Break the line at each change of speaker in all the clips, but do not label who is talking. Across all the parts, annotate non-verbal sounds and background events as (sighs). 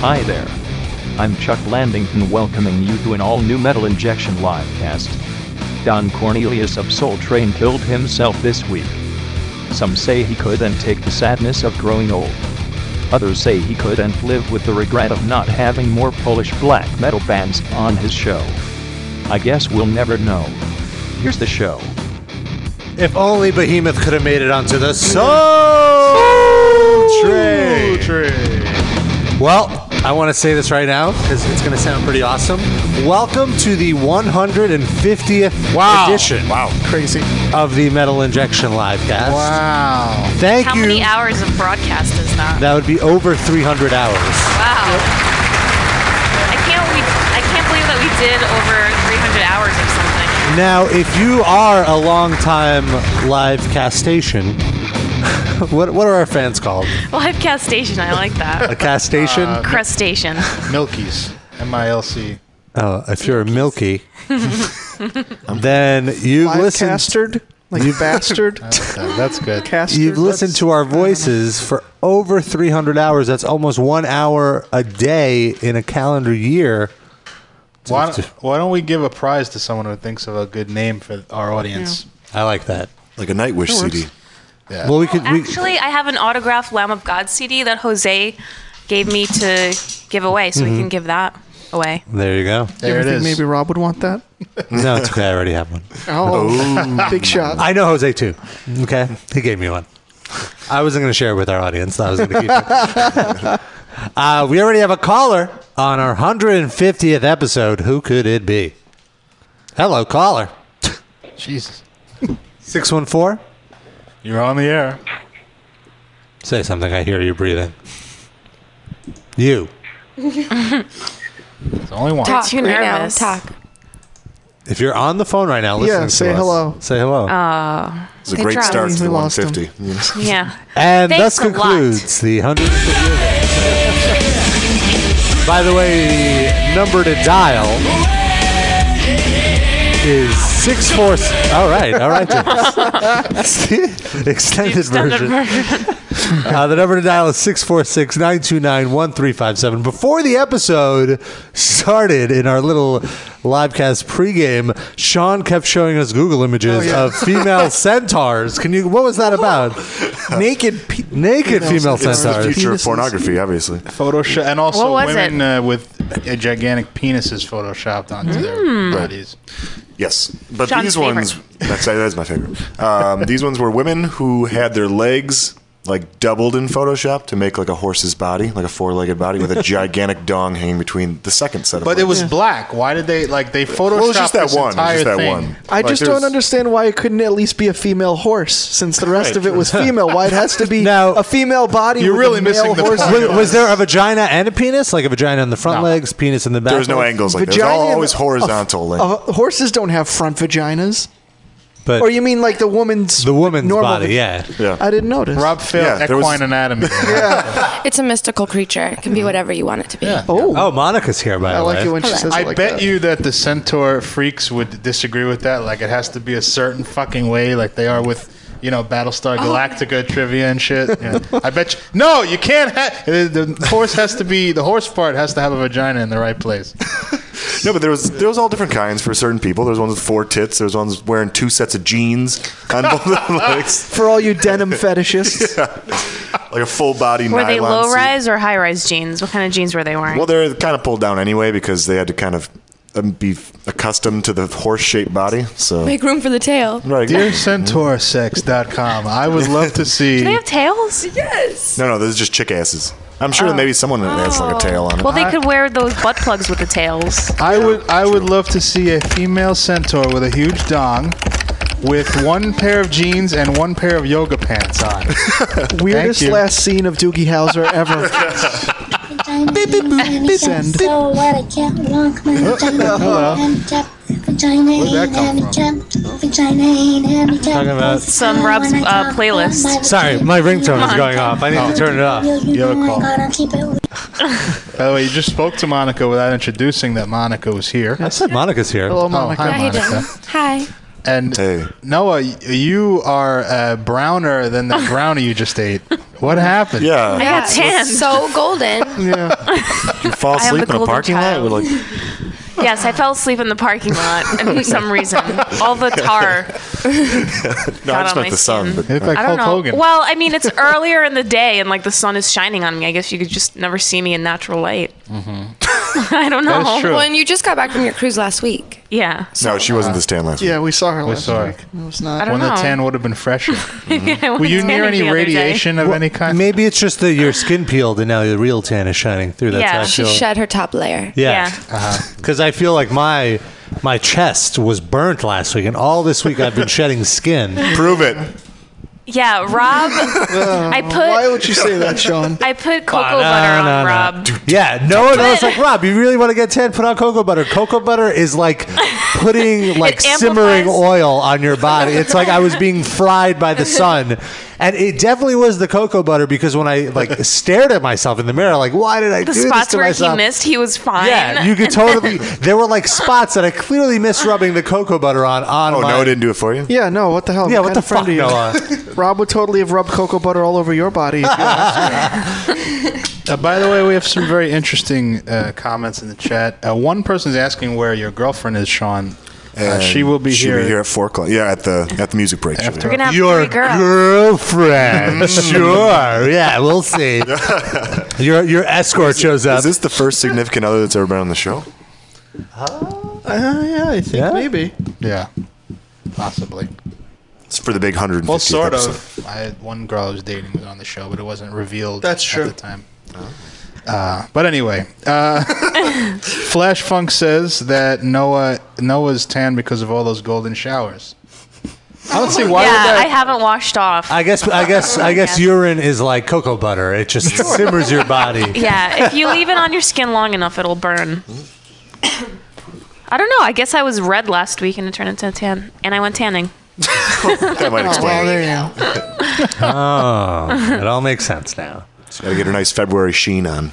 Hi there. I'm Chuck Landington welcoming you to an all new Metal Injection livecast. Don Cornelius of Soul Train killed himself this week. Some say he couldn't take the sadness of growing old. Others say he couldn't live with the regret of not having more Polish black metal bands on his show. I guess we'll never know. Here's the show.
If only Behemoth could have made it onto the Soul Train. Well, I want to say this right now because it's going to sound pretty awesome. Welcome to the 150th edition
Wow. Crazy.
of the Metal Injection Livecast.
Wow.
Thank
How
you.
many hours of broadcast is that?
That would be over 300 hours.
wow. I can't we I can't believe that we did over 300 hours of something.
Now, if you are a longtime live castation, (laughs) what, what are our fans called?
Live cast station, I like
A (laughs)
that.
castation?
Uh,
Uh,
(laughs)
Crustacean.
Milky's. M I L C.
Oh, if you're
(laughs)
a milky, then you've listened. Oh,
castered, like
(laughs)
bastard.
That's
(laughs)
good.
Castered,
You've listened to our voices for over 300 hours. That's almost one hour a day in a calendar year.
Why don't, why don't we give a prize to someone who thinks of a good name for our audience?
I like that.
like a Nightwish CD.
Yeah.
Well, we could. We,
Actually, I have an autographed Lamb of God CD that Jose gave me to give away, so
Mm-hmm.
we can give that away.
there you go.
there it is.
Maybe Rob would want that.
(laughs) No, it's okay. I already have one.
(laughs) Oh, big shot.
I know Jose too. Okay, he gave me one. I wasn't going to share it with our audience. I was going to keep it. uh, we already have a caller on our 150th episode. Who could it be? Hello, caller.
Jesus.
614.
You're on the air.
Say something. I hear you breathing. You.
It's only one.
Talk. Too nervous.
Talk.
If you're on the phone right now, listening
Yeah, say
to us,
hello.
Say
Oh.
hello.
Uh,
It's a
They
great
tried.
(laughs)
start to
We
the
lost
150. Yes. (laughs)
Yeah.
and
Thanks
thus
a lot.
concludes the 100. By the way, the number to dial is 646. All right, all right.
(laughs)
Dennis. (laughs) Extended version. (laughs)
(laughs)
Uh, the number to dial is 646 929 1357. Before the episode started in our little livecast pregame, Sean kept showing us Google
Oh,
images
(laughs)
of female centaurs. Can you, what was that about?
Naked. Pe- (laughs)
Naked female
Female
It's the
Sorry.
centaurs.
future of
Penises.
pornography, obviously.
Photoshop. And also
What was
women uh, with uh, gigantic penises photoshopped onto their bodies.
Yes, but
Sean's
these
favorite.
ones. (laughs) That's that's my favorite. Um, these ones were women who had their legs like doubled in Photoshop to make like a horse's body, like a four-legged
(laughs)
body with a gigantic dong hanging between the second set of.
But it was
legs.
black. Why did they like they photoshopped
well, it was just that
this
one. It was
entire
just that
thing?
one.
I
Like,
just
there's-
don't understand why it couldn't at least be a female horse, since the rest
Right.
of it was female. Why it has to be
(laughs) Now-
a female body?
You're
with
really
a male
missing the
horse.
point.
Was, was there a vagina and a penis? Like a vagina on the front
No.
legs, penis in the back?
There was no
legs?
angles like that. It was
Vagina
all
and-
always horizontal. Like,
Uh, horses don't have front vaginas.
But
Or you mean like the woman's
the woman's
normal
body,
vag-
yeah.
yeah.
I didn't notice.
Rob failed
Yeah, there
equine
(laughs)
was-
anatomy.
It's a mystical creature. It can be whatever you want it to be.
oh,
Oh, Monica's here, by
I
the way.
like it when she
Hello.
says it
I
like
bet
that.
you that the centaur freaks would disagree with that. Like, it has to be a certain fucking way, like they are with, you know,
Oh.
Battlestar Galactica trivia and shit. Yeah. I bet you. No, you can't. Ha- the, the horse has to be. The horse part has to have a vagina in the right place.
No, but there was there was all different kinds for certain people. There was ones with four tits. There was ones wearing two sets of jeans on
(laughs)
both of the legs,
For all you
(laughs)
denim fetishists,
like a full body.
Were they
nylon
low
suit.
rise or high rise jeans? What kind of jeans were they wearing?
Well, they're kind of pulled down anyway because they had to kind of um, be f- accustomed to the horse-shaped body. So (laughs)
Make room for the tail.
right,
DearCentaurSex.com. I would love to see.
they have tails?
Yes.
no, no, this is just chick asses. I'm sure maybe someone that has like a tail on it.
Oh. Well, they could wear those butt plugs with the tails.
I would I would love to see a female centaur with a huge dong, with one pair of jeans and one pair of yoga pants on.
(laughs)
weirdest
you.
last scene of Doogie Howser ever. Send.
So what I can't walk my vagina and kept vagina ain't
come
heavy kept vagina ain't heavy kept
Talking about-
Some Rob's, uh, playlist.
Sorry, my ringtone is going off. I need to turn it off.
You have a call.
I'll keep it with
By the way, you just spoke to Monica without introducing that Monica was here.
I said Monica's here.
Hello,
Oh,
Monica.
hi,
Hey, Jen.
Monica.
Hi.
And
Hey.
(laughs)
Noah, y- you are uh, browner than the brownie you just ate. What happened?
Yeah.
I got tan.
So
(laughs)
golden.
(laughs)
You fall
I am
asleep
the
in
golden
a parking
(laughs)
lot
(laughs)
with like
Yes, I fell asleep in the parking lot and for some reason. All the
(laughs)
tar.
no,
Got
I
on
just
my
meant the sun.
skin.
But,
You look like
I don't
Hulk
know.
Hogan.
Well, I mean, it's earlier in the day and like the sun is shining on me. I guess you could just never see me in natural light. (laughs)
Mm-hmm.
I don't know.
That's true.
Well, and you just got back from your cruise last week.
Yeah.
no, she
uh,
wasn't this tan last week.
Yeah, we saw her
We
last
saw her.
week. It was not.
I don't
When the
know.
tan would have been fresher.
(laughs) Yeah, I
Were you
was
near
tanning
any
the other day.
radiation of any kind?
Maybe it's just that your skin peeled and now the real tan is shining through. That's
Yeah.
how I
She
feel.
shed her top layer.
Yeah.
Yeah.
Because I feel like my my chest was burnt last week, and all this week I've been shedding skin.
Prove it.
Yeah, Rob. I
Why
put
would you say that, Sean?
I put
Ah,
cocoa
Ba-da-na-na.
butter on Rob.
Yeah, no one else like Rob. You really want to get tan? Put on cocoa butter. Cocoa butter
(laughs)
is like putting like
amplifies-
simmering oil on your body. It's like I was being fried by the sun, and it definitely was the cocoa butter because when I
(laughs)
like stared at myself in the mirror, like why did I
The
do this
spots
to
where
myself?
he missed, he was fine.
Yeah,
(laughs)
you could (laughs) totally. there were like spots that I clearly missed rubbing the cocoa butter on. On
Oh,
my,
no, it didn't do it for you?
Yeah, no, what the hell?
Yeah, what
kind
the
of friend
fuck,
are you?
Noah?
Rob would totally have rubbed cocoa butter all over your body. if you asked.
Uh, by the way, we have some very interesting uh, comments in the chat. Uh, one person's asking where your girlfriend is, Sean. Uh,
And
she will be
she'll
here.
be here at four o'clock. Yeah, at the at the music break. she'll be
After-
We're gonna have
Your
three
(laughs)
girls.
(laughs)
girlfriend, sure. Yeah, we'll see. Your your escort shows
here.
up.
Is this the first significant other that's ever been on the show?
Uh, yeah, I think
Yeah?
maybe.
Yeah, possibly.
It's for the big 150th
Well, sort
episode.
of. I had one girl I was dating was on the show, but it wasn't revealed.
That's true.
At the time. Uh, but anyway, uh, Flash Funk says that Noah Noah's tan because of all those golden showers. I don't see why
yeah,
would that.
I haven't washed off.
I guess I guess I guess urine is like cocoa butter. It just simmers your
(laughs)
(laughs)
body.
yeah, if you leave it on your skin long enough, it'll burn. I don't know. I guess I was red last week and it turned into a tan, and I went tanning.
(laughs) That might explain.
Well,
it.
Oh, there you go.
Oh, It all makes sense now.
Just gotta get a nice February sheen on.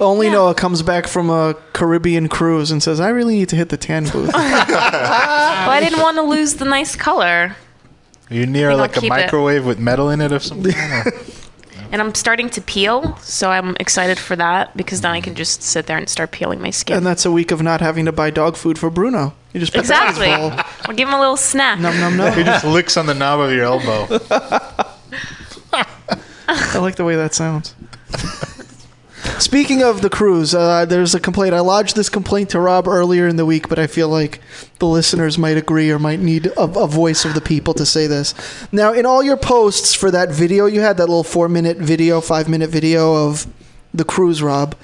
Only Noah comes back from a Caribbean cruise and says, "I really need to hit the tan booth."
But I didn't want to lose the nice color,
Are you near
I'll
like a
keep it.
microwave with metal in it of (laughs) some kind? or-
and I'm starting to peel, so I'm excited for that because then I can just sit there and start peeling my skin.
and that's a week of not having to buy dog food for Bruno. You just put
exactly.
that in his bowl.
I'll give him a little snack.
Nom nom
He
nom.
just licks on the knob of your elbow.
I like the way that sounds. (laughs) Speaking of the cruise, uh, there's a complaint. I lodged this complaint to Rob earlier in the week, but I feel like the listeners might agree or might need a, a voice of the people to say this. Now, in all your posts for that video you had, that little four minute video, five minute video of the cruise, Rob,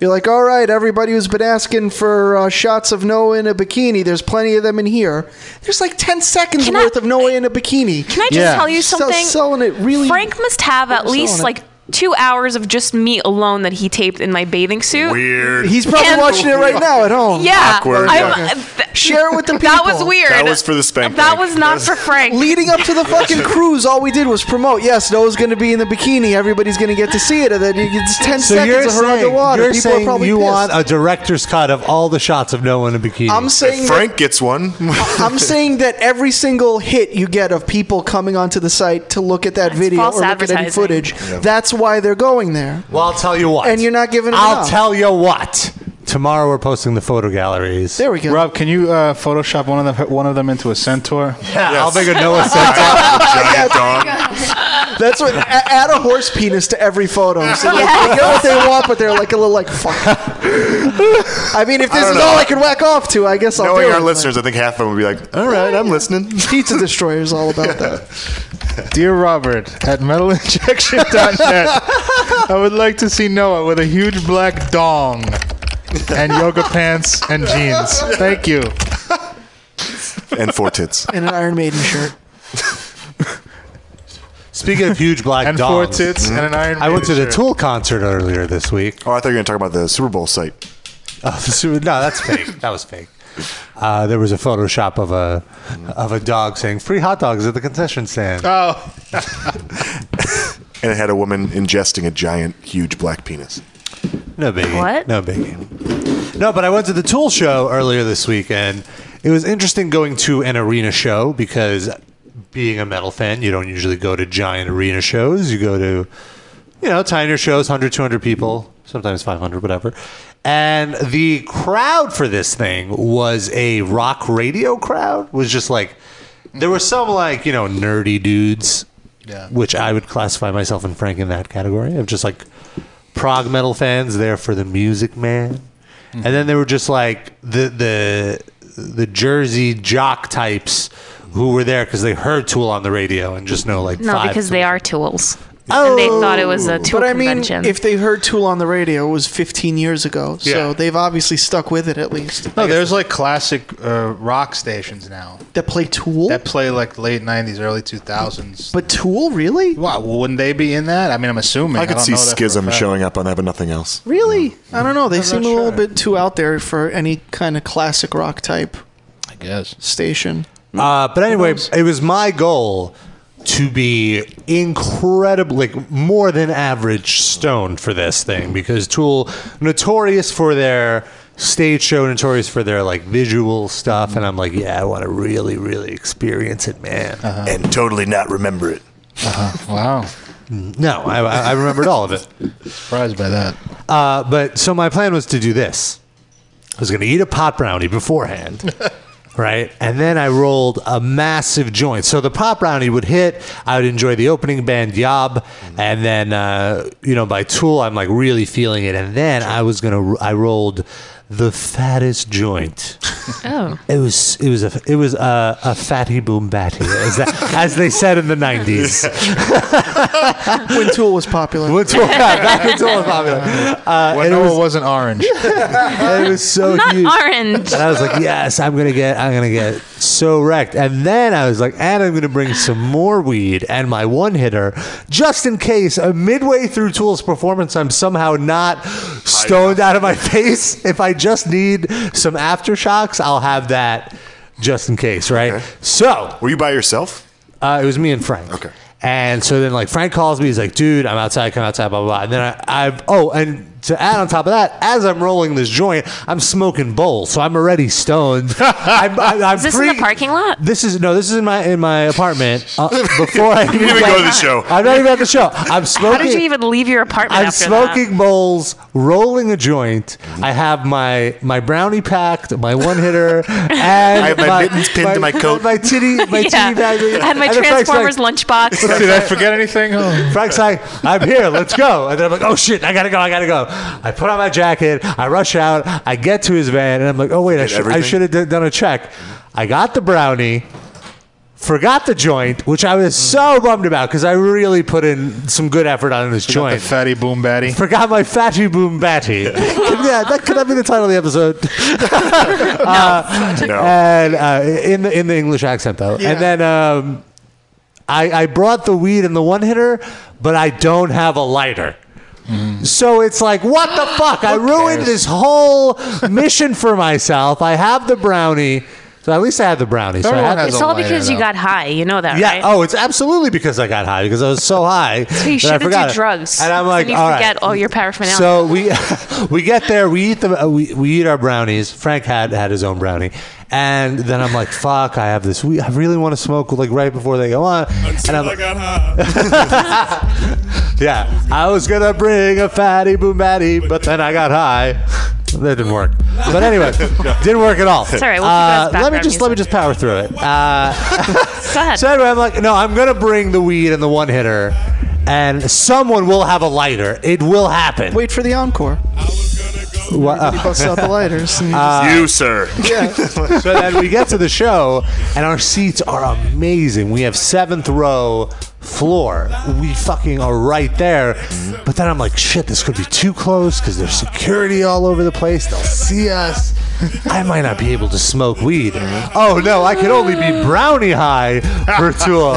you're like, all right, everybody who's been asking for uh, shots of Noah in a bikini, there's plenty of them in here. There's like 10 seconds
Can I-
worth of Noah in a bikini.
Can I just
Yeah.
tell you
Sell-
something?
selling it really-
Frank must have at
Selling
least
it.
like two hours of just me alone that he taped in my bathing suit.
Weird.
He's probably
Can-
watching it
(laughs)
right now at home.
Yeah,
Awkward,
I'm-
yeah.
th-
Share it with the people.
That was weird.
That was for the spank
That
bank.
was not
(laughs)
for Frank.
Leading up to the fucking cruise, all we did was promote. Yes, Noah's going to be in the bikini. Everybody's going to get to see it. And then it's ten
So
seconds
you're
of her
saying,
underwater.
you're
People are
saying
probably
you
pissed.
want a director's cut of all the shots of no one in a bikini.
I'm saying. That,
Frank gets one.
(laughs) I'm saying that every single hit you get of people coming onto the site to look at that video or
false
look at any
advertising.
footage, that's why they're going there.
(laughs) well, I'll tell you what.
And you're not giving them
I'll
up.
tell you what. Tomorrow we're posting the photo galleries.
There we go.
Rob, can you uh, Photoshop one of them one of them into a centaur?
Yeah, I'll
Yes.
make a Noah
(laughs)
sense.
Oh
Giant dog.
That's what. a- Add a horse penis to every photo. So like, they get what they want, but they're like a little like fuck. I mean, if this
don't
is
know.
all I can whack off to, I guess I'll do
Knowing
it.
our
but-
listeners, I think half of them would be like, all right, I'm listening.
(laughs) Pizza Destroyer is all about that.
(laughs) Dear Robert at metalinjection.net, I would like to see Noah with a huge black dong and yoga pants and jeans. Thank you.
And four tits.
And an Iron Maiden shirt.
(laughs) Speaking of huge black
And four
dogs,
tits and an iron.
I went to
Maiden
the
shirt.
Tool concert earlier this week.
Oh, I thought you were going to talk about the Super Bowl site.
(laughs) Oh, the super- no, that's fake. That was fake. Uh, there was a Photoshop of a of a dog saying "free hot dogs at the concession stand."
Oh,
(laughs) And it had a woman ingesting a giant, huge black penis.
No biggie.
What?
No biggie. No, but I went to the Tool show earlier this week, and it was interesting going to an arena show because, being a metal fan, you don't usually go to giant arena shows. You go to you know, tinier shows, 100, 200 people, sometimes 500, whatever. And the crowd for this thing was a rock radio crowd, was just like, there were some like, you know, nerdy dudes,
Yeah.
which I would classify myself and Frank in that category of just like prog metal fans there for the music, man. And then they were just like the, the, the Jersey jock types who were there because they heard Tool on the radio and just know like
No,
five
because
Tool
they are tools. and they thought it was a tool
Oh, But I mean,
convention.
if they heard Tool on the radio, it was 15 years ago,
Yeah.
so they've obviously stuck with it at least.
No, there's like classic uh, rock stations now
That play Tool,
that play like late '90s, early 2000s.
but Tool really,
Wow, well, wouldn't they be in that? I mean, I'm assuming.
I could
don't
see
know that for a
Schism
fact.
showing up on that, but nothing else.
really, I don't know. They seem a
not
little
sure.
bit too out there for any kind of classic rock type
I guess. (laughs)
station.
Uh, but anyway, it was my goal to be incredibly, like, more than average stoned for this thing because Tool, notorious for their stage show, notorious for their like visual stuff, and I'm like, yeah, I want to really, really experience it, man.
And totally not remember it.
Wow,
No, I, I I remembered all of it.
surprised by that.
Uh, but so my plan was to do this. I was going to eat a pot
(laughs)
brownie beforehand, right? And then I rolled a massive joint. So the pot brownie would hit. I would enjoy the opening band Yob, and then uh, you know by Tool, I'm like really feeling it. And then I was gonna. I rolled the fattest
(laughs)
joint.
oh,
It was it was a it was a, a fatty boom batty, as, that, as they said in
(laughs)
the '90s.
When Tool was popular, (laughs)
What's wrong? Back to Tool popular. Uh,
Well, no, it wasn't
(laughs)
orange.
It was so
not
huge.
orange.
And I was like, yes, I'm gonna get, I'm gonna get so wrecked. And then I was like, and I'm gonna bring some more weed and my one hitter, just in case. Uh, midway through Tool's performance, I'm somehow not stoned out of my face. If I just need some aftershocks, I'll have that, just in case, right?
Okay.
So
Were you by yourself?
uh, it was me and Frank.
Okay.
And so then, like, Frank calls me. He's like, dude, I'm outside, come outside, blah, blah, blah. And then I, I've, oh, and to add on top of that, as I'm rolling this joint, I'm smoking bowls. So I'm already
(laughs)
stoned. I'm, I'm, I'm
Is this in the
pre-
parking lot?
This is, no, this is in my in my apartment uh, before I
(laughs) You didn't even go to the show.
I'm not even at the show. I'm smoking.
How did you even leave your apartment
I'm
after
smoking bowls, rolling a joint. I have my my brownie packed, my
(laughs)
one hitter, and I
have my mittens pinned to my coat.
my titty, my
that?
titty bag.
yeah. I had my
And then Frank's
Transformers
like, (laughs)
lunchbox.
Did I forget anything? Oh.
Frank's like, I'm here, let's go. And then I'm like, oh shit, I gotta go, I gotta go. I put on my jacket, I rush out, I get to his van, and I'm like, oh wait, I,
Did
should I
everything?
should have d- done a check. I got the brownie, forgot the joint, which I was so bummed about because I really put in some good effort on this
Got the
joint.
fatty boom batty.
Forgot my fatty boom
(laughs)
batty. yeah, that could that be the title of the episode?
(laughs)
Uh,
No.
Uh, and uh, in the in the English accent though. And then um, I I brought the weed and the one hitter, but I don't have a lighter.
Mm-hmm.
So it's like,
(gasps)
what the fuck? I ruined this whole mission for myself. I have the brownie. So at least I had the brownie. So I
Everyone
had
has
It's
a
all
lighter,
because you
though.
got high. You know that,
yeah.
right?
Oh, it's absolutely because I got high because I was so
(laughs)
high. so
you
I
shouldn't
forgot
do
it.
drugs.
And I'm
Then
like,
you
all right.
forget all your paraphernalia.
So we we (laughs) get there. We eat the uh, we, we eat our brownies. Frank had had his own brownie, and then I'm like, fuck, I have this. We I really want to smoke like right before they go on. and I'm,
got high.
(laughs) yeah, I was gonna bring a fatty boom batty, but then I got high. (laughs) That didn't work. But
(laughs)
anyway, didn't work at all. It's
all right, we'll keep it as
let me
background
just let me
music.
just power through it. Uh,
(laughs) Go ahead.
(laughs) so anyway, I'm like, no, I'm gonna bring the weed and the one hitter, and someone will have a lighter. It will happen.
wait for the encore.
Wha- uh,
He busts out the lighters. And he
you,
(laughs)
sir.
so then we get to the show, and our seats are amazing. We have seventh row floor. We fucking are right there. But then I'm like, shit, this could be too close because there's security all over the place. They'll see us. I might not be able to smoke weed. Oh no, I can only be brownie high for Tool.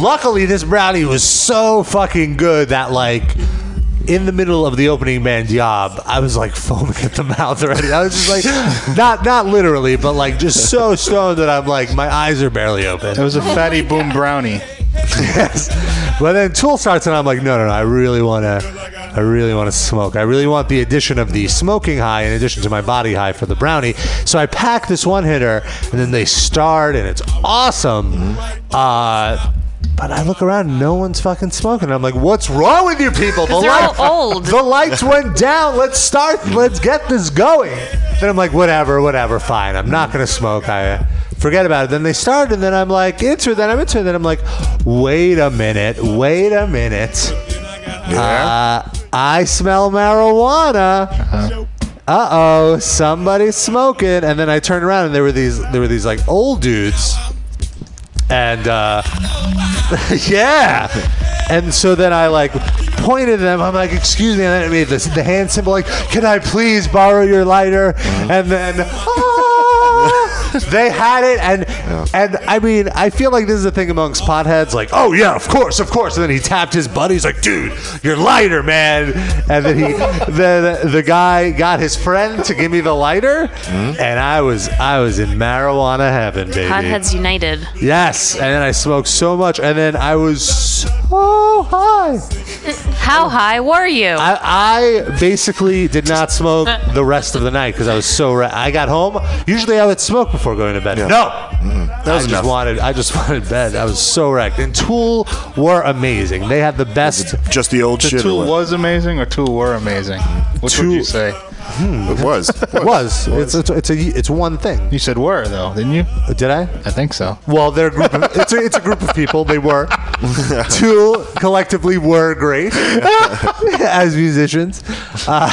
Luckily, this brownie was so fucking good that like in the middle of the opening band job, I was like foaming at the mouth already. I was just like, not not literally, but like just so stoned that I'm like my eyes are barely open.
It was a fatty boom brownie.
But then Tool starts, and I'm like, no, no, no, I really want to, I really want to smoke. I really want the addition of the smoking high in addition to my body high for the brownie. So I pack this one hitter, and then they start, and it's awesome. Uh, But I look around, no one's fucking smoking. I'm like, what's wrong with you people? The
'Cause they're
light-
all old.
The lights went down. Let's start. Let's get this going. Then I'm like, whatever, whatever, fine. I'm not gonna smoke. I uh, forget about it. Then they started, and then I'm like, into it. Then I'm into it. Then I'm like, wait a minute, wait a minute. Uh, I smell marijuana. Uh oh, somebody's smoking. And then I turned around, and there were these, there were these like old dudes, and uh, (laughs) yeah. And so then I like pointed at them. I'm like, "Excuse me," and then I made this, the hand symbol, like, "Can I please borrow your lighter?" And then. "Ah!" They had it, and and I mean, I feel like this is a thing amongst potheads. Like, oh yeah, of course, of course. And then he tapped his buddy. He's like, dude, you're lighter, man. And then he, the, the the guy got his friend to give me the lighter, and I was I was in marijuana heaven, baby.
Potheads United.
Yes, and then I smoked so much, and then I was so high.
How high were you?
Oh, I, I basically did not smoke the rest of the night because I was so. Re- I got home. Usually, I would smoke before going to bed. No,
mm,
I just
enough.
wanted. I just (laughs) wanted bed. I was so wrecked. And Tool were amazing. They had the best.
Just the old shit. or
Tool
what?
was amazing or Tool were amazing? Which would you say?
Hmm, It
(laughs)
was.
It was. It's, it's it's a it's one thing. Uh,
You said were though, didn't you?
Did I?
I think so.
Well, they're a group of, it's, a, it's a group of people. They were two collectively were great (laughs) as musicians. Uh,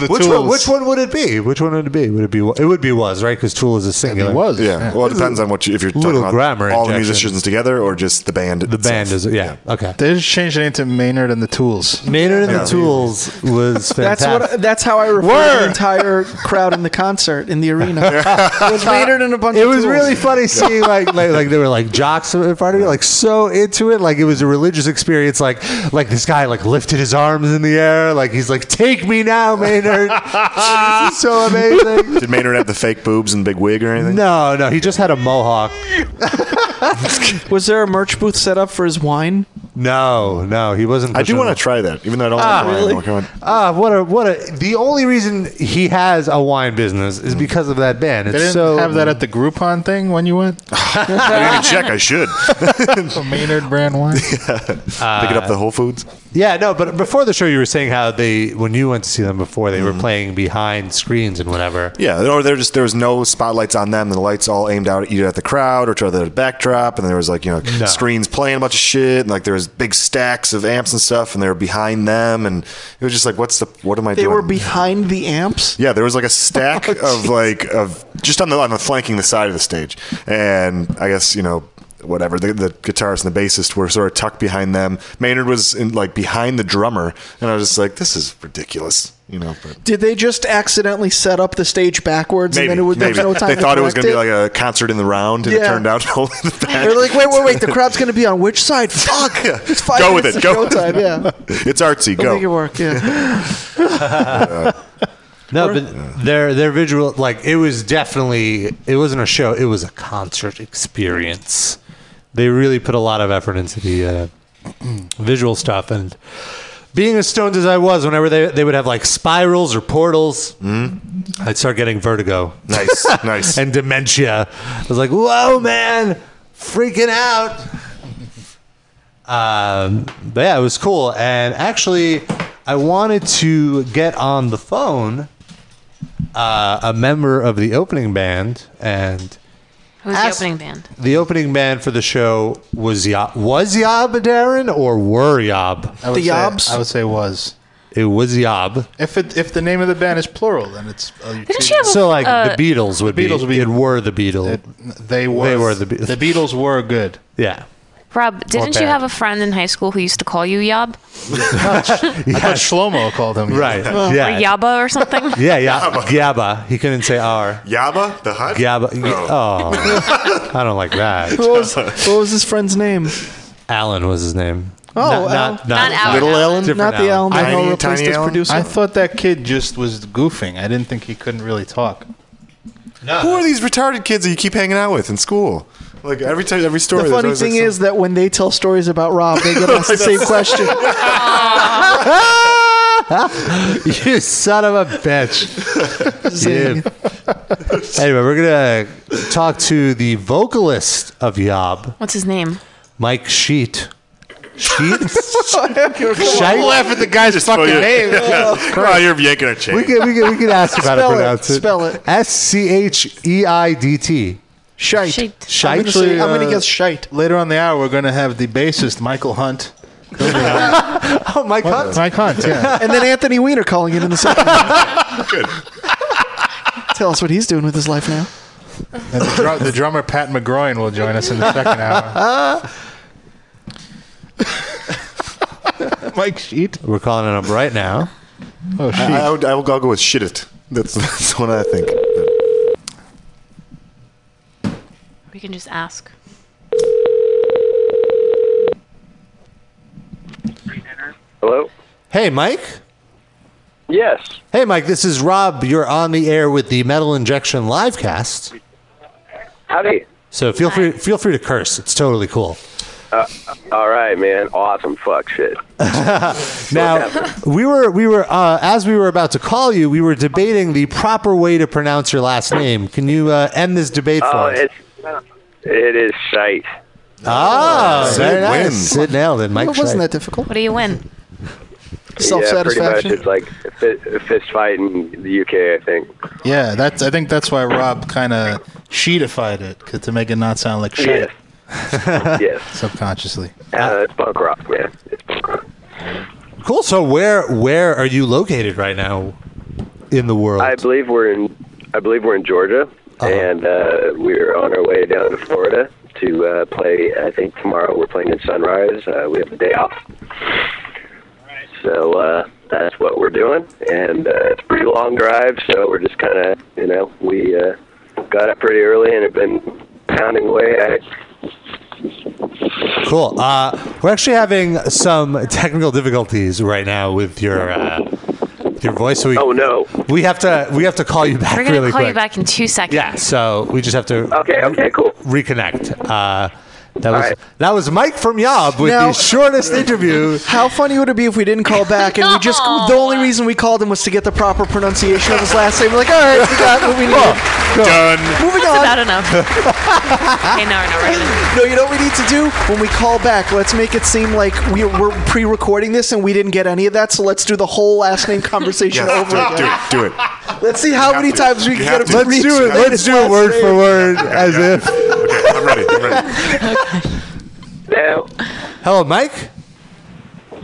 which, one,
Tools.
which one would it be? Which one would it be? Would it be? It would be was right because Tool is a singular.
It was.
Yeah. Well, it depends on what you, if you're talking
Little
about
grammar
all the
injection.
musicians together or just the band.
The band is yeah, okay.
They just changed the name to Maynard and the Tools.
Maynard and the Tools
(laughs)
was
That's
fantastic.
what. That's how I refer to
Word.
the entire crowd in the concert in the
(laughs)
arena. It was Maynard and a bunch.
it
of
was
tools.
really funny seeing like, like like they were like jocks in front of you, like so into it, like it was a religious experience. Like like this guy like lifted his arms in the air, like he's like, "Take me now, Maynard." (laughs) this is so
(laughs)
amazing.
Did Maynard have the fake boobs and big wig or anything?
No, no, he just had a mohawk.
Was there a merch booth set up for his wine?
No, no, he wasn't.
I do
pushing
want to
it.
try that, even though I don't
Ah,
like
really?
wine. Come on.
Ah, what a what a. The only reason he has a wine business is because of that band. It's
They didn't
so
have that at the Groupon thing when you
(laughs)
went.
I didn't even check. I should.
(laughs) The Maynard brand wine.
Pick it up the Whole Foods.
Uh, Yeah, no, but before the show, you were saying how they, when you went to see them before, they
Mm-hmm.
were playing behind screens and whatever.
Yeah, or there just there was no spotlights on them. The lights all aimed out either at the crowd or to the backdrop, and there was like you know screens playing a bunch of shit, and like there was big stacks of amps and stuff, and they were behind them, and it was just like, what's the what am I
They
doing?
were behind the amps.
Yeah, there was like
(laughs)
a stack of like of just on the on the flanking the side of the stage, and I guess you know whatever the, the guitarist and the bassist were sort of tucked behind them. Maynard was in like behind the drummer, and I was just like, this is ridiculous, you know. But
Did they just accidentally set up the stage backwards
maybe,
and then it would there
maybe.
was no time?
they
to
thought it was
correct
going to be like a concert in the round, and it
Yeah.
turned out (laughs) only the back.
They're like, wait, wait, wait. The
(laughs)
crowd's going to be on which
(laughs)
side? Fuck. It's five
Go with
minutes
it,
of
go with
showtime. Yeah.
it's artsy. Go.
Make it work. Yeah.
(laughs)
(laughs) No, but their their visual, like it was definitely, it wasn't a show, it was a concert experience. They really put a lot of effort into the uh, (clears throat) visual stuff, and being as stoned as I was, whenever they they would have like spirals or portals, I'd start getting vertigo.
Mm-hmm. Nice,
(laughs)
nice.
and dementia. I was like, whoa, man, freaking out. Um, but yeah, it was cool. And actually, I wanted to get on the phone uh, a member of the opening band, and
Who's the
ask-
opening band?
the opening band for the show was Yob. Was Yob Darren or were Yob?
I would
The
say-
Yobs?
I would say was.
It was Yob.
If it, if the name of the band is plural, then it's. Uh, you
Didn't
choose-
she have a,
So like
uh,
the Beatles would
Beatles
be,
would be-
it were the Beatles.
it- they were.
They were the Be-
the Beatles were good.
yeah.
Rob, didn't you
band?
have a friend in high school who used to call you Yob
(laughs)
(laughs)
I thought Shlomo called him. (laughs)
Right.
or
yeah.
Yaba or something?
(laughs) Yeah, yeah, Gabba. He couldn't say R.
Yaba the hut.
Gabba. Oh, I don't like that.
(laughs) What was, what was his friend's name?
Alan was his name.
Oh,
not,
Not
not,
Alan.
Little
Alan.
Alan. (laughs)
Not the Alan that
Tiny-
Hall replaced
Tiny
his
Alan?
producer.
I thought that kid just was goofing. I didn't think he couldn't really talk.
Who are these retarded kids that you keep hanging out with in school? Like every time, every story.
the
there's
funny
always, like,
thing
some-
is that when they tell stories about Rob, they get
(laughs)
asked the same question. (laughs)
you son of a bitch.
Zing.
Yeah. Anyway, we're gonna talk to the vocalist of Yob, (laughs)
What's his name?
Mike Sheet. Sheet?
(laughs)
Don't laugh at the guy's fucking
(laughs)
name.
oh, you're yanking a chain.
we can we can we can ask him how to
Spell it.
pronounce it.
Spell it.
S C H E I D T.
Shite.
Shite.
I'm
Shite.
gonna say- I'm going
uh,
to guess shite.
Later on in the hour, we're going to have the bassist, Michael Hunt.
Oh, Mike Hunt.
Mike Hunt, yeah.
(laughs) And then Anthony Weiner calling it in the second.
Good.
Tell us what he's doing with his life now.
And the, dru- the drummer, Pat McGroin, will join us in the second hour.
(laughs)
(laughs) Mike Sheet.
We're calling it up right now.
Oh, Sheet.
I, I would, I will I'll go with shit it. That's, (laughs) that's what I think.
We can just ask.
Hello?
Hey, Mike.
Yes.
Hey, Mike. This is Rob. You're on the air with the Metal Injection livecast.
Howdy.
So feel free feel free to curse. It's totally cool. (laughs)
uh, All right, man. Awesome fuck shit.
Now we were we were uh, as we were about to call you, we were debating the proper way to pronounce your last name. Can you uh, end this debate for
Oh,
us?
it's it is shite.
Ah, very
Sid
nice.
wins.
Sid nailed it, Mike.
It wasn't that
Scheid.
difficult.
What do you win?
Self satisfaction.
Yeah, pretty much. It's like fi- fist fight in the UK, I think.
Yeah, that's. I think that's why Rob kind of sheetified it 'cause to make it not sound like shit
Yes. yes.
(laughs) subconsciously.
Uh, it's punk rock, man. It's punk rock.
cool. So where where are you located right now in the world?
I believe we're in I believe we're in Georgia, and uh, we're on our way down to Florida to uh, play. I think tomorrow we're playing in Sunrise. Uh, we have a day off, so uh, that's what we're doing. And uh, it's a pretty long drive, so we're just kind of you know we uh, got up pretty early and have been pounding away at it.
Cool. Uh, we're actually having some technical difficulties right now with your uh, your voice. So we,
Oh no!
we have to we have to call you back
We're gonna
really
call
quick.
you back in two seconds. (laughs)
Yeah. So we just have to
Okay, okay, cool.
reconnect. Uh, that was
right.
that was Mike from Yob with
Now-
the shortest interview.
How funny would it be if we didn't call back and we just
(laughs) No.
the only reason we called him was to get the proper pronunciation of his last name. We're like, all right, we got what we need.
Done.
Moving
That's
on.
about enough.
(laughs)
okay, now we're not ready.
No, you know what we need to do when we call back. Let's make it seem like we we're pre-recording this and we didn't get any of that. So let's do the whole last name conversation
Yes,
over again.
do it. Do it.
Let's see how
have
many
to.
times we
You
can get him
have to.
to
Let's
reach
do it.
his
Let's do it
last
word
name.
for word as if.
Okay, I'm ready. I'm ready.
Now,
Hello, Mike.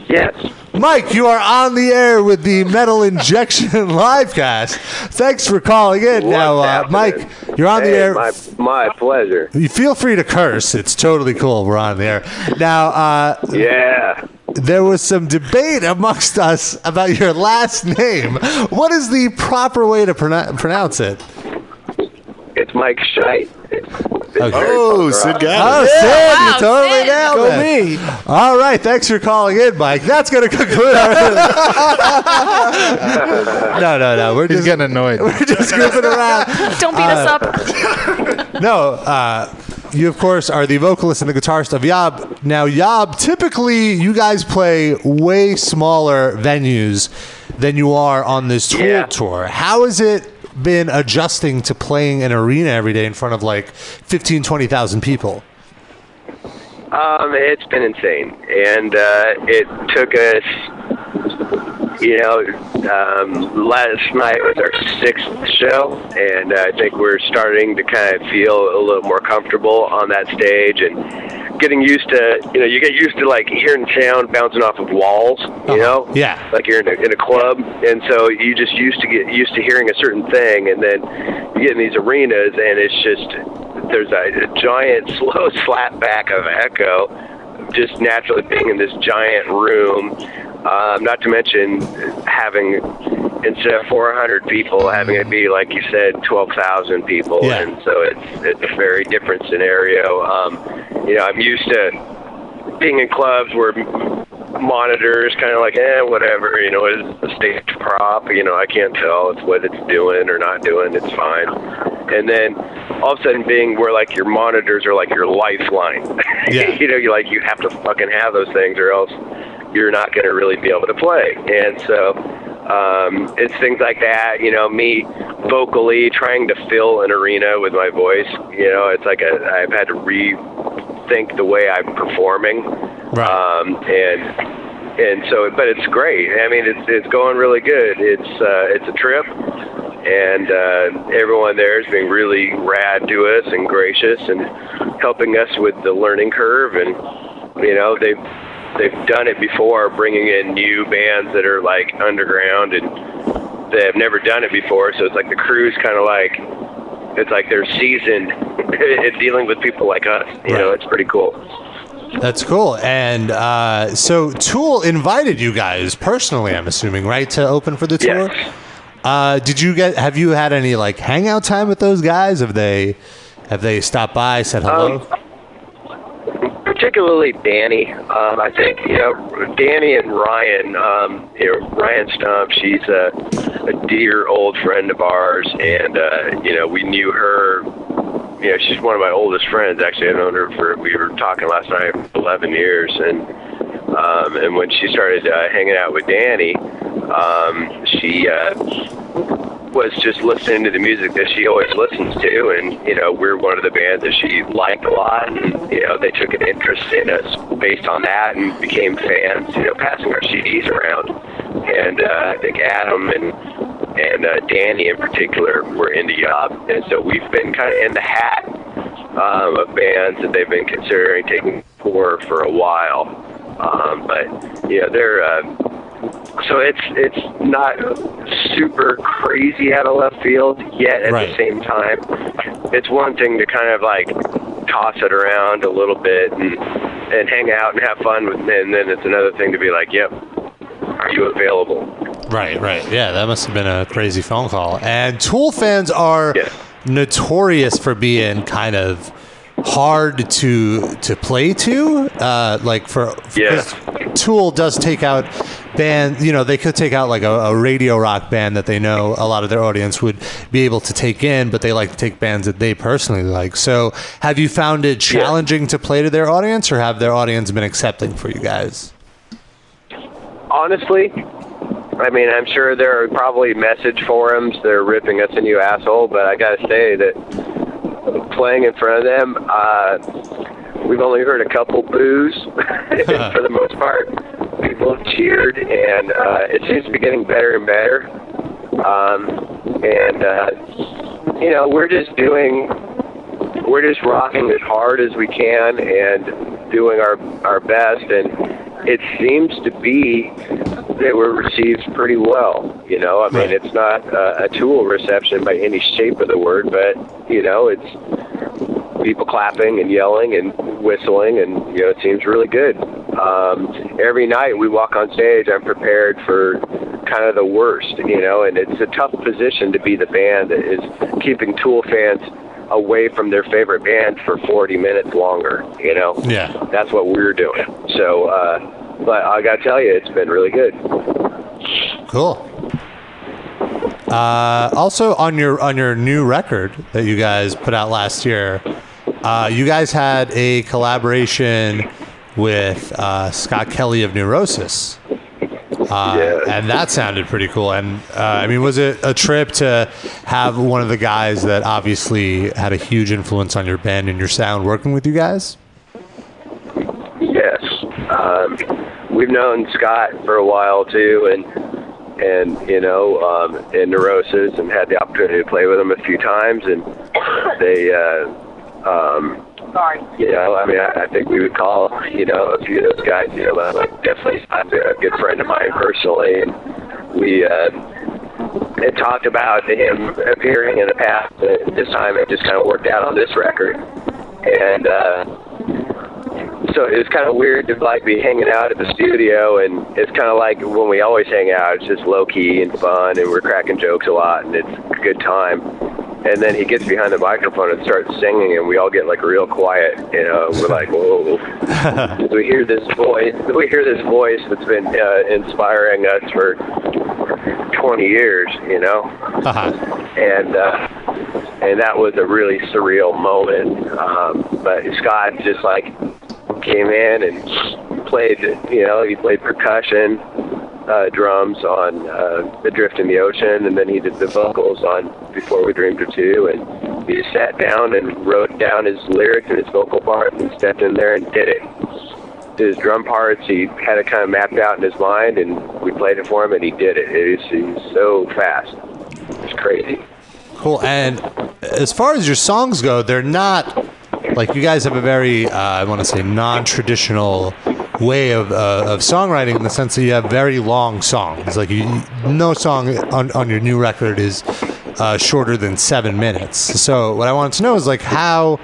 yes.
Mike, you are on the air with the Metal Injection (laughs) livecast. Thanks for calling in. now,
What's
uh,
happening?
Mike, you're on
Hey,
the air.
My, my pleasure.
You feel free to curse. It's totally cool. We're on there. Now, uh,
Yeah.
there was some debate amongst us about your last name. What is the proper way to pronou- pronounce it?
It's Mike Shite. It's very
Oh,
punk
Sid
rock.
Oh,
got it.
Sid,
Wow,
you totally
Sid.
nailed
Go
it.
me.
All right, thanks for calling in, Mike. That's going to conclude
(laughs)
our. no, no, no. (laughs) We're
He's
just
getting annoyed.
just goofing around.
Don't beat us
Uh,
up.
No, uh, you of course are the vocalist and the guitarist of Yob. Now, Yob, typically you guys play way smaller venues than you are on this tour
Yeah.
tour. How has it been adjusting to playing an arena every day in front of like 15, 20,000 people?
Um, it's been insane, and uh, it took us, you know, um, last night was our sixth show, and uh, I think we're starting to kind of feel a little more comfortable on that stage and getting used to, you know, you get used to like hearing sound bouncing off of walls, you know,
Yeah.
like you're in a, in a club, and so you just used to get used to hearing a certain thing, and then you get in these arenas, and it's just there's a, a giant (laughs) slow slap back of echo, just naturally being in this giant room. Um, not to mention having instead of 400 people, having it be like you said, 12,000 people,
Yeah.
and so it's it's a very different scenario. Um, you know, I'm used to being in clubs where monitors kind of like eh whatever you know is a stage prop you know I can't tell it's what it's doing or not doing it's fine and then all of a sudden being where like your monitors are like your lifeline (laughs)
Yeah.
you know you like you have to fucking have those things or else you're not going to really be able to play and so um, it's things like that you know me vocally trying to fill an arena with my voice you know it's like a, I've had to re think the way I'm performing.
Right.
Um, and and so, but it's great. I mean, it's it's going really good. It's uh, it's a trip, and uh, everyone there is being really rad to us and gracious and helping us with the learning curve. And you know, they've they've done it before, bringing in new bands that are like underground and they have never done it before. So it's like the crew's kind of like it's like they're seasoned (laughs) in dealing with people like us. You know, it's pretty cool.
That's cool. And uh, so Tool invited you guys personally, I'm assuming, right, to open for the tour. Uh, did you get? Have you had any like hangout time with those guys? Have they? Have they stopped by, said
Um,
hello?
particularly Danny. Um, I think you know Danny and Ryan. Um, you know, Ryan Stump. She's a, a dear old friend of ours, and uh, you know we knew her. You know, she's one of my oldest friends. Actually, I've known her for we were talking last night, eleven years, and um, and when she started uh, hanging out with Danny, um, she. Uh, was just listening to the music that she always listens to, and you know we're one of the bands that she liked a lot, and you know they took an interest in us based on that, and became fans. You know, passing our CDs around, and uh, I think Adam and and uh, Danny in particular were into Yob, and so we've been kind of in the hat um, of bands that they've been considering taking tour for a while, um, but you know they're. Uh, so it's it's not super crazy out of left field yet at the same time it's one thing to kind of like toss it around a little bit and and hang out and have fun with and then it's another thing to be like yep are you available
Right, right. Yeah, that must have been a crazy phone call. And Tool fans are notorious for being kind of hard to to play to. Uh, like for, for Tool does take out band. You know, they could take out like a, a radio rock band that they know a lot of their audience would be able to take in, but they like to take bands that they personally like. So, have you found it challenging to play to their audience, or have their audience been accepting for you guys?
honestly, I mean, I'm sure there are probably message forums that are ripping us a new asshole, but I gotta say that playing in front of them, uh, we've only heard a couple boos (laughs) for the most part. People have cheered, and uh, it seems to be getting better and better. Um, and uh, you know, we're just doing we're just rocking as hard as we can and doing our our best and it seems to be that we're received pretty well you know i mean it's not uh, a tool reception by any shape of the word but you know it's people clapping and yelling and whistling and you know it seems really good um, every night we walk on stage i'm prepared for kind of the worst you know and it's a tough position to be the band that is keeping tool fans away from their favorite band for 40 minutes longer you know
Yeah.
that's what we're doing so uh, but i gotta tell you it's been really good
Cool. Uh, also on your on your new record that you guys put out last year, uh, you guys had a collaboration with uh, Scott Kelly of Neurosis. Uh, And that sounded pretty cool. And uh, I mean, was it a trip to have one of the guys that obviously had a huge influence on your band and your sound working with you guys?
Yes. Um, we've known Scott for a while too, and and you know, um, in Neurosis, and had the opportunity to play with him a few times, and they, uh, um,
Sorry.
you know, I mean, I, I think we would call you know a few of those guys, you know, like definitely Scott's a good friend of mine personally, and we. Uh, it talked about him appearing in the past, but this time it just kind of worked out on this record. And uh, so it was kind of weird to like be hanging out at the studio, and it's kind of like when we always hang out. It's just low key and fun, and we're cracking jokes a lot, and it's a good time. And then he gets behind the microphone and starts singing, and we all get like real quiet. You know, we're like, whoa. we hear this voice. We hear this voice that's been uh, inspiring us for 20 years. You know and uh, and that was a really surreal moment. Um, but Scott just like came in and played, you know, he played percussion, uh, drums on uh, "The Drift in the Ocean," and then he did the vocals on "Before We Dreamed of Two," and He just sat down and wrote down his lyrics and his vocal parts and stepped in there and did it. Did his drum parts, he had it kind of mapped out in his mind, and we played it for him, and he did it. It was, he was so fast. It's crazy.
Cool. And as far as your songs go, they're not like you guys have a very, uh, I want to say, non-traditional way of, uh, of songwriting in the sense that you have very long songs. Like you, no song on, on your new record is uh, shorter than seven minutes. So what I wanted to know is like how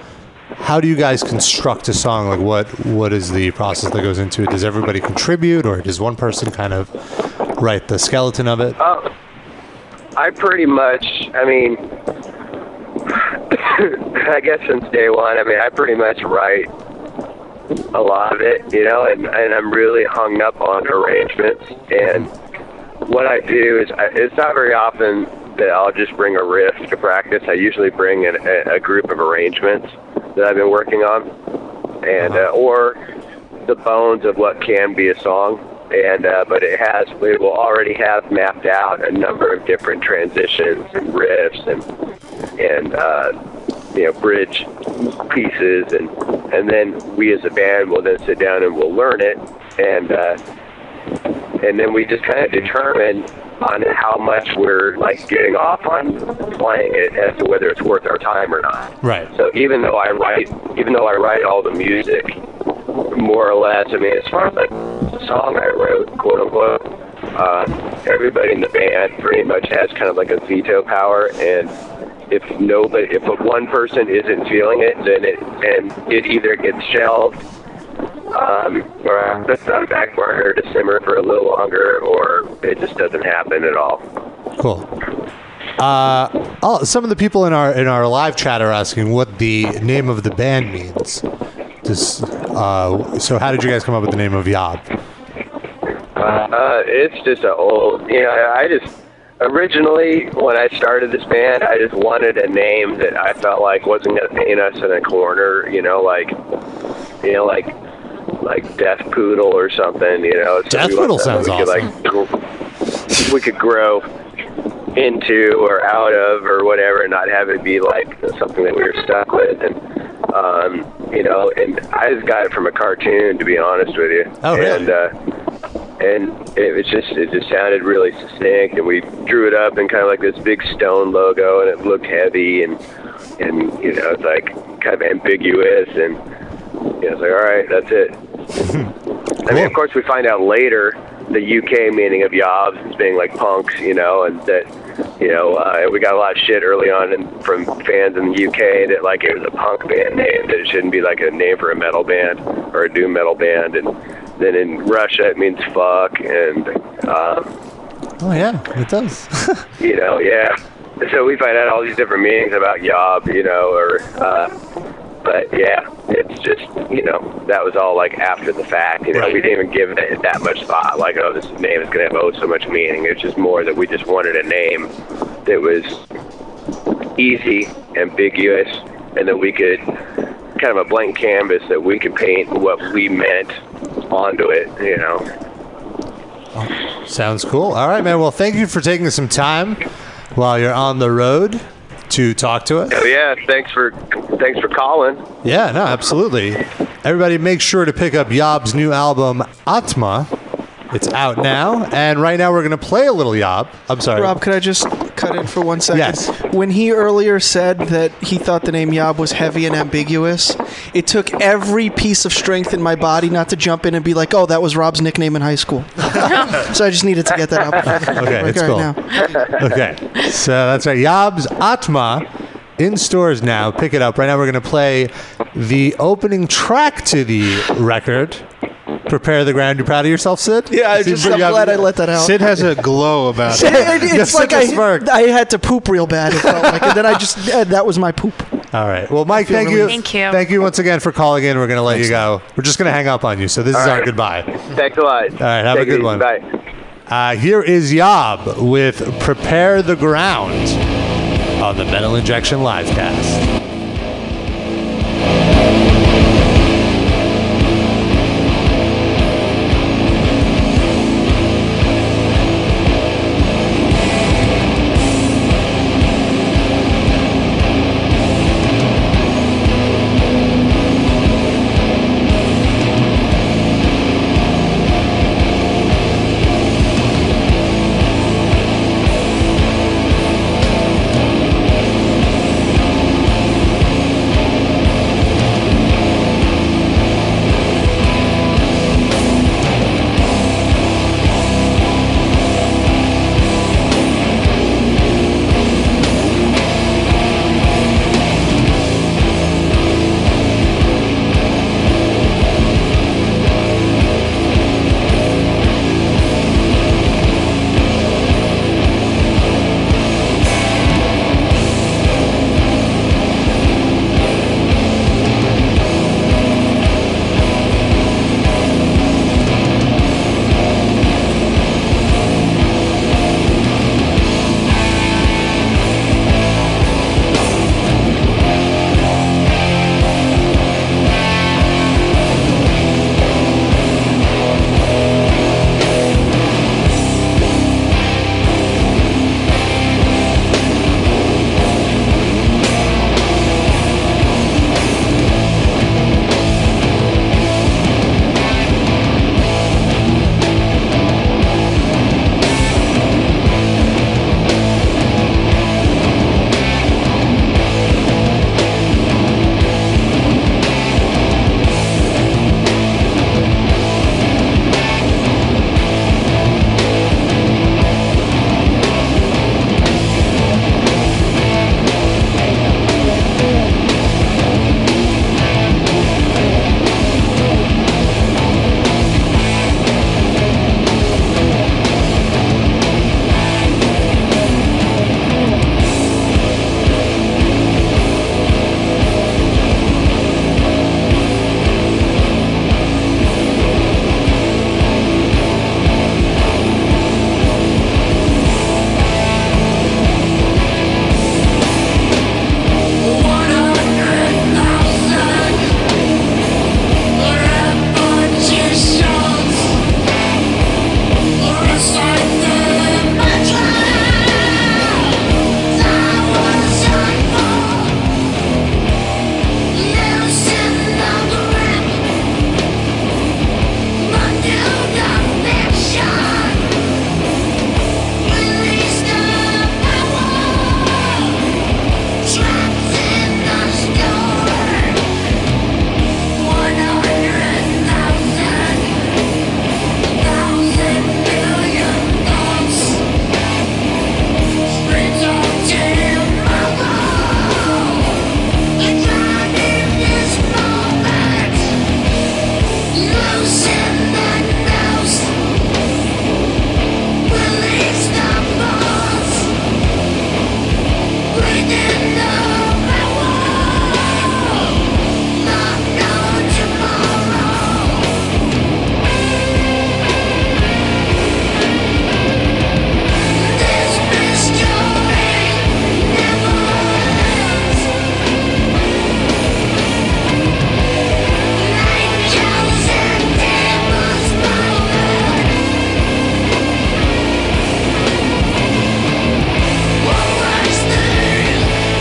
how do you guys construct a song? Like what what is the process that goes into it? Does everybody contribute, or does one person kind of write the skeleton of it?
Oh, I pretty much, I mean, (coughs) I guess since day one, I mean, I pretty much write a lot of it, you know, and, and I'm really hung up on arrangements. And what I do is, I, it's not very often that I'll just bring a riff to practice. I usually bring an, a, a group of arrangements that I've been working on, and uh, or the bones of what can be a song. And uh, but it has, it will already have mapped out a number of different transitions and riffs and and uh, you know bridge pieces, and and then we as a band will then sit down and we'll learn it and. Uh, and then we just kind of determine on how much we're like getting off on playing it as to whether it's worth our time or not.
Right.
So even though I write, even though I write all the music, more or less, I mean, as far as like the song I wrote, quote unquote, uh, everybody in the band pretty much has kind of like a veto power, and if nobody, if one person isn't feeling it, then it and it either gets shelved um, or it's on back burner to simmer for a little longer, or it just doesn't happen at all.
Cool. Uh, oh, some of the people in our in our live chat are asking what the name of the band means. Just, uh, so, how did you guys come up with the name of Yob?
Uh, it's just a old, you know, I just originally when I started this band, I just wanted a name that I felt like wasn't going to paint us in a corner, you know, like, you know, like, like Death Poodle or something, you know. So
Death
we wanted
Poodle
something
sounds
we could, like, we could grow into or out of or whatever, and not have it be like something that we were stuck with, and um, you know, and I just got it from a cartoon, to be honest with you.
Oh, really?
And, uh, and it was just it just sounded really succinct and we drew it up in kind of like this big stone logo and it looked heavy and and you know it's like kind of ambiguous and you know, it's like all right that's it I mean of course we find out later the UK meaning of yobs as being like punks you know and that you know uh, we got a lot of shit early on in, from fans in the UK that like it was a punk band name that it shouldn't be like a name for a metal band or a doom metal band and then in Russia it means fuck and um,
Oh yeah, it does. (laughs)
you know, yeah. So we find out all these different meanings about yob, you know, or, uh, but yeah, it's just, you know, that was all like after the fact, you know, we didn't even give it that much thought, like, oh, this name is going to have oh so much meaning. It's just more that we just wanted a name that was easy, ambiguous, and that we could kind of a blank canvas that we could paint what we meant onto it, you know.
Sounds cool. All right, man. Well, thank you for taking some time while you're on the road to talk to us.
So yeah, thanks for, thanks for calling.
Yeah, no, absolutely. Everybody, make sure to pick up Yob's new album Atma. It's out now, and right now we're gonna play a little Yob. I'm sorry.
Rob, could I just cut in for one second?
Yes.
When he earlier said that he thought the name Yob was heavy and ambiguous, it took every piece of strength in my body not to jump in and be like, "Oh, that was Rob's nickname in high school." so I just needed to get that out.
Okay,
Like,
it's
right
cool.
now.
okay. So that's right. Yob's Atma in stores now. Pick it up. Right now we're going to play the opening track to the record. Prepare the ground. You proud of yourself, Sid?
Yeah, I
Seems
just
pretty
I'm glad I
obvious.
let that out.
Sid has a
(laughs)
glow about
it's
it.
uh, Yes,
like
such a
I,
smirk.
I had to poop real bad. It felt like, and then I just eh, that was my poop.
All right. Well, Mike,
feel
thank
really-
you.
Thank you.
Thank you once again for calling in. We're going to let you go. We're just going to hang up on you. So this is our
right.
goodbye.
Thanks a lot. All
right, have a good one.
Bye.
Uh, here is Yob with Prepare the Ground on the Metal Injection Livecast.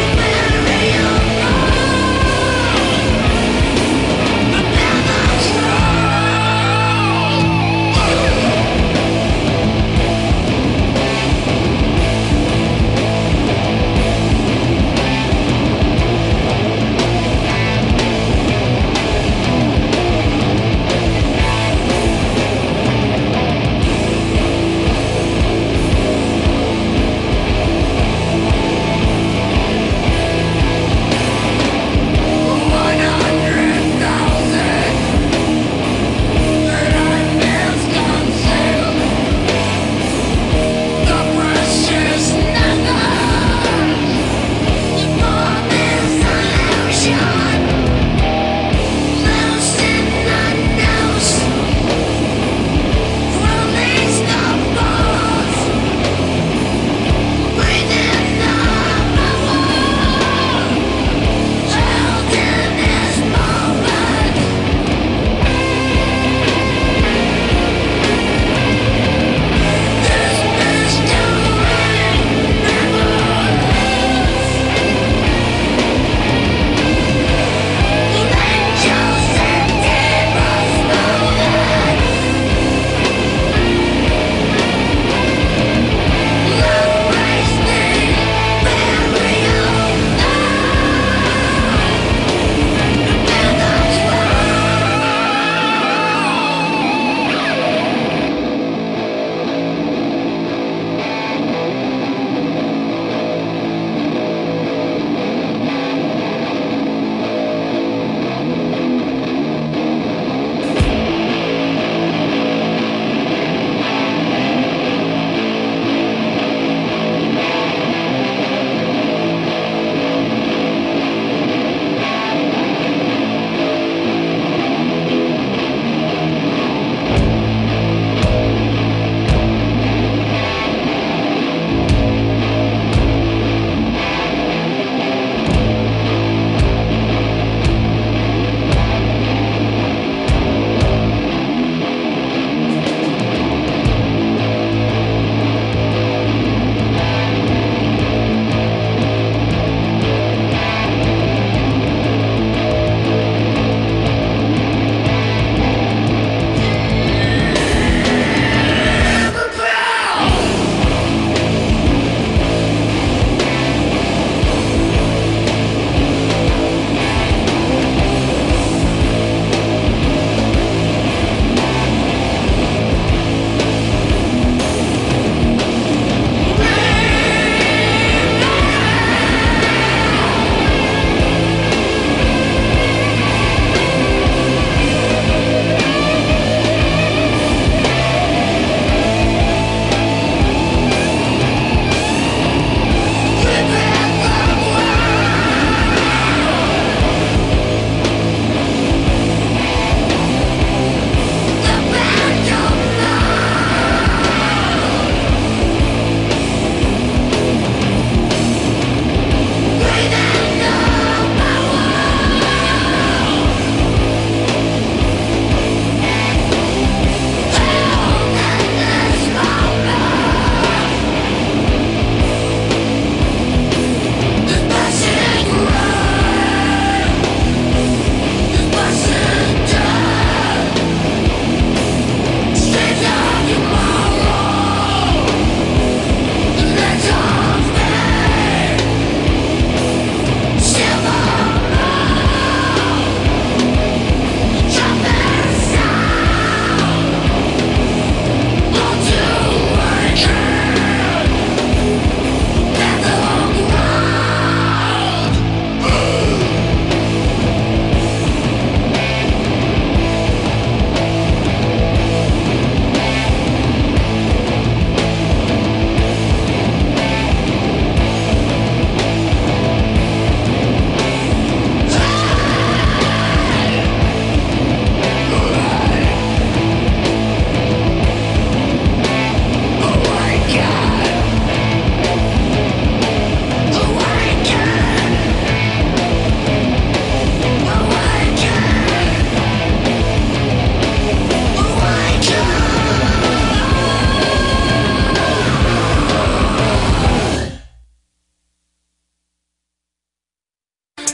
What was the real?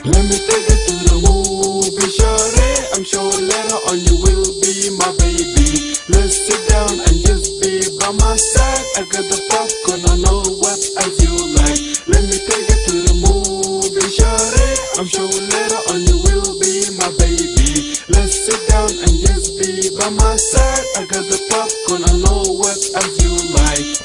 Let me take you to the movie, shorty. I'm sure later on you will be my baby. Let's sit down and just be by my side. I got the popcorn, I know what I feel like. Let me take you to the movie, shorty. I'm sure later on you will be my baby. Let's sit down and just be by my side. I got the popcorn, I know what I feel like.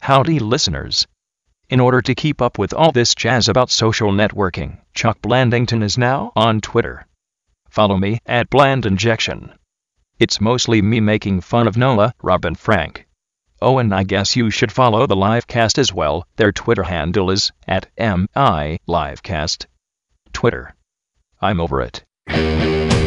Howdy, listeners. In order to keep up with all this jazz about social networking, Chuck Blandington is now on Twitter. Follow me at Blandinjection. It's mostly me making fun of Noah, Rob, and Frank. Oh, and I guess you should follow the livecast as well. Their Twitter handle is at MI Livecast. Twitter. I'm over it.
oh,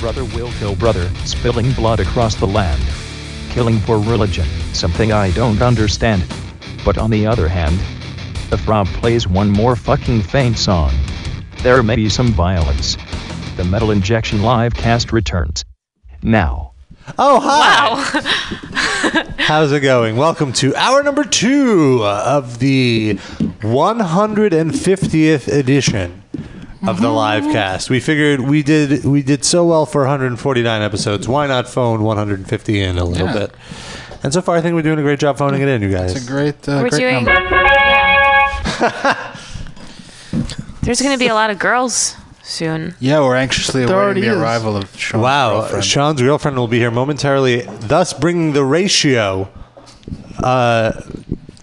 brother will kill brother, spilling blood across the land. Killing for religion, something I don't understand. But on the other hand, the frog plays one more fucking faint song. There may be some violence. The Metal Injection live cast returns. Now.
Oh, hi. Wow. (laughs) How's it going? Welcome to hour number two of the 150th edition of the
Mm-hmm.
live cast. We figured we did we did so well for 149 episodes. Why not phone 150 in a little
Yeah.
bit? And so far, I think we're doing a great job phoning it in, you guys.
It's a great, uh,
We're
great
doing.
number.
There's going to be a lot of girls soon.
Yeah, we're anxiously
There
awaiting
already
the
is.
arrival of Sean's
wow,
girlfriend.
Sean's girlfriend will be here momentarily, thus bringing the ratio uh,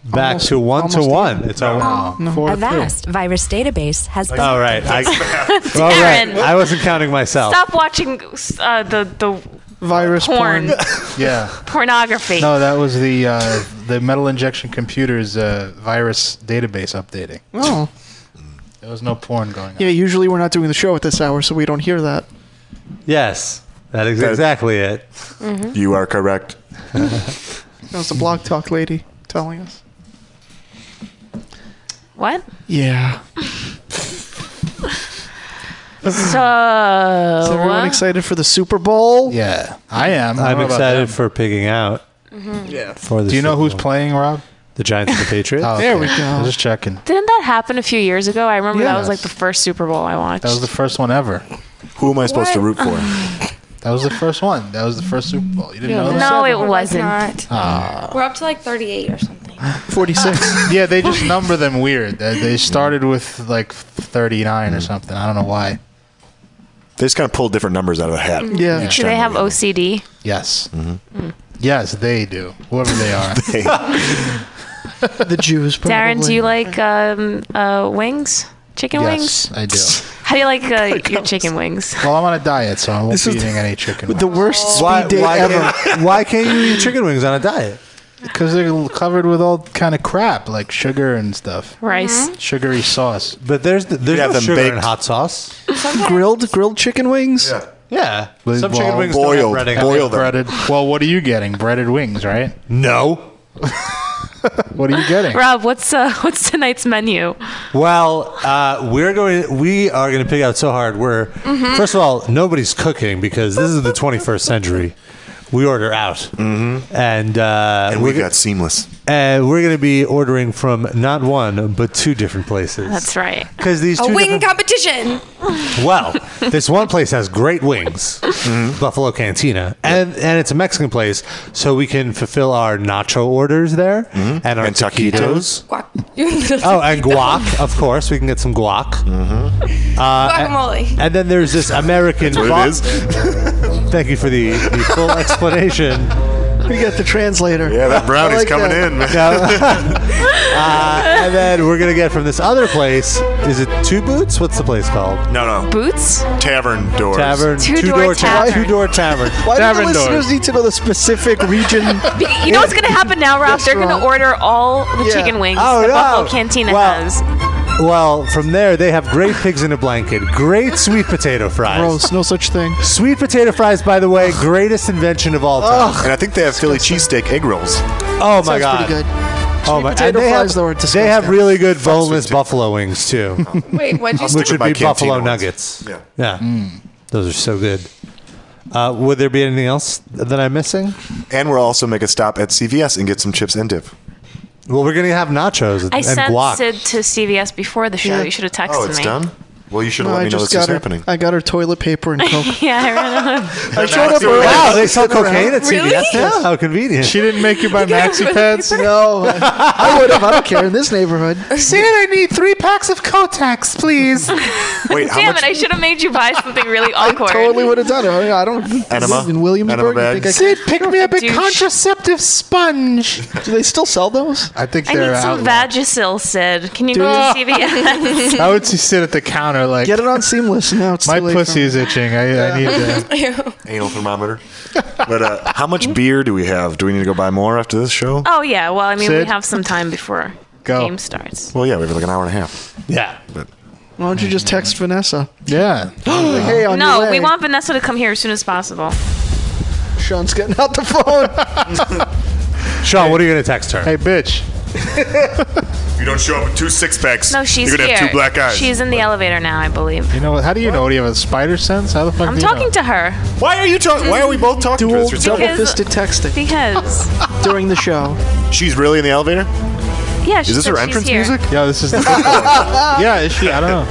back to one to one. It's all
A vast virus database has been.
All right, (laughs) I,
It's
all right.
Aaron.
I wasn't counting myself.
Stop watching uh, the the
virus
porn,
Yeah.
(laughs) pornography.
No, that was the uh, the metal injection computer's uh, virus database updating.
Oh.
There was no porn going on.
Yeah, usually we're not doing the show at this hour, so we don't hear that.
Yes, that is exactly it.
Mm-hmm.
Mhm.
You are correct.
That was the blog talk lady telling us.
What?
Yeah.
So
Is everyone
uh,
excited for the Super Bowl?
Yeah, I am.
I'm excited for picking out.
Mm-hmm.
Yeah.
For the
Do you know who's
playing,
Rob?
Oh. The Giants and the Patriots.
(laughs) Oh, There okay. we go. I was just checking.
didn't that happen a few years ago? I remember that was
Yes.
like the first Super Bowl I watched.
That was the first one ever.
Who am I
supposed to What? root for?
that was the first one. That was the first Super Bowl. You didn't know that?
No,
it
it wasn't.
wasn't.
Ah.
We're up to like 38 or something.
46.
(laughs) yeah, they just number them weird. They, they started with like 39 or something. I don't know why.
Hmm. They just kind of pulled different numbers out of a hat.
Do they have OCD?
Yes.
Mm-hmm.
Mm.
Yes, they do. Whoever they
(laughs)
are.
the Jews.
Darren, do you like um, uh, wings? Chicken
Yes,
wings?
I do.
(laughs) How do you like uh, your chicken wings?
Well, I'm on a diet, so I won't be eating any chicken.
The worst speed
Why-
date
why-
(laughs)
ever.
why can't you eat chicken wings on a diet?
Because they're covered with all kind of crap, like sugar and stuff.
Rice.
Mm-hmm.
Sugary sauce.
But there's there's
have
no
them
sugar in
baked.
hot sauce.
grilled grilled chicken wings?
Yeah.
Yeah.
Well,
Some chicken wings don't have
boiled,
breading.
boiled, breaded. Well, what are you getting? Breaded wings, right?
No.
(laughs) what are you getting?
Rob, what's uh, (laughs) what's tonight's menu?
Well, uh, we're going. We are going to pick out so hard. We're
Mhm.
first of all, nobody's cooking because this is the 21st century. We order out, mm-hmm. and uh,
And
we're
we
go-
got seamless.
And we're going to be ordering from not one but two different places.
That's right.
'Cause these
a
two
wing competition.
(laughs)
Well, this one place has great wings,
Mm-hmm.
Buffalo Cantina, and and it's a Mexican place, so we can fulfill our nacho orders there and our
Mm-hmm. And
taquitos.
taquitos.
(laughs) Oh, and guac, of course. We can get some guac. Mm-hmm.
Guacamole.
And, then there's this American.
That's what it
is. (laughs) Thank you for the, the full explanation.
We got the translator.
Yeah, that brownie's coming in, man.
(laughs)
(laughs) uh, and then we're gonna get from this other place. Is it Two Boots? What's the place called?
No, no.
Boots?
Tavern doors.
Tavern. Two door tavern.
Why do the listeners need to know the specific region?
You know what's going to happen now, Rob? They're going to
Restaurant.
order all the
Yeah.
chicken wings
Oh,
the
no.
Buffalo Cantina
Well-
has.
Well, from there they have great pigs in a blanket, great sweet potato fries.
Gross, no such thing.
Sweet potato fries, by the way, greatest invention of all time.
And I think they have Philly cheesesteak egg rolls.
Oh my god.
pretty good.
Oh my,
potato
and
fries,
they have, (laughs)
though, are
They have really good boneless buffalo wings
(laughs)
too.
Wait, what'd you say?
Which would be buffalo nuggets. Yeah. Yeah. Those are so good. Uh, would there be anything else that I'm missing?
And we'll also make a stop at CVS and get some chips and dip.
Well, we're gonna have nachos and,
I sent
guac.
Sid to CVS before the show. You should have texted
Oh, it's
me. (laughs)
done? Well, you should
No,
have let
I
me know
just
this
got
is
her.
happening.
I got her toilet paper and coke.
yeah, I ran out of.
(laughs) I showed up early.
Wow, they sell
Sitting around.
cocaine at CVS. now? How convenient.
She didn't make you buy maxi pads?
No,
(laughs)
I, I would have. I don't care in this neighborhood.
Sid, I need three packs of
(laughs)
Kotex, please.
Wait,
Damn it, I should have made you buy something
(laughs)
really awkward. (laughs)
Totally would have done it. I don't.
Enema?
In Williamsburg,
Enema
you think I
bag?
could-
pick me up
a
contraceptive sponge.
Do they still sell those?
I think
I
they're
need
out.
some Vagisil, Sid. Can you
Do
go to
you?
(laughs)
CVS?
I would see Sid at the counter like.
Get it on seamless now. It's
My
too late
pussy is itching.
(laughs)
I, I need that.
(laughs)
Anal thermometer. But uh, how much beer do we have? Do we need to go buy more after this show?
oh, yeah. Well, I mean, we
Sid?
have some time before
Go.
game starts.
Well, yeah, we have like an hour and a half.
Yeah.
But
Why don't you just text Vanessa?
Yeah.
(gasps) hey, on your
no,
way.
we want Vanessa to come here as soon as possible.
Sean's getting out the
Oh,
phone.
Sean, Oh, what are you going to text her?
Hey, bitch.
you don't show up with two six packs.
(laughs) No, she's
You're gonna
here.
have two black eyes.
She's in the elevator now, I believe.
You know what? How do you know? Do you have a spider sense? How the fuck?
I'm
do you
talking
know?
to her.
Why are you talking? Why are we both talking?
Dual
to this?
double fisted texting
Because
during the show.
She's really in the elevator.
yeah,
Is
she
this
said
her
she's
entrance
here.
music?
Yeah, this is.
(laughs)
The yeah, is she? I don't know.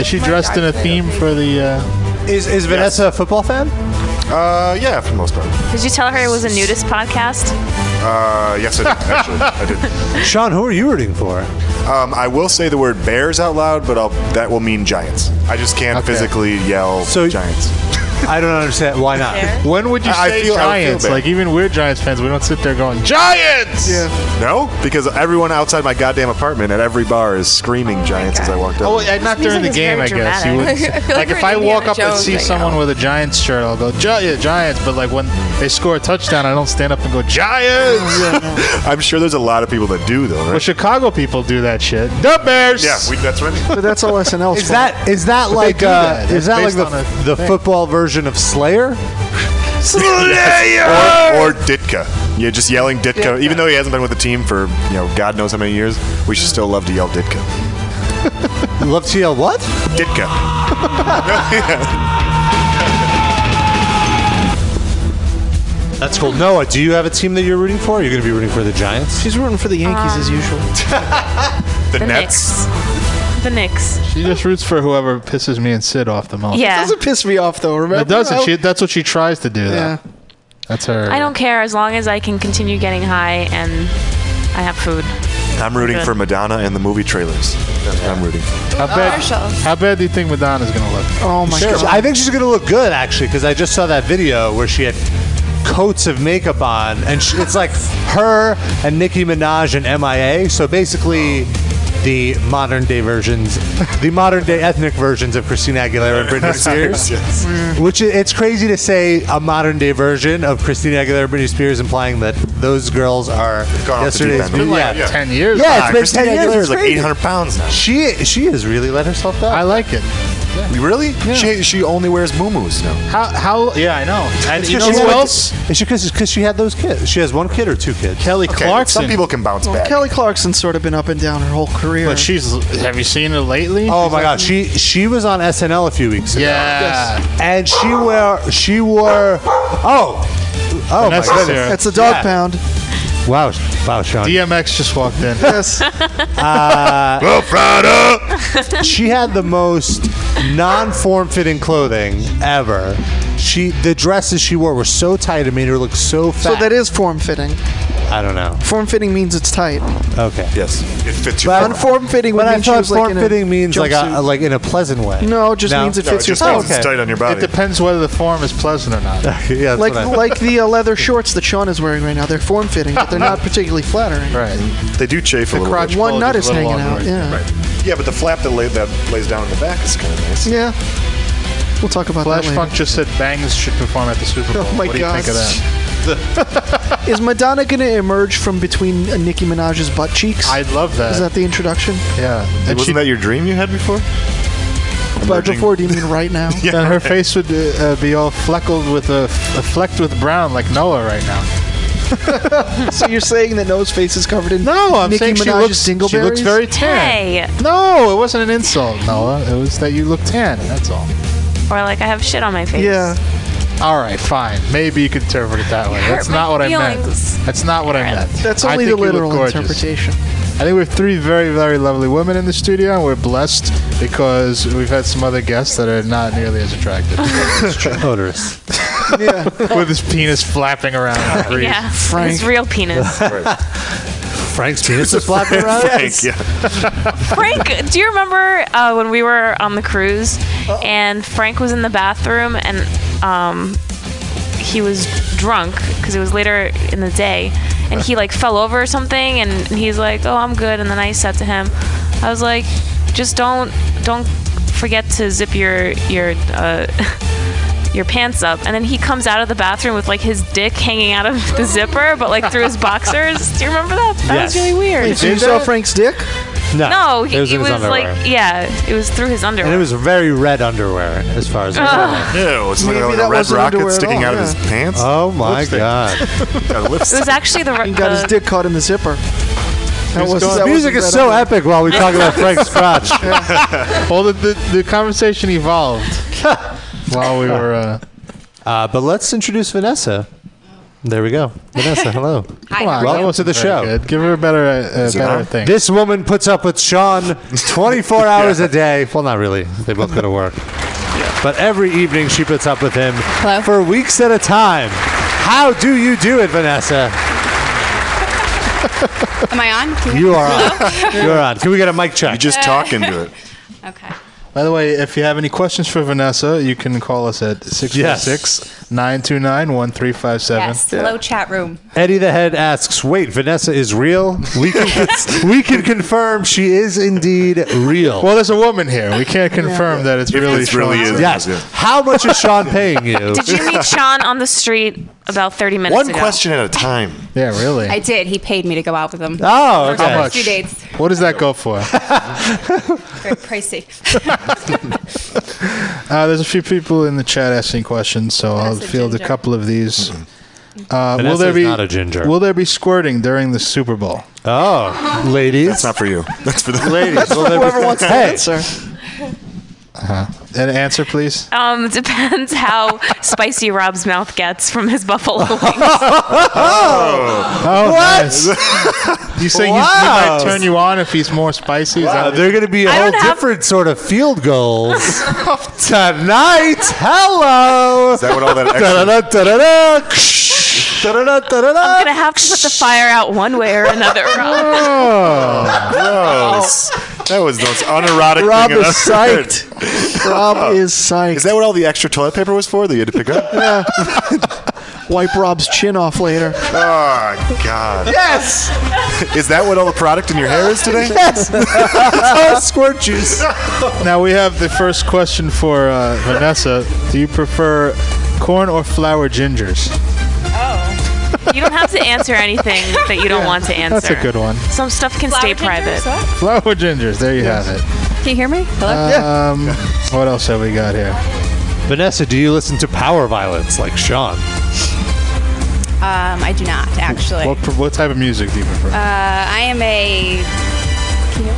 Is she dressed in a theme for the? Uh,
is is Vanessa a football fan?
Uh, yeah, for the most part.
Did you tell her it was a nudist podcast?
Uh, yes, I did. Actually, I did.
(laughs) Sean, who are you rooting for?
Um, I will say the word bears out loud, but I'll, that will mean giants. I just can't physically yell giants.
I don't understand. Why not?
When would you
I- I
say
feel- I would feel
Giants?
bad.
Like even we're Giants fans, we don't sit there going Giants. Yeah.
No, because everyone outside my goddamn apartment at every bar is screaming giants as I walked up.
Oh, uh, not
This
during the
music is
game,
very
I guess. You would,
dramatic. (laughs) I
like
feel like we're
if
in
I
Indiana
walk up and
Jones
see
right
someone with a Giants shirt, I'll go Gi- yeah, Giants. But like when they score a touchdown, I don't stand up and go Giants.
(laughs)
(laughs) I'm sure there's a lot of people that do though.
Well, Chicago people do that shit. The Bears.
Yeah, we, that's what I mean.
But that's all SNL.
Is that is that
But they
like
do
uh,
that.
is
That's based
that like the,
on a
the
thing.
football version of Slayer?
Or, or Ditka. Yeah, just yelling Ditka. Even though he hasn't been with the team for you know God knows how many years, we should still love to yell Ditka.
Love to yell what?
Ditka.
That's cool. Noah, do you have a team that you're rooting for? You're going to be rooting for the Giants.
She's rooting for the Yankees as usual.
Um, (laughs) The,
Knicks. The Knicks.
She just roots for whoever pisses me and Sid off the most.
Yeah.
It doesn't piss me off though. Remember?
It doesn't.
I-
She, that's what she tries to do. Though.
Yeah.
That's her.
I don't care as long as I can continue getting high and I have food.
I'm rooting for Madonna and the movie trailers. That's what I'm rooting for.
How bad? How bad do you think Madonna's gonna look?
Oh
Sure. I think she's going to look good actually because I just saw that video where she had coats of makeup on and she, it's like her and Nicki Minaj and MIA. So basically the modern day versions, the modern day ethnic versions of Christina Aguilera and (laughs) Britney Spears.
(laughs)
Yes.
Which i- it's crazy to say a modern day version of Christina Aguilera, Britney Spears, implying that those girls are
Gone off the deep
yesterday's.
end. It's been like, yeah, 10 years.
Yeah,
Nah,
it's been
Christina
ten years.
Aguilera's
It's
like
crazy.
800 pounds now.
She she has really let herself down. I
like it.
Really? She, she only wears muumuus now.
How? How? Yeah, I know. And
It's
you
'cause
know
she
who
had-
else?
It's because she had those kids. She has one kid or two kids.
Kelly
Okay,
Clarkson.
Some people can bounce
Well,
back.
Kelly Clarkson's sort of been up and down her whole career.
But she's. Have you seen her lately?
Oh my God, she she was on SNL a few weeks ago.
Yeah. Yes.
and she wore she wore oh oh my
Vanessa
goodness,
Sarah. That's
It's a dog
Yeah.
pound.
Wow, wow, Sean.
DMX just walked in. (laughs)
Yes.
Uh,
(laughs) well, fried
(laughs)
up.
she had the most non-form-fitting clothing ever. She the dresses she wore were so tight it made her look so fat.
So that is form fitting.
I don't know.
Form fitting means it's tight.
Okay.
Yes, it fits your.
But-
form.
Unform fitting would
But I
mean she
thought
was like in a
form-fitting means like a,
jumpsuit.
like in a pleasant way.
No, it just means it
No, it
fits your
just
style.
means it's tight on your
It
body.
depends whether the form is pleasant or not.
yeah, that's
Like
what I-
like the uh, leather shorts that Sean is wearing right now. They're form fitting, but they're
(laughs)
not particularly flattering.
Right.
They do chafe a little
crotch
bit.
One
Well,
nut is
just a little
hanging out.
awkward.
Yeah.
Right. Yeah, but the flap that, lay, that lays down in the back is kind of nice.
Yeah. We'll talk about
Flash
that
Funk
later.
just said Bangs should perform at the Super Bowl.
Oh my
what do you
gosh.
think of that?
Is Madonna going to emerge from between uh, Nicki Minaj's butt cheeks?
I'd love that.
Is that the introduction?
yeah. And
Wasn't
she,
that your dream you had before?
But before,
(laughs)
do you mean right
(laughs)
now?
Yeah,
and her
right.
face would uh, uh, be all fleckled with a, a flecked with brown like Noah right
(laughs)
now.
so you're saying that Noah's face is covered in
No, I'm
Nicki
saying
Minaj's
she looks, she
dingleberries?
looks very tan.
Hey.
No, it wasn't an insult, Noah. It was that you look tan. That's all.
Or like I have shit on my face.
Yeah.
All right, fine. Maybe you could interpret it that way. That's
my
not what I meant.
feelings.
That's not what I meant.
That's
I
only the
think you look
literal
gorgeous.
interpretation.
I think we have three very, very lovely women in the studio, and we're blessed because we've had some other guests that are not nearly as
(laughs)
attractive. (laughs)
odorous.
With his penis flapping around. in the
(laughs)
breeze.
Yeah.
Frank.
His real
(laughs)
(laughs)
penis.
Frank's penis is flopping around.
Frank, yeah.
Frank, do you remember uh, when we were on the cruise and Frank was in the bathroom and um, he was drunk because it was later in the day and he like fell over or something and he's like, "Oh, I'm good." And then I said to him, I was like, "Just don't don't forget to zip your your uh, (laughs) your pants up." And then he comes out of the bathroom with like his dick hanging out of the zipper, but like through his boxers. Do you remember that? That
Yes.
was really weird.
Wait, so you saw Frank's dick?
No,
no, he,
it was
it
in his
was like,
underwear.
yeah, it was through his underwear.
And it was very red underwear, as far as I
Ugh.
know.
Ew, it's like Maybe a- like a that red wasn't rocket underwear at sticking all, out of his yeah. pants.
Oh my
Lipstick. (laughs)
god!
It was actually the. uh,
He got his dick caught in the zipper. That was, that
music
was
is so epic while we talk about Frank's crotch.
(laughs) well, the, the, the conversation evolved while we were. Uh,
(laughs) Uh, but (laughs) let's introduce Vanessa. There we go, Vanessa. Hello.
Hi, how are you?
Welcome to the
Very
show.
good. Give her a better, uh, a better thing.
This woman puts up with Sean
(laughs)
24 hours a day. Well, not really. They both go to work. But every evening she puts up with him for weeks at a time. How do you do it, Vanessa?
Am I on? Can
You are on.
Hello?
(laughs) You're on. Can we get a mic check? You
just talk
(laughs)
into it.
by the way, if you have any questions for Vanessa, you can call us at 646 929 1357.
Yes. Hello, chat room.
Eddie the Head asks, "Wait, Vanessa is real? We can we can confirm she is indeed real."
Well, there's a woman here. We can't confirm that it's really
it's really
Sean's.
is, Yes. yeah. How much is (laughs) Sean paying you?
Did you meet Sean on the street about 30 minutes ago?
at a time. Yeah, really.
I did. He paid me to go out with him.
Oh,
For
How much?
Two dates.
What does that go for?
Very pricey.
Uh, there's a few people in the chat asking questions, so I'll
Vanessa
field
Ginger.
a couple of these. Uh, will
Vanessa's
there be
not a ginger.
Will there be squirting during the Super Bowl?
Oh, ladies, that's
not for you. That's for the
Ladies, will there be- Whoever wants to Hey. answer.
Uh-huh. An
(laughs)
answer, please.
Um, depends how spicy Rob's mouth gets from his buffalo wings.
Oh,
What?
nice. you saying he's-
Wow.
he might turn you (laughs) on if he's more spicy?
Wow, they're going to be a whole different sort of field goals tonight. Hello. Is
that what all that extra-
I'm gonna have to put the fire out one way or another. Rob.
Oh. gross. That was the most unerotic
Oh, Rob
thing
is
I've ever Oh.
psyched. Rob is psyched.
Is that what all the extra toilet paper was for that you had to pick
(laughs)
up?
Yeah. Wipe Rob's chin off later.
Oh, God.
Yes!
Is that what all the product in your hair is today?
Yes.
squirt juice.
now we have the first question for uh, Vanessa. Do you prefer corn or flour gingers?
you don't have to answer anything that you don't want to answer.
That's a good one.
Some stuff can stay private.
Flour gingers. There you have it.
Can you hear me? Hello?
Um, (laughs) what else have we got here?
Vanessa, do you listen to Power Violence like Sean?
(laughs) Um, I do not, actually.
What, what type of music do you prefer?
Uh, I am a. Can you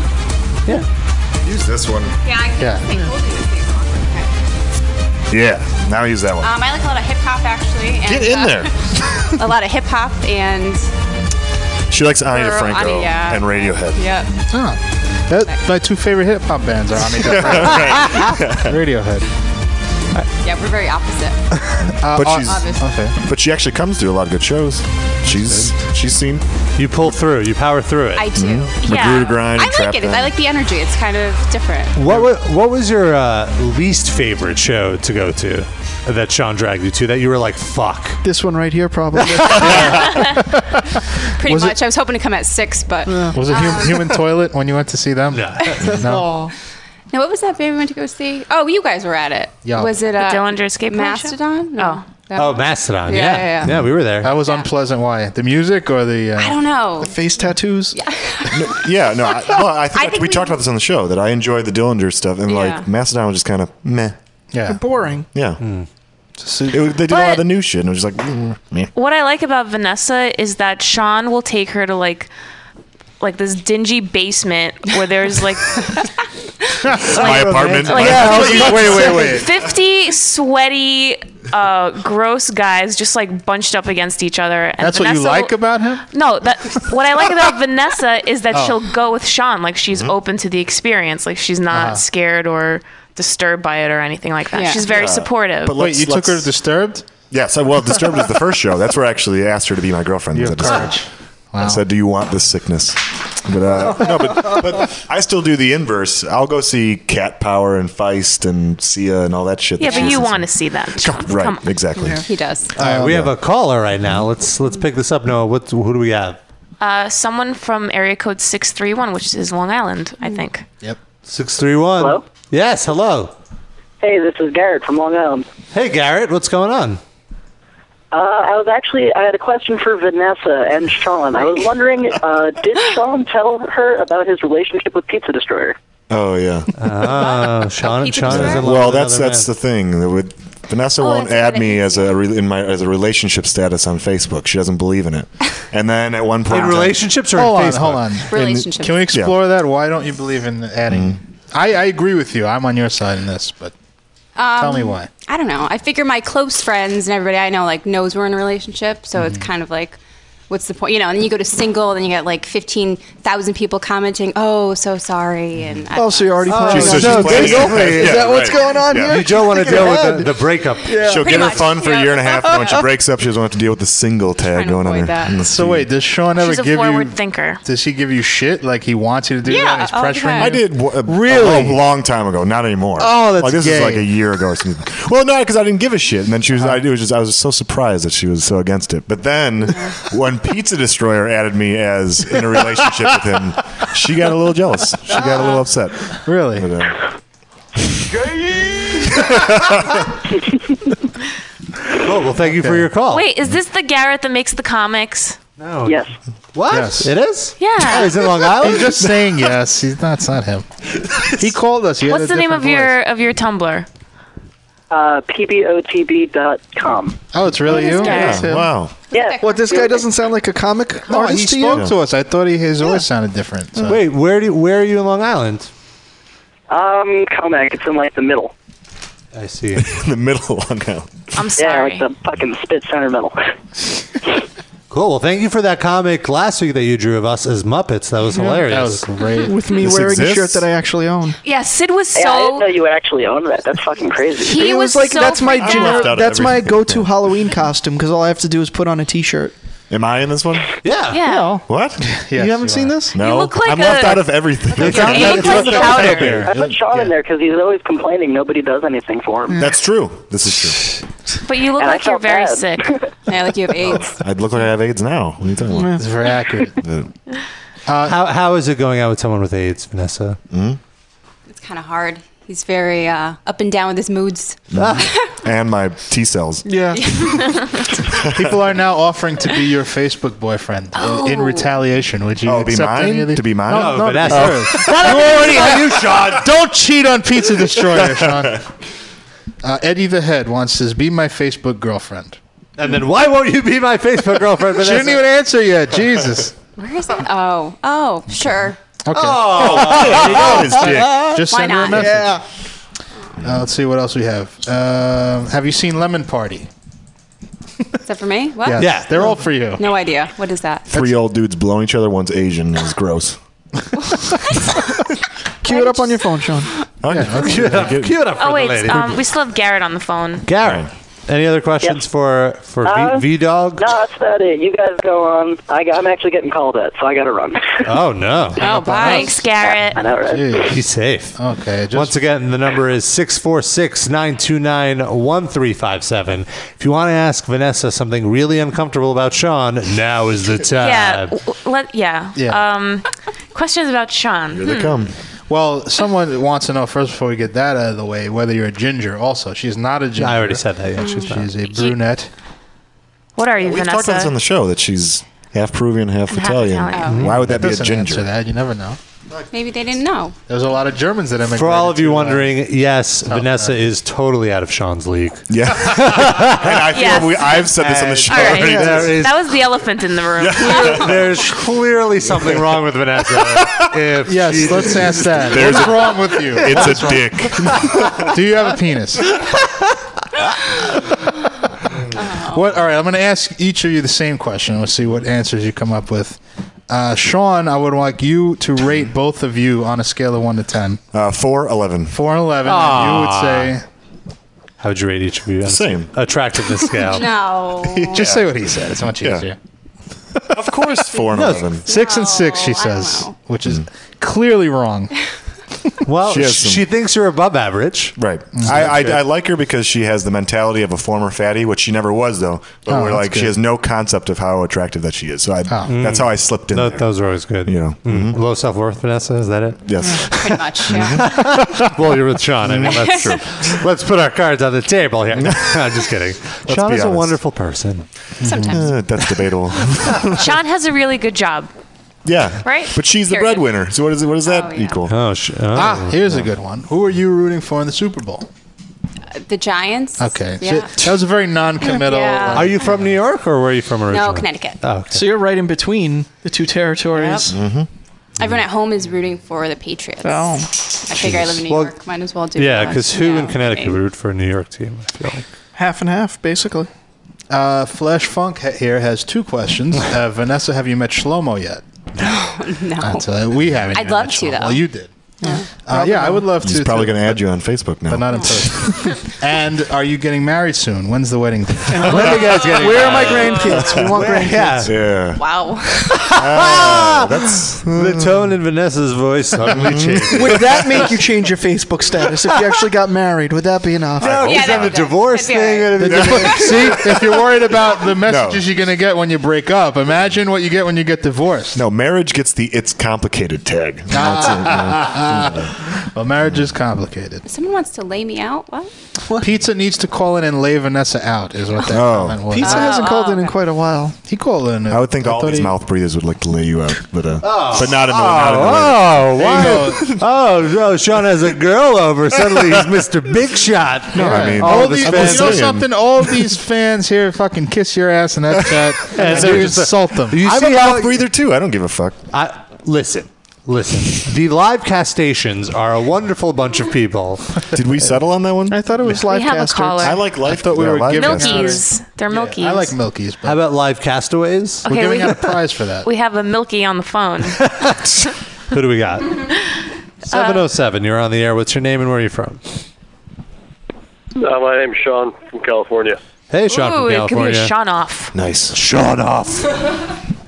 hear
Use this one.
me? Yeah, I can
Yeah.
sing. We'll do this.
Yeah. Now use that one.
Um, I like a lot of hip hop, actually.
Get
And,
in
uh,
there.
(laughs) a lot of hip hop and.
She likes Ani
Girl,
DeFranco
Ani, yeah.
and Radiohead.
Yep.
That, my two favorite hip hop bands are Ani
(laughs)
DeFranco and Radiohead.
Yeah, we're very opposite.
Uh,
Uh,
but she's
Obviously.
but she actually comes to a lot of good shows. She's she's seen.
You pull through. You power through it.
I do.
Mm-hmm.
Yeah.
Magruder grind.
I like it. I like the energy. It's kind of different.
What was, what was your uh, least favorite show to go to that Sean dragged you to that you were like, fuck?
This one right here, probably.
Pretty
Was it-
much. I was hoping to come at six, but.
Was it
Um,
hum-
(laughs)
Human Toilet when you went to see them? No. (laughs) no.
Oh. Now, what was that band we went to go see? Oh, you guys were at it.
Yeah.
Was it
The
uh,
Dillinger Escape Plan show?
Mastodon? No. That
Oh, Mastodon. Yeah.
Yeah, yeah, yeah.
we were there.
That was unpleasant. Why? The music or the? Uh,
I don't know.
face tattoos.
No, yeah, no. I, well,
(laughs)
I think,
I
I-
think
we,
we-
talked about this on the show that I enjoyed the Dillinger stuff and like
Yeah.
Mastodon was just kind of meh.
Yeah.
Boring.
Yeah. Just- it- they did a lot of the new shit and it was just like mm, meh.
What I like about Vanessa is that Sean will take her to like like this dingy basement where there's
(laughs)
like
my apartment.
like
Yeah, I was
fifty-
about to Wait, wait, wait.
50 sweaty uh, gross guys just like bunched up against each other and
That's what you
Vanessa
like about him?
no that what i like
(laughs)
about vanessa is that
Oh. Mm-hmm.
she'll go with sean like she's open to the experience like she's not
Uh-huh.
scared or disturbed by it or anything like that
Yeah.
she's very
Yeah.
supportive
Uh, But
Wait, you took her to Disturbed?
Yeah, so well, Disturbed was the first show. That's where I actually asked her to be my girlfriend. was at Disturbed. I said, "Do you want this sickness?" But uh, no, but, but I still do the inverse. I'll go see Cat Power and Feist and Sia and all that shit.
yeah
that
but
she
you
listens
want to see that Sean.
to. right?
Come on.
Exactly.
He does.
All
Um,
right, we have a caller right now. Let's let's pick this up. Noah, what who do we have?
uh, someone from area code 631 which is long island i think
Yep.
Six three one. Hello. Yes. Hello.
Hey, this is Garrett from Long Island.
(laughs) Hey, Garrett. What's going on?
Uh, I was actually I had a question for Vanessa and Sean. I was wondering, uh, did Sean tell her about his relationship with Pizza Destroyer?
Oh yeah.
Ah, Sean, Sean is in love
well,
with
that's
another
that's the thing. that would- Vanessa
Oh,
won't
that's
add me as a re- in my as a relationship status on Facebook. She doesn't believe in it. And then at one point,
In relationships or in
hold
Facebook?
Hold on,
In-
hold on.
Relationships. Can we explore that? Why don't you believe in adding?
Mm-hmm.
I, I agree with you. I'm on your side in this, but
Um,
Oh, tell me why.
I don't know. I figure my close friends and everybody I know like knows we're in a relationship, so
Mm-hmm.
it's kind of like, what's the point? You know. And then you go to single, then you get like fifteen thousand people commenting, "Oh, so sorry,"
Mm-hmm.
and I,
Oh, so you're already
Oh,
planning
so
on
she's
no,
planning
dating.
on that.
Is
Yeah,
that what's
right.
going on
Yeah.
here?
You don't
wanna
Thinking
deal with
ahead.
the breakup.
Yeah.
She'll
Pretty
get her
much,
fun for a
yeah.
year and a half, and when she breaks up, she doesn't have to deal with the single tag going on her.
So wait, does Sean ever
She's a
give you?
forward thinker.
Does he give you shit? Like he wants you to do
Yeah,
that? He's
all the
pressuring
time.
you.
I did
really a long time ago, not anymore.
Oh, that's
like this
gay.
is like a year ago or something. Well, no, because I didn't give a shit, and then she was. I it was just. I was so surprised that she was so against it. But then when Pizza Destroyer added me as in a relationship with him, she got a little jealous. She got a little upset. uh,
Really?
Oh, well, thank you for your call.
Wait, is this the Garrett that makes the comics?
No. Yes. What?
Yes.
It is?
Yeah.
Oh, he's in Long Island?
He's just saying yes. He's not. It's not him. (laughs) He called us. He had
What's
a
the name of
different voice.
your of your Tumblr?
Uh, pbotb.com.
Oh, it's really you? Wow.
Yeah.
What this guy doesn't sound like a comic
No, he
artist to
spoke
you?
to us. I thought he, his voice sounded different. So.
Wait, where do you, where are you in
(laughs)
Long Island?
Um, Comac. It's in like the middle.
I
(laughs)
see. in
the middle of Long Island.
I'm
sorry. Yeah, like the fucking spit center middle. (laughs)
Cool. Well, thank you for that comic last week that you drew of us as Muppets. That was
Yeah,
hilarious.
that was
great.
With me wearing a shirt that I actually own.
Yeah, Sid was so.
Yeah, I didn't know you actually owned that. That's fucking crazy.
it was, like that's my
freaked out.
gener- that's my (laughs) go-to Halloween costume because all I have to do is put on a t-shirt.
Am I in this one?
Yeah.
Yeah.
What?
you haven't seen this?
No,
look like
I'm left
a-
out of everything.
You look like- You look like powder.
I put Sean in there because he's always complaining nobody does anything for him.
That's true. This is true.
But you look
And I
like you're
felt
very
bad.
sick.
(laughs)
yeah, like you have AIDS.
I look like I have AIDS now. What are you talking about?
It's very
(laughs)
accurate.
how, how is it going out with someone with AIDS, Vanessa?
Hmm?
Mm-hmm.
(laughs) It's kind of hard. He's very uh, up and down with his moods.
Mm-hmm.
and my T cells.
Yeah.
People are now offering to be your Facebook boyfriend in- in retaliation. Would you
Oh, be
accept any
mine?
of these?
To be mine?
No,
No,
no,
but that's
no. (laughs)
hers.
you already have you, Sean. Don't cheat on Pizza Destroyer, Sean. Uh, Eddie the Head wants says, "Be my Facebook girlfriend."
And then why won't you be my
(laughs)
Facebook girlfriend?
She didn't
Vanessa?
even answer yet. Jesus.
(laughs) Where is that? Oh, oh, sure.
Okay. Oh.
(laughs)
Just
Why
send her a
not?
message. Uh, let's see what else we have. Um, have you seen Lemon Party?
Is that for me? What?
Yes. Yeah.
They're all for you.
No idea. What is that?
Three old dudes blowing each other. One's Asian. It's gross.
Cue it up on your phone, Sean.
Cue it up-
cue it up
Oh wait, um, we still have Garrett on the phone.
Garrett, any other questions for for
Uh,
v, v
(laughs)
Dog?
No, that's about it. You guys go on. I got, I'm actually getting called at, so I got to run. (laughs)
Oh no.
Oh, bye. Thanks, Garrett.
I know, right?
He's safe.
Okay.
Once again, the number is 646 929 1357. If you want to ask Vanessa something really uncomfortable about Sean, now is the time.
Yeah. w- Let, yeah.
Yeah.
Um, questions about Sean. Hmm.
Well, someone wants to know first before we get that out of the way whether you're a ginger. Also, she's not a ginger. I already
said that. Yeah, she's,
a brunette.
What are you,
We've
Vanessa?
talked about this on the show that she's half Peruvian, half
And half
Italian.
Italian. Oh.
Why would that, be a
doesn't
ginger?
answer Mm-hmm. that. You never know.
Maybe they didn't know.
There's a lot of Germans that immigrated.
For all of you
to, uh,
wondering, yes, Vanessa is totally out of Sean's league. (laughs)
Yeah. and I
feel Yes. we-
I've said this on the show
All right.
There is
That was the elephant in the room.
(laughs) There's clearly something wrong with Vanessa.
(laughs)
If
Yes, let's ask
(laughs)
that.
There's
What's
a-
wrong with you?
it's a
What's wrong? (laughs)
dick.
Do you have a
(laughs)
penis? What? All right, I'm going to ask each of you the same question. We'll see what answers you come up with. Uh, Sean, I would like you to rate
(laughs)
both of you on a scale of one to ten.
Uh, four, eleven.
Four and eleven. You would say.
How would you rate each of you?
Ah. Same.
Attractiveness
(laughs)
scale.
No.
(laughs) Just say what he said. It's much
Yeah.
easier.
Of course, four and
No,
eleven. Hmm.
Six and six, she says, which is clearly wrong.
Well,
She
she,
has some-
thinks you're above average.
Right.
Mm-hmm.
I, I, I like her because she has the mentality of a former fatty, which she never was though. But
Oh,
we're
that's
like she
good.
has no concept of how attractive that she is. So I,
Oh.
that's how I slipped in.
Tho-
there.
Those are always good. You
know,
Mm-hmm. low self worth, Vanessa. Is that it?
Mm-hmm. Yes.
Pretty much. Yeah.
(laughs)
(laughs)
well, you're with Sean. I mean, that's
Mhm.
true. Let's put our cards on the table
(laughs)
here. (laughs) I'm just kidding.
Let's
Sean
be
is a
honest.
wonderful person.
Sometimes.
Uh,
(laughs)
that's debatable.
(laughs) Sean has a really good job.
yeah.
Right?
But she's the
Period.
breadwinner. So what is it? What does that equal?
Oh, sh-
ah, here's a good one. Who are you rooting for in the Super Bowl?
The Giants.
Okay, so
Yeah.
that was a very non-committal.
Yeah.
Are you from New York or where are you from originally?
No, Connecticut.
Oh,
So you're right in between the two territories.
Mm-hmm.
Everyone at home is rooting for the Patriots.
Oh.
I figure I live in New
Well,
York. Might as well do.
Yeah,
that.
because who
Yeah.
in Connecticut would root for a New York team? I feel like.
Half and half, basically.
Uh, Flash Funk ha- here has two
(laughs)
questions. Uh, Vanessa, have you met Shlomo yet?
(laughs)
no.
That's, uh, we haven't.
I'd
even
love
met
to,
Shlomo.
though.
Well, you did. Uh, yeah, I would love
He's
to.
probably
too,
going to add you on Facebook now.
But not in person.
(laughs)
and are you getting married soon? When's the wedding?
And (laughs) when are you guys getting Where are my married? grandkids? (laughs) We want
grandkids.
(laughs)
Yeah.
Wow.
Ah,
Ah!
(laughs)
that's Mm-hmm.
the tone in Vanessa's voice suddenly changed.
Would that make
(laughs)
you change your Facebook status if you actually got married? Would that be enough?
No, Yeah, 'cause then the divorce
thing. See, if you're worried about
(laughs)
the messages you're going to get when you break up, imagine what you get when you get divorced.
No, marriage gets the it's
(laughs)
complicated tag. That's it, man.
well, marriage is complicated.
Someone wants to lay me out.
(laughs)
What?
Pizza needs to call in and lay Vanessa out, is what that comment was.
Pizza hasn't called in in quite a while.
He called in.
Oh. I would think all these mouth breathers would like to lay you out, but uh, but not in the not in the way.
Oh, wow. (laughs) oh, oh, Sean has a girl over. Suddenly
(laughs)
he's Mr. Big Shot.
No, I mean, all these, you know something? All these fans here fucking kiss your ass in
(laughs)
that
(laughs)
chat and you insult them.
I'm a mouth breather too. I don't give a fuck.
I, listen, listen. The live castations are a wonderful bunch of people.
Did we settle on that one?
I thought it was
We have a caller.
life.
thought we were giving out-
Milkies. They're Milkies.
I like Milkies.
How about live castaways?
(laughs) Okay, we-
prize for that.
We have a Milky on the phone.
Who do
(laughs)
we got? (laughs) 707, you're on the air. What's your name and where are you from?
Uh, my name's Sean from California.
Hey, Sean
Ooh,
from
it could be
California.
a Sean off.
Nice.
Sean off.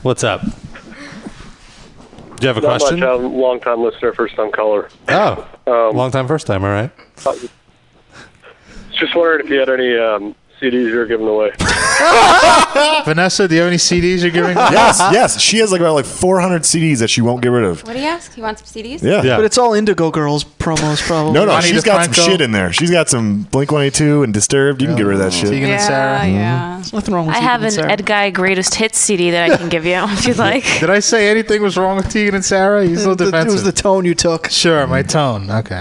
What's up? Do you have a
Not
question?
much. I'm a long time listener, first time caller.
Oh,
Um,
long time, first time. All right.
I was just wondering if you had any um, CDs you were giving away.
Vanessa, do you have any CDs you're giving?
(laughs) yes, yes. She has like about like 400 CDs that she won't get rid of.
What do you ask? You want some CDs?
Yeah.
But it's all Indigo Girls promos, probably.
No, no, she's got some shit in there. She's got some Blink 182 and Disturbed. You can get rid of that shit. Mm-hmm.
Tegan and Sarah. Yeah, yeah.
There's nothing wrong with
I
Tegan
have
and
an
Sarah.
Ed Guy Greatest Hits CD that I can give you (laughs) if you'd like.
(laughs) Did I say anything was wrong with Tegan and Sarah? He's so
It was the- it was
defensive.
the tone you took.
Sure, my tone. Okay.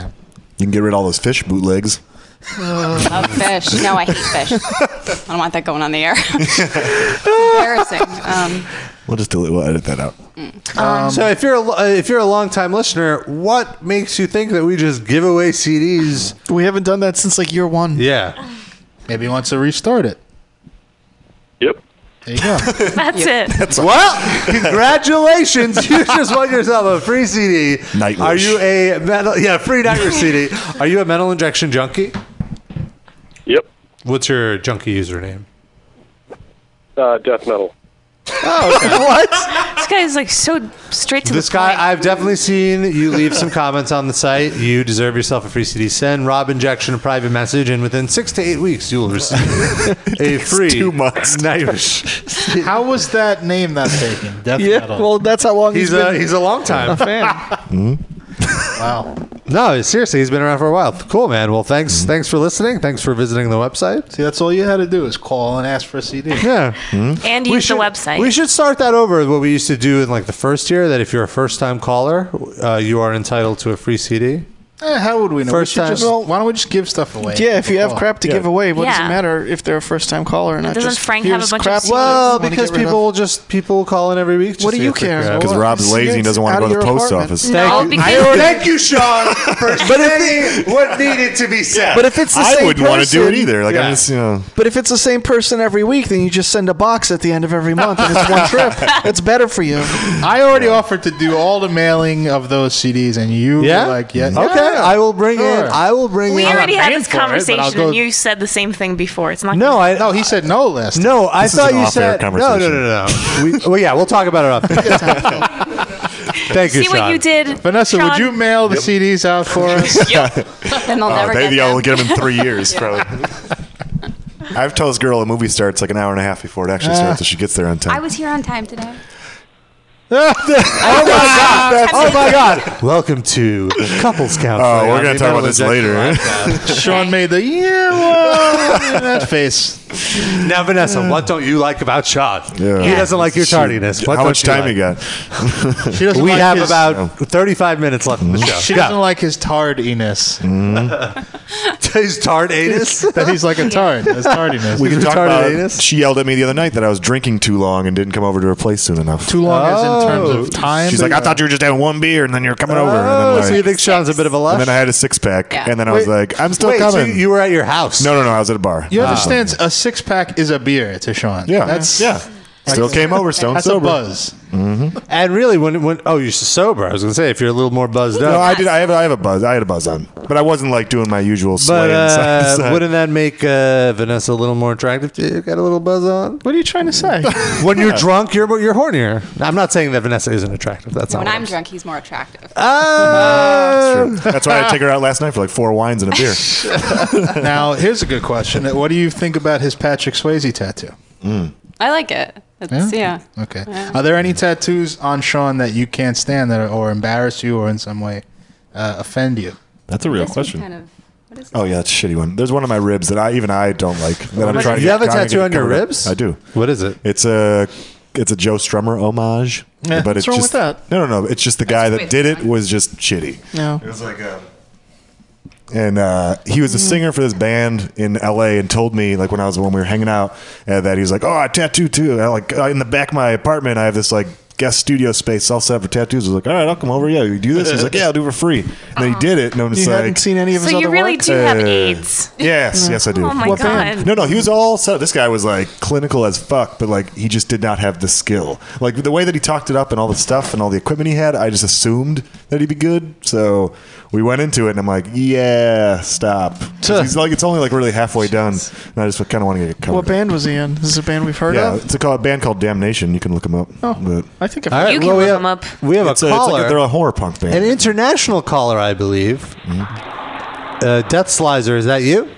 You can get rid of all those fish bootlegs.
Love fish. No, I hate fish. I don't want that going on the air. (laughs) It's embarrassing. Um,
We'll just delete. We'll edit
(laughs)
that out.
Um,
so if you're a, lo- uh, if you're a long time listener, what makes you think that we just give away (laughs) CDs?
We haven't done that since like year one.
Yeah.
Maybe he wants to restart it.
Yep.
There
(laughs)
you go.
That's it.
well, congratulations! you just won yourself a free CD.
Nightwish.
Are you a metal? Yeah, free Nightwish CD. Are you a metal injection junkie?
Yep.
What's your
(laughs)
junkie username?
Uh, death metal.
Oh,
what? This guy's like so straight to
This
the
guy, I've definitely seen you leave some comments on the site. You deserve yourself a free CD. Send Rob Injection a private message, and within six to eight weeks,
(laughs)
you'll receive a free two months
How was that name not
(laughs)
taken? Death
yeah,
metal.
well, that's how long
He's
he's
a
been
he's a
(laughs)
long time
fan.
wow.
No, seriously, he's been around for a while. Cool, man. Well, thanks thanks for listening. Thanks for visiting the website.
See, that's all you had to do is call and ask for a CD.
Yeah.
And
We
use
should-
the website.
We should start that over. What we used to do in like the first year, that if you're a first time caller, uh, you are entitled to a free CD.
Eh, how would we know?
First
we should
time-
just, well, why don't we just give stuff away?
Yeah, if you have crap to
Yeah.
give away, what does
Yeah.
it matter if they're a first time caller or not?
Doesn't
Just
Frank have a
here's
bunch of
crap
secrets
Well,
you wanna
because
get rid of.
people will just people call in every week.
What do you care?
Because Rob's lazy and doesn't want to go to the post office.
No,
Thank you.
because-
I- thank you, Sean, for saying what needed to be said.
But if it's the
I
same
wouldn't want to do it
person-
either. Like
Yeah.
I'm just, you know,
But if it's the same person every week, then you just send a box at the end of every month, and it's
(laughs)
one trip. It's better for you.
I already offered to do all the mailing of those CDs, and you
Yeah?
were like, yeah.
Okay, I will bring in. I will bring
we
in.
already had
paying
this
for it, but I'll
conversation,
go-
and you said the same thing before. It's not.
No, I. No,
he said no last.
No, I
This is
thought
an
you
off-air
(laughs) said. No, no, no, no. no. we, well, yeah, we'll talk about it off. (laughs) Thank
see
you,
what
Sean.
you did,
Vanessa, would
Sean?
you mail the CDs out
(laughs)
for us?
Then they'll
Oh,
never
they,
get
yeah,
them.
we'll get them in three
(laughs)
years, probably. I've told this girl a movie starts like an hour and a half before it actually
Uh.
Ah.
starts, so she gets there on
I
time.
was here on time today.
oh my god! Oh my god! Welcome to
(laughs)
Couples Counseling.
Oh,
on
we're gonna
the
talk
Metal
about this
Injection
later. (laughs)
Podcast.
Sean made the yeah, well, that face.
now, Vanessa, what don't you like about Sean? He
Yeah.
doesn't like your
She-
tardiness. What
how
don't
much time you got?
She doesn't
we
like
have
his-
about 35 minutes left in the show.
Mm-hmm. She
(laughs)
doesn't like his tardiness.
Mm.
His tardiness?
that he's like a tard. That's tardiness.
We can talk about. She yelled at me the other night that I was drinking too long and didn't come over to her place soon enough. Oh.
Too long as in terms of time.
She's like, I thought you were just having one beer and then you're coming over. And
Oh,
then, like,
so you think Sean's a bit of a lush?
And then I had a six pack, and then I was
Wait,
like, I'm still
wait, so
coming.
you were at your house?
No, no, no. I was at a bar.
You understand? A six pack is a beer to Sean.
Yeah.
That's
Yeah. Still came over, stone
That's
sober.
a buzz.
Mm-hmm.
And really, when when oh, you're sober. I was gonna say if you're a little more buzzed
No,
up.
I did. I have. I have a buzz. I had a buzz on, but I wasn't like doing my usual.
But
slaying (laughs) side to
uh, (laughs)
side.
wouldn't that make uh, Vanessa a little more attractive? to You got a little buzz on.
What are you trying to say?
When you're drunk, you're you're hornier. I'm not saying that Vanessa isn't attractive. That's
When
not.
I'm drunk, he's more attractive.
Uh,
That's true. That's why I took her out last night for like four wines and a beer.
(laughs) now, here's a good question. What do you think about his Patrick Swayze tattoo?
Mm.
I like it. It's, yeah.
Okay.
Yeah.
Are there any tattoos on Sean that you can't stand that are, or embarrass you or in some way uh, offend you?
That's a real question. oh yeah, that's a shitty one. There's one on my ribs that I even I don't like. That I'm
What
trying
is
to
it? You have
get-
a
trying to
tattoo
get
on your
covered up.
ribs?
I do.
What is it?
It's a it's a Joe Strummer homage.
Yeah,
but it's
what's wrong
just,
with that?
No, no, no. It's just the guy
That's
that
weird.
did it was just shitty.
No.
It was like um, a. and uh, he was a
Hmm.
singer for this band in L.A. and told me like when I was when we were hanging out uh, that he was like, "Oh, I tattoo too. And I, like uh, in the back of my apartment, I have this like guest studio space all set up for tattoos." I was like, "All right, I'll come over. Yeah, you do this." He's like, "Yeah, I'll do it for free." And then he did it, and I'm just
You
like, Uh,
hadn't seen any of Uh-huh. So his you other really work? do have AIDS.
Yes, yes, I do.
Oh my What band? God.
No, no, he was all set. up. This guy was like clinical as fuck, but like he just did not have the skill. Like the way that he talked it up and all the stuff and all the equipment he had, I just assumed that he'd be good. So we went into it, and I'm like, yeah, stop. 'Cause He's like, it's only like really halfway done, and I just kind of want to get it
(laughs)
covered.
What band was he in? This is a band we've heard
yeah,
of.
it's a, called, band called Damnation. You can look them up. Oh,
I think
All right,
You
well,
can
we
look
have,
'em up.
We have a
It's a- it's like a-
caller.
they're a horror punk band.
An international caller, I believe. Uh, Death Slicer, is that you?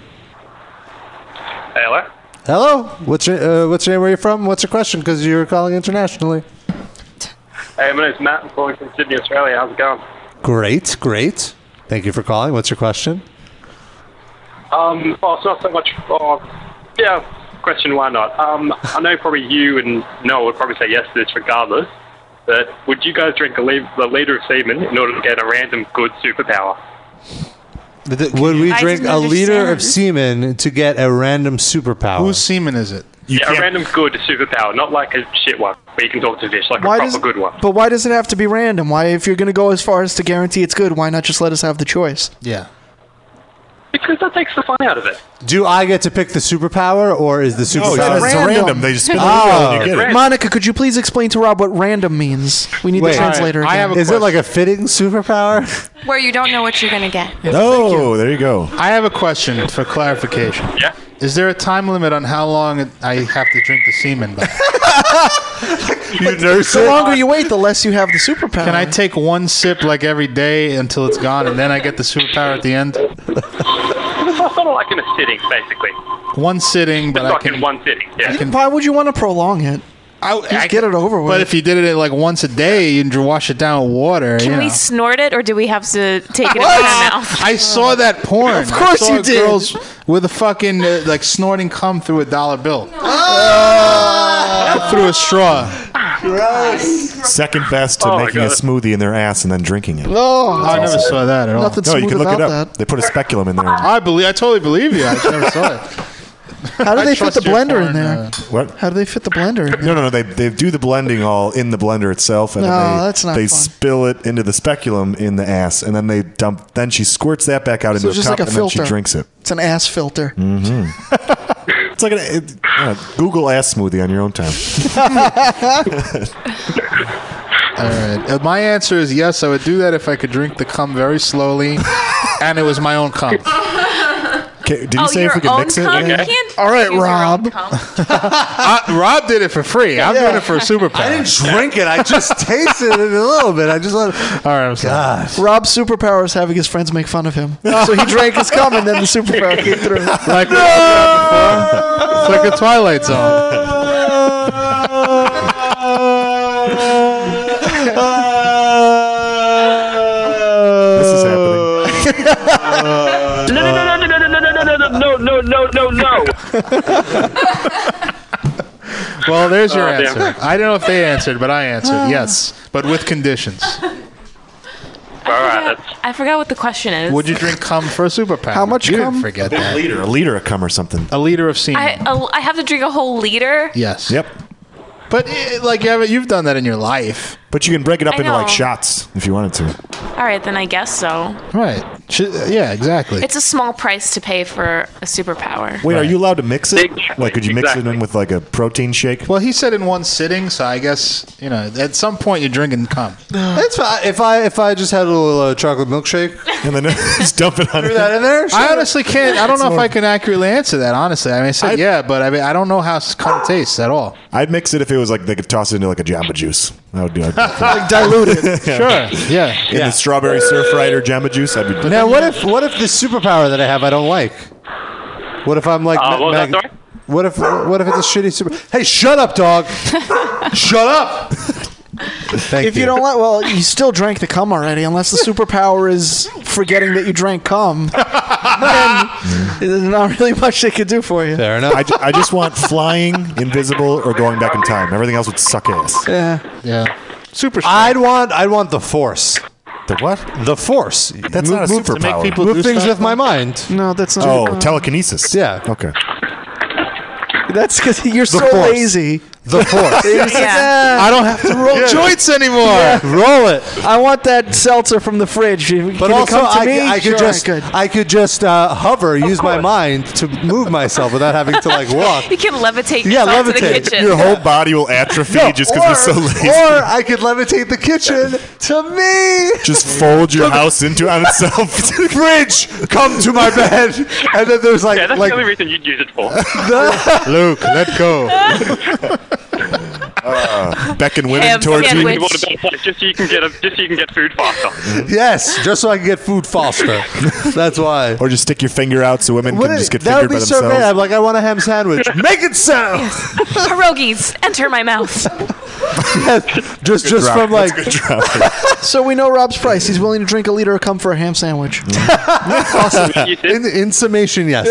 Hello?
Hello. What's your uh, What's your name? Where are you from? What's your question? Because you're calling internationally.
Hey, my name's Matt. I'm calling from Sydney, Australia. How's it going?
Great, great. Thank you for calling. What's your question?
Um, oh, it's not so much. Oh, yeah, question why not? Um, I know probably you and Noah would probably say yes to this regardless, but would you guys drink a, le- a litre of semen in order to get a random good superpower?
Would we
I
drink
didn't
a liter of
understand.
semen to get a random superpower?
Whose semen is it?
yeah, a random good superpower, not like a shit one where you can talk to fish, like
Why
a
does-
proper good one.
But why does it have to be random? Why, if you're going to go as far as to guarantee it's good, why not just let us have the choice?
Yeah.
Because that takes the fun out of it.
Do I get to pick the superpower, or is the
No,
superpower
it's random.
oh.
Monica, could you please explain to Rob what random means? We need
Wait,
the translator. Again.
Is it like a fitting superpower?
where you don't know what you're gonna get.
No, there you go.
I have a question for clarification.
Yeah.
Is there a time limit on how long it- I have to drink the semen
(laughs)
by?
you nurse
The longer you wait, the less you have the superpower.
Can I take one sip like every day until it's gone, and then I get the superpower at the end? (laughs)
It's sort of like in a sitting, basically.
One sitting, but
It's
I
like in
can.
one sitting. Yeah.
Why would you want to prolong it?
I,
just get it over with.
But if you did it like once a day and wash it down with water,
Can
you
we
know.
snort it, or do we have to take it in
What?
our mouth?
I saw that porn. Of
course
I saw
you did.
Girls with a fucking uh, like snorting cum through a dollar bill. Through a straw.
Second best to
Oh, my
making a
God.
smoothie in their ass and then drinking it.
No, Oh, I never saw that at all.
no, you can look it up. They put a speculum in there.
I believe. I totally believe you. I just never saw it.
How do
I
they fit
trust
the
your
blender in
porn,
there?
What?
How do they fit the blender? in
No, no, no. They, they do the blending all in the blender itself, and then
No,
they,
that's not
they
fun.
spill it into the speculum in the ass, and then they dump. Then she squirts that back out
So
into
it's just
a
like
cup,
a
and
filter.
then she drinks it.
It's an ass
(laughs)
filter. (laughs)
hmm it's like an it, uh, Google ass smoothie on your own time.
All right. Uh, My answer is yes. I would do that if I could drink the cum very slowly, and it was my own cum.
Ca- Did you
Oh,
say
your
if we could
own
mix it?
cum? You can't
All right,
Rob.
(laughs) I, Rob did it for free. I'm doing it for a super pack.
I didn't drink it. I (laughs) just tasted it a little bit. I just let. All
right, I'm
sorry.
Rob's superpower is having his friends make fun of him. So he drank his cum and then the superpower came
(laughs)
through.
Like It's like a
(laughs)
Twilight Zone.
This is happening.
no, no, no, no, no, no, no, no, no, no, no, no, no.
Well, there's your
Oh, damn.
answer. I don't know if they answered, but I
Oh.
answered yes, but with conditions.
All right. I forgot what the question is.
Would you drink cum for a super pack?
How much
you
cum?
Didn't forget
A
that.
liter, a liter of cum or something.
A liter of semen.
I, a- I have to drink a whole liter.
yes.
Yep.
But eh, like you haven't, you've done that in your life.
But you can break it
up I into, like, know.
shots if you wanted to.
All right, then I guess so.
Right. Should- yeah, exactly.
It's a small price to pay for a superpower.
Wait,
(laughs)
are you allowed to mix it? Like, could you mix it in with like a protein shake?
Well, he said in one sitting, so I guess you know at some point you're drinking cum.
It's fine. If I if I just had a little uh, chocolate milkshake
and then just (laughs) dump it on
threw that in there.
I honestly can't. I don't know if I can accurately answer that. Honestly, I mean, I said
I-
yeah, but I mean, I don't know how cum tastes at all.
I'd mix it if it was like they could toss it into like a Jamba Juice. That would do
(laughs)
it.
Like
diluted.
(laughs)
Sure. (sighs) Yeah.
In the strawberry surf rider Jamba Juice, I'd be.
now, what if what if the superpower that I have I don't like? What if I'm like
Uh, what was that,
What if what if it's a shitty super? Hey, shut up, dog! (laughs) shut up! Thank
if you. don't let, well, you still drank the cum already, unless the superpower is forgetting that you drank
(laughs)
cum. then there's not really much they could do for you.
Fair enough.
I, ju- I just want flying, invisible, or going back in time. Everything else would suck ass.
Yeah.
Yeah. Super.
I'd want I'd want the force.
The what?
The force.
That's not a superpower. To make people
move
do
things
stuff?
with my mind.
No, that's not.
Oh, telekinesis.
Yeah.
Okay.
That's because you're so
Force.
lazy.
(laughs) The
(laughs)
Force.
You're just like,
Yeah.
"Ah,
I don't have to roll joints anymore." Roll it.
I want that seltzer from the fridge. If-
But
can it
also,
come to
I,
me?
I could
Sure,
just
could.
I could just uh, hover, use my mind to move myself without having to like
(laughs)
walk.
you can levitate
Yeah,
yourself to the
levitate.
kitchen.
Your whole body will atrophy
No,
just because you're so
or-
(laughs) lazy.
Or I could levitate the kitchen to me.
just
(laughs)
fold your house into on itself.
(laughs)
Fridge, come to my bed. And then there's like
yeah, that's
like
the only reason you'd use it
(laughs)
for. (laughs)
the-
Luke, let go.
Ah.
Uh, beckon women
Ham
towards you.
sandwich. What about that? Just so you can get a, just so you can get
(laughs)
food faster.
yes, just so I can get food faster. That's why.
Or just stick your finger out so women
What
can
is-
just get
that would
fingered
be
by
so
themselves.
bad. I'm like, I want a ham sandwich. Make it so.
Pierogies enter my mouth.
Just
Good
just
drop.
from
That's
like
good (laughs) drop.
so we know Rob's price. He's willing to drink a liter of cum for a ham sandwich.
Mm.
(laughs)
awesome. in, in summation, yes.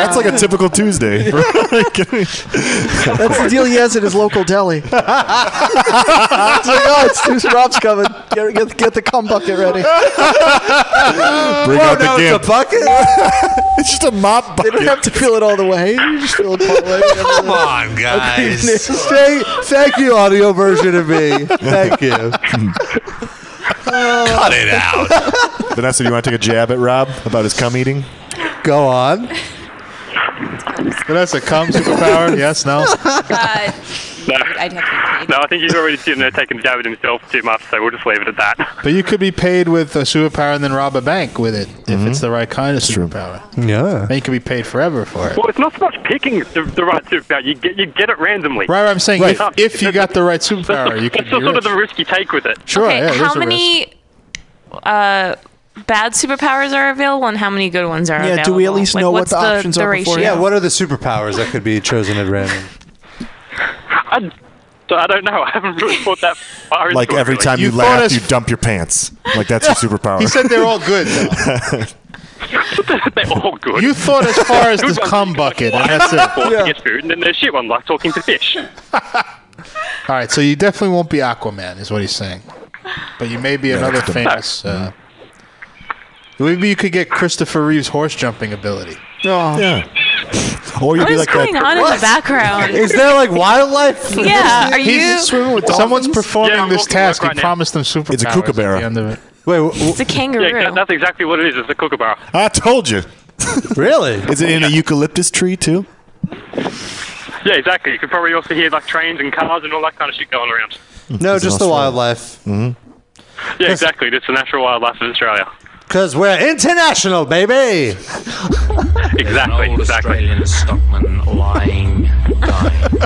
(laughs) That's like a
(laughs)
(laughs)
typical Tuesday.
That's the deal he has at his local
(laughs)
deli. it's like, oh, it's Tuesday. Rob's coming. Get, get, get the cum bucket ready.
Bring
Whoa,
out the
now it's a
gimp.
bucket.
(laughs) it's just a mop
They don't have to fill it all the way. You just fill it part way.
Come on, guys.
Okay.
Thank, thank you, audio version of me.
(laughs)
Thank you.
Cut it out. Vanessa, do you want to take a jab at Rob about his cum eating?
Go on.
Vanessa, cum (laughs) superpower? yes. No.
Oh
Uh,
No.
I'd have
No, I think he's already sitting there taking a jab at himself too much, so we'll just leave it at that.
But you could be paid with a superpower and then rob a bank with it if
Mm-hmm.
it's the right kind of superpower.
Yeah.
And you could be paid forever for it.
Well, it's not so much picking the, the right superpower. You get you get it randomly.
Right, I'm saying
Right.
if, if you got the right
That's,
superpower,
the,
you could
that's
be
the sort
rich.
of the risk you take with it.
Sure,
okay,
yeah, there's
how
a risk.
many uh, bad superpowers are available, and how many good ones are available?
Yeah, do we at least
Like,
know what
what's
the options
the
are before-
ratio?
Yeah, what are the superpowers that could be chosen at
(laughs)
random?
I, so I don't know. I haven't really thought that far. into
Like
it,
every
really.
time you,
You thought
laugh,
us-
you dump your pants. Like that's your
(laughs)
superpower.
He said they're all good. though.
(laughs)
they're all good.
You thought as far
(laughs)
as the (laughs) cum bucket, and that's it.
Forced to get food, and then there's shit one like talking to fish.
All right, so you definitely won't be Aquaman, is what he's saying. But you may be another
that's the-
famous. Uh, maybe you could get Christopher Reeve's horse jumping ability.
Oh.
Yeah. Or you'd
What
be
is
like
going
that.
on in the background?
Is there like wildlife?
(laughs) yeah, are
He's
you?
just swimming with Someone's performing
Yeah, I'm
this
looking at work
task.
right
he
now.
promised them superpowers.
It's a
at the
kookaburra.
end of it.
Wait, w-
It's a kangaroo.
Yeah, that's exactly what it is. It's a kookaburra.
I told you.
really?
Is it in a eucalyptus tree too?
Yeah, exactly. You could probably also hear like trains and cars and all that kind of shit going around.
No, just the
Australia.
wildlife.
Yeah, exactly. It's the natural wildlife of Australia.
Because we're international, baby.
exactly. An old Australian stockman lying, dying.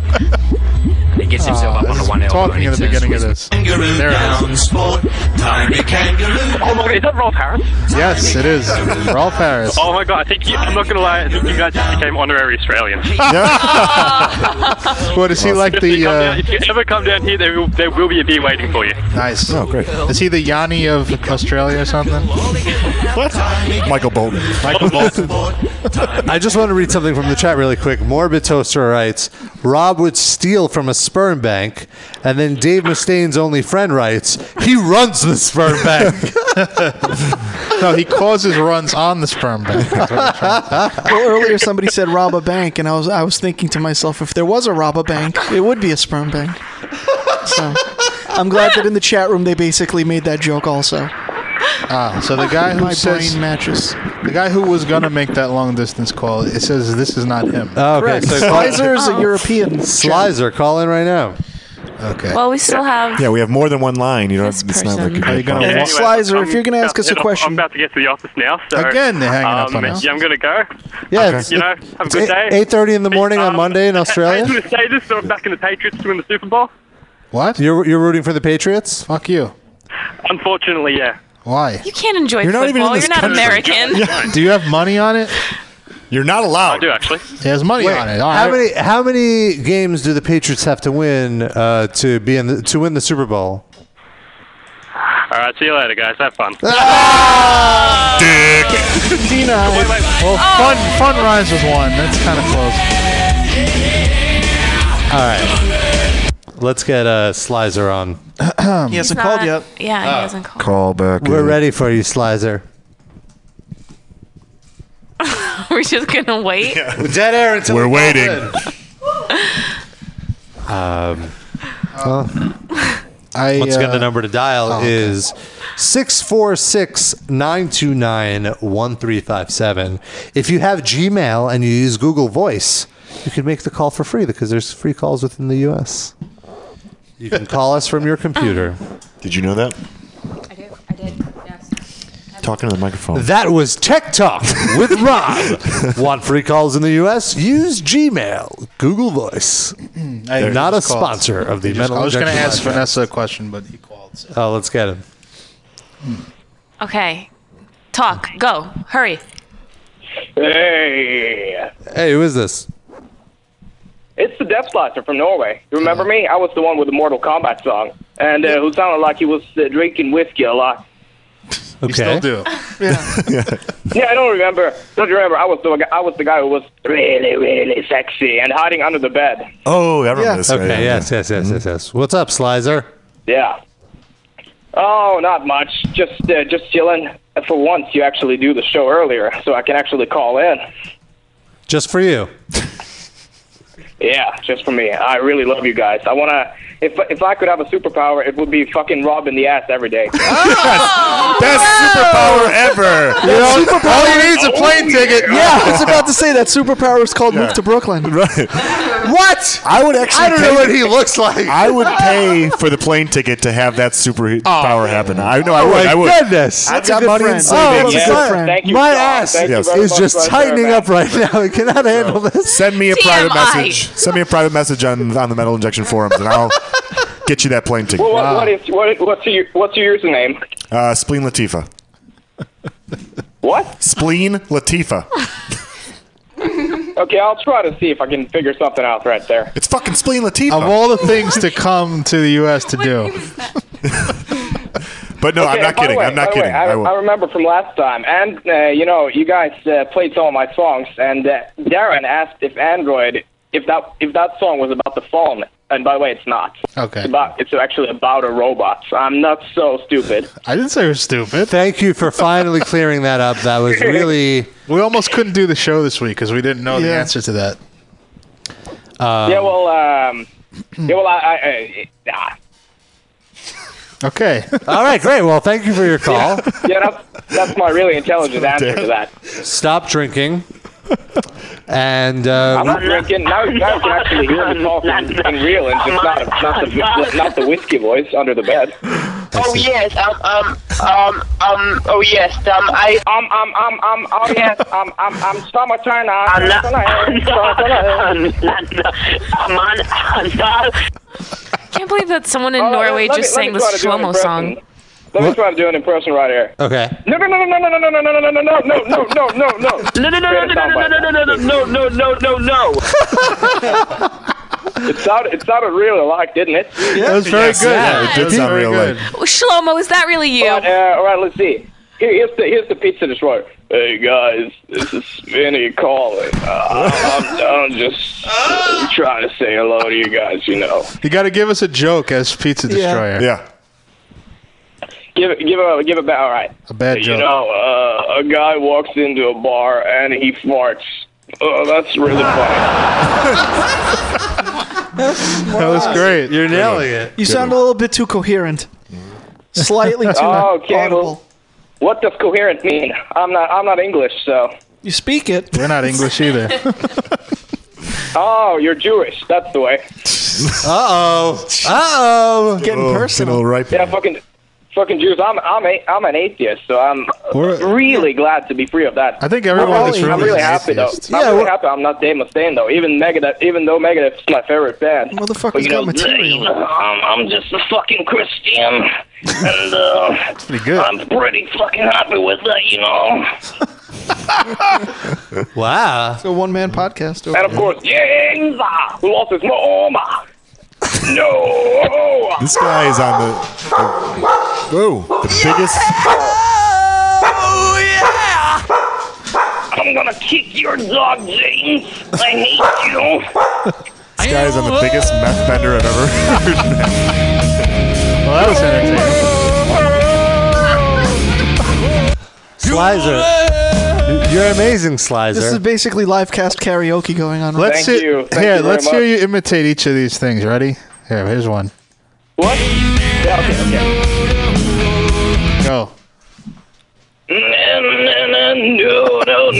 And he gets himself up on the one elbow.
talking
and he
in the
says,
beginning of
"With
this.
Kangaroo
There it is.
down, sport, tiny kangaroo.
Oh my god, is that Rolf Harris?
Yes, it is. Rolf Harris.
Oh my god, I think you, I'm not gonna lie, I think you guys just became
(laughs)
honorary Australians.
What is he like the? Uh,
if you ever come down here, there will, there will be a beer waiting for you.
nice. Oh, great. Is he the Yanni of Australia or something?
What?
Michael Bolton.
Michael Bolton.
(laughs)
I just want to read something from the chat really quick. Morbid Toaster writes Rob would steal from a sperm bank. And then Dave Mustaine's only friend writes, he runs the sperm
(laughs)
bank.
no, he causes runs on the sperm bank.
(laughs)
That's what I'm trying to say.
well, earlier somebody said rob a bank, and I was I was thinking to myself, if there was a rob a bank, it would be a sperm bank. So I'm glad that in the chat room they basically made that joke also.
Ah, so the guy who
My
says
brain matches.
the guy who was gonna make that long distance call, it says this is not him.
Oh, okay.
Correct. Slizer is a European.
Slizer, call in right now.
Okay.
Well, we still have.
Yeah, we have more than one line. You know, it's not like
Are you gonna
Yeah,
walk-
anyway,
Slizer, if you're gonna
Oh, about
ask
to
us a
head off-
question-
I'm about to get to the office now. So,
Again, they're hanging up
um,
on us.
Yeah, I'm gonna go. Um,
Yeah, it's,
you know, have a good day.
eight
(laughs)
thirty in the morning on Monday in
I
Australia.
just want to say this: so I'm back in the Patriots to win the Super Bowl.
What?
You're you're rooting for the Patriots?
Fuck you.
Unfortunately, yeah.
Why?
You can't enjoy
You're not
football.
even in this
You're not
country. (laughs)
American.
Do you have money on it? You're not allowed. I
do actually.
There's money on it. All
how
right.
many how many games do the Patriots have to win uh, to be in the, to win the Super Bowl?
All right, see you later, guys. Have fun.
Ah!
Uh, (laughs) Dina. Well, fun
Oh.
fun rhymes with one. That's kind of close.
All right, let's get uh, Slizer on.
he hasn't
He's
called
not-
yet.
Yeah,
Ah.
he hasn't called.
Call back. We're ready for you, Slizer.
(laughs) We're just gonna wait.
Dead air
until We're he calls waiting. in.
(laughs) Um, well,
I,
once again,
uh,
the number to dial is six four six nine two nine one three five seven. If you have Gmail and you use Google Voice, you can make the call for free because there's free calls within the U.S. You can call us from your computer.
Did you know that? I do. I did. Yes. Talking to the microphone.
That was Tech
(laughs)
Talk with Rob. Want free calls in the U.S.? Use Gmail, Google Voice.
I
Not a
just called.
sponsor of the
I just-
Metal
I was gonna
Injection
ask
Podcast.
Vanessa a question, but he called.
Oh, let's get him.
Okay, talk. Go. Hurry.
Hey,
Hey, who is this?
it's the Death Slicer from Norway. You
Hmm.
remember me? I was the one with the Mortal Kombat song, and uh, who sounded like he was uh, drinking whiskey a lot.
Okay.
still do.
Yeah, I don't remember. Don't you remember? I was the I was the guy who was really really sexy and hiding under the bed.
Oh, I
remember Yeah. this guy,
Okay,
yeah, Mm-hmm.
yes, yes, yes, yes, yes. What's up, Slizer?
Yeah. Oh, not much. Just uh, just chilling. For once, you actually do the show earlier, so I can actually call in.
Just for you.
Yeah, just for me. I really love you guys. I wanna. If if I could have a superpower, it would be fucking robbing the ass every day.
Best superpower ever.
You know, all you need is a
Oh,
plane ticket.
Yeah, I was about to say that superpower is called move to Brooklyn.
Right.
What?
I would actually.
I don't know
pay-
what he looks like. (laughs)
I would pay for the plane ticket to have that superpower power happen. I know. I
Oh,
would.
my
I would.
goodness.
I've
That's
got
a good
money
friend.
in
Oh,
savings.
that's a good friend.
Thank you,
My
Sean.
ass
Thank you
yes.
very
is
much,
just
Slizer.
tightening up right now. (laughs) I cannot handle this.
Send me a private
TMI.
message. Send me a private message on on the metal injection forums, and I'll get you that plane ticket.
Well, what, what is what, what's your what's your username?
Uh, Spleen Latifa.
What?
Spleen Latifa.
Okay, I'll try to see if I can figure something out right there.
It's fucking Spleen Latifa.
Of all the things to come to the U.S.
(laughs)
to do,
(laughs) But no,
Okay,
I'm not
by the
kidding.
way-
I'm
by
not
the
kidding.
Way, I,
I will.
I remember from last time, and uh, you know, you guys uh, played some of my songs, and uh, Darren asked if Android, if that if that song was about the phone, and by the way, it's not.
Okay.
It's about it's actually about a robot. I'm not so stupid.
I didn't say it was stupid.
Thank you for finally clearing that up. That
(laughs)
was really.
We almost couldn't do the show this week because we didn't know the
Yeah.
answer to that.
Um,
yeah, well, um, yeah, well, I, I, I ah.
Okay.
(laughs) All right, great. Well, thank you for your call.
yeah, that's, that's my really intelligent answer to that.
Stop drinking. And uh,
I'm not drinking. Now, now you can (laughs) actually hear the talk in, in real and just not, not, the, not the whiskey voice under the bed.
Oh
it.
yes, um, um, um, um, oh yes, um, I, um, um, um, um, oh yes, um, um, um, summertime, I'm not,
(laughs)
I'm not,
(laughs)
can't believe that someone in
Oh,
Norway
let me-
just
let
sang
me
this
try to do an
Shlomo
impression.
song.
Let me try to do an impression right here.
Okay.
No, no, no, no, no, no, no, no, no, no, no, no, no, no, no, no, no.
No, no, no, no, no, no, no, no, no, no, no, no, no, no.
(laughs) It sounded, it sounded really alike, didn't it?
Yeah, it was very Yes, good. yeah, it did
was
sound
very
real
good.
Oh, Shlomo, is that really you?
But, uh, all right, let's see. Here, here's the here's the pizza destroyer. Hey guys, this is Vinny calling. Uh, I'm, I'm just trying to say hello to you guys. You know,
You got to give us a joke as Pizza Destroyer.
Yeah.
give it give a give a bad. All right,
A bad
you
joke.
know, uh, a guy walks into a bar and he farts. Oh, that's really funny.
That was great.
You're nailing it.
You sound a little bit too coherent. (laughs) Slightly too
Oh, Campbell.
audible.
What does coherent mean? I'm not I'm not English, so.
You speak it.
We're not English
(laughs)
(laughs)
either.
Oh, you're Jewish. That's the way.
Uh, Uh-oh. Uh-oh.
Getting Oh, personal. getting all right.
Yeah, fucking, fucking Jews. I'm, I'm, a, I'm an atheist, so I'm
We're-
really glad to be free of that.
I think everyone
I'm
in this
really,
room
I'm
is
really
an
happy
atheist.
though.
Yeah,
I'm really
we're-
happy. I'm not Dave Mustaine though. Even Megadeth, even though Megadeth's my favorite band. Motherfucker, you know,
I'm, I'm just a fucking Christian, and
(laughs)
uh,
pretty good.
I'm pretty fucking happy with that, you know.
Wow.
It's a one man podcast.
And of course, Jesus, who lost his mama. No. (laughs)
This guy is on the. the oh, the biggest.
I'm gonna kick your dog, James. I hate you.
This guy is on the biggest meth bender I've ever heard.
well, that was
Slizer. You're amazing, Slizer.
This is basically live cast karaoke going on. right
Let's hear, here, let's hear you imitate each of these things. Ready? Here, here's one.
What? Yeah, okay, okay.
Go.
No, no, no, no, no,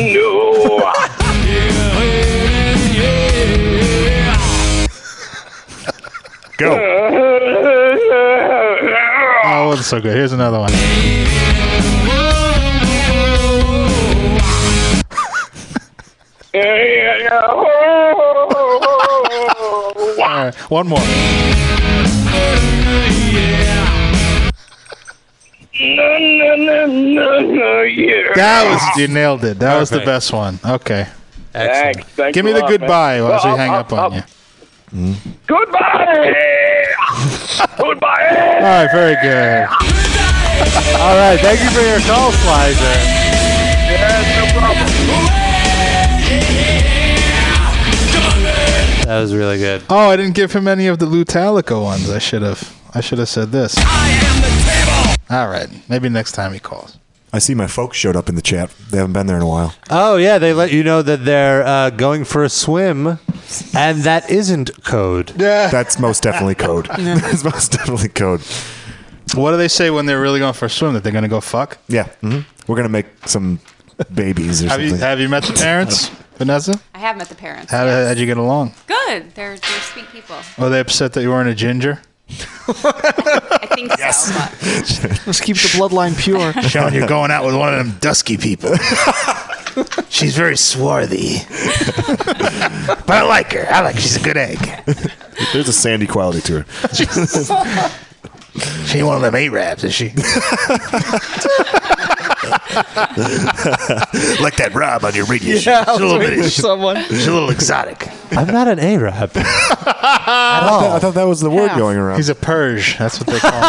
no.
Go.
Oh, it's so good. Here's another one. All right, one more.
No, no, no, no, no, yeah.
That was you nailed it. That was the
Perfect.
best one. Okay.
Excellent. Thanks, thanks
Give me
a
the
lot, man.
goodbye
Well,
as we
I'll-
hang
I'll-
up on you.
Hmm?
Goodbye. Goodbye.
All right, very good.
All right, thank you for your call, Slizer. That was really good.
Oh, I didn't give him any of the Lutalica ones. I should have. I should have said this. I am the table. All right, maybe next time he
(laughs)
calls.
I see my folks showed up in the chat. They haven't been there in a while.
Oh yeah, they let you know that they're uh, going for a swim, and that isn't code.
Yeah.
That's most definitely
(laughs)
code.
Yeah.
That's most definitely code.
What do they say when they're really going for a swim? That they're going to go fuck?
Yeah. hmm We're going to make some babies or
Have
something.
you have you met the
(laughs)
parents, Vanessa?
I have met the parents.
How
yes.
how'd you get along?
Good. They're, they're sweet people.
Were they upset that you weren't a
(laughs)
ginger?
I think so.
Let's keep the bloodline (laughs) pure.
Sean, you're going out with one of them dusky people. She's very swarthy. but I like her. I like her. She's a good egg.
(laughs) There's a sandy quality to her.
(laughs) She ain't one of them A-Rabs, is she? (laughs)
like that Rob on your radio show.
Yeah, I was waiting for someone.
She's a little exotic.
I'm not an Arab.
(laughs)
I, thought, I thought that was the word going around.
He's a Purge. That's what they call him.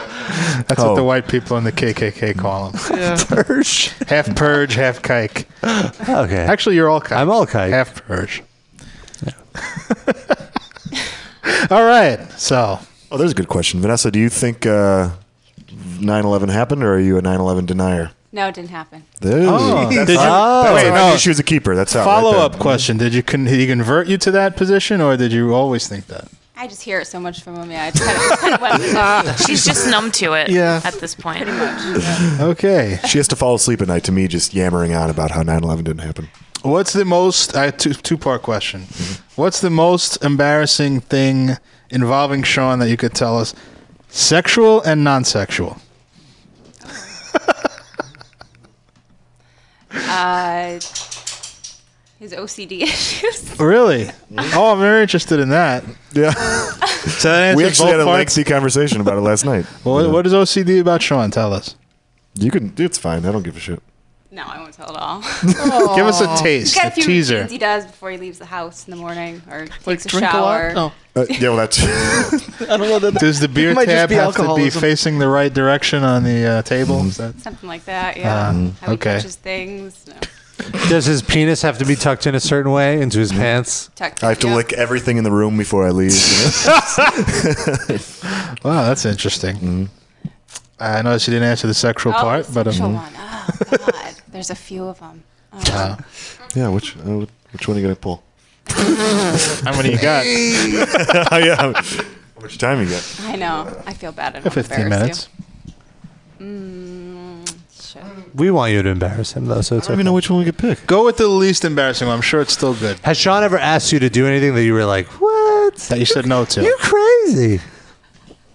(laughs)
That's what
Oh.
the white people in the KKK call him.
Yeah.
Purge. Half Purge, half kike.
Okay.
Actually, you're all kike. I'm all kike. Half Purge. (laughs) all right. So.
Oh, there's a good question. Vanessa, do you think uh, 9-11 happened or are you a 9-11 denier?
No, it didn't happen.
Oh,
Ooh.
did you- Oh.
That's
Wait,
how I knew
no.
she was a keeper. That's how.
Follow up
(laughs)
question: Did you con- he convert you to that position, or did you always think that?
I just hear it so much from him. Yeah, I just kind of, just kind
(laughs)
of went with it.
She's just numb to it
Yeah.
at this point.
Okay.
She has to fall asleep at night to me just yammering on about how 9-11 didn't happen.
What's the most? I have two two part question.
Mm-hmm.
What's the most embarrassing thing involving Sean that you could tell us? Sexual and non-sexual.
Uh, his OCD (laughs) issues.
Really?
Mm-hmm.
Oh, I'm very interested in that. Yeah. (laughs) so that answers
we actually
both
had a
parts?
lengthy conversation about it last night.
Well, (laughs) what-
Yeah.
What is OCD about Sean? Tell us.
You can. It's fine. I don't give a shit.
No, I won't tell at all.
Give us a taste,
He's got
a
a few
teaser.
routines he does before he leaves the house in the morning or takes a
drink a lot?
shower.
No.
Uh, yeah, well, that's.
Oh. (laughs) I don't know that.
Does the beer
It might just
tab
be
have to be
alcoholism.
facing the right direction on the uh,
Mm-hmm.
table? Is that-
Something like that,
Uh,
yeah.
Um,
mm,
How he
okay.
touches things. (laughs) No.
Does his penis have to be tucked in a certain way into his pants?
Tucked
Mm-hmm. I have to lick everything in the room before I leave.
Oh,
(laughs) wow, that's interesting.
Mm-hmm.
Uh, I noticed you didn't answer the sexual
Oh,
part,
the
but
sexual
um,
one. Oh, God. There's a few of Oh. them.
uh,
yeah, which uh, which one are you gonna pull?
(laughs) How many you
(laughs)
got?
yeah. uh, How much time you got?
I know. I feel bad. I don't
Yeah, 15
embarrass
minutes.
You. Mm, shit.
(laughs) We want you to embarrass him, though, so it's I don't even know
which one we could pick.
Go with the least embarrassing one. I'm sure it's still good.
Has Sean ever asked you to do anything that you were like, what? That
you said no to.
You're crazy.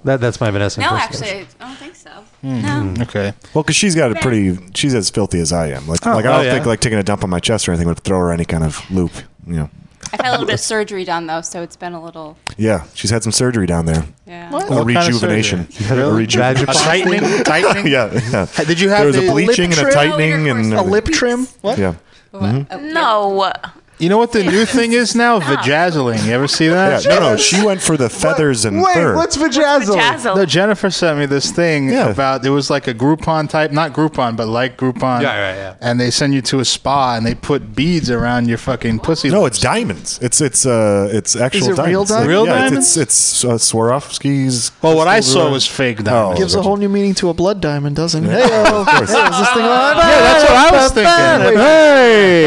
That, that's my Vanessa.
No,
impersonation.
actually, I don't think so.
Hmm, Okay.
Well, because she's got a pretty. She's as filthy as I am. Like,
Oh.
like I
Oh,
don't
yeah.
think like taking a dump on my chest or anything would throw her any kind of loop. You know.
I've had a
(laughs)
little bit of surgery done, though, so it's been a little.
Yeah, she's had some surgery down there.
Yeah.
A rejuvenation.
Really?
A rejuvenation.
A tightening? Tightening?
(laughs) yeah, yeah.
Did you have
there was
the-
a bleaching
lip
and a
trim?
tightening and
A lip
trim?
What?
Yeah. Mm-hmm.
Oh. No.
You know what the new thing is now? Vajazzling. You ever see that?
Yeah, no, no, she went for the feathers and fur.
vajazzle?
vajazzle?
No, Jennifer sent me this thing about it was like a Groupon type, not Groupon, but like Groupon.
Yeah, yeah, yeah.
And they send you to a spa and they put beads around your fucking pussy.
No, it's diamonds. It's it's uh it's actual
it real
diamonds. Like,
diamonds? Real
yeah,
diamonds?
It's it's, it's uh, Swarovski's.
Well, what I
crystal
saw
ruler.
was fake
Oh,
diamonds.
Gives a
gotcha.
whole new meaning to a blood diamond, doesn't it?
Yeah,
Hey,
of course.
hey, is this thing on?
Yeah, that's what I was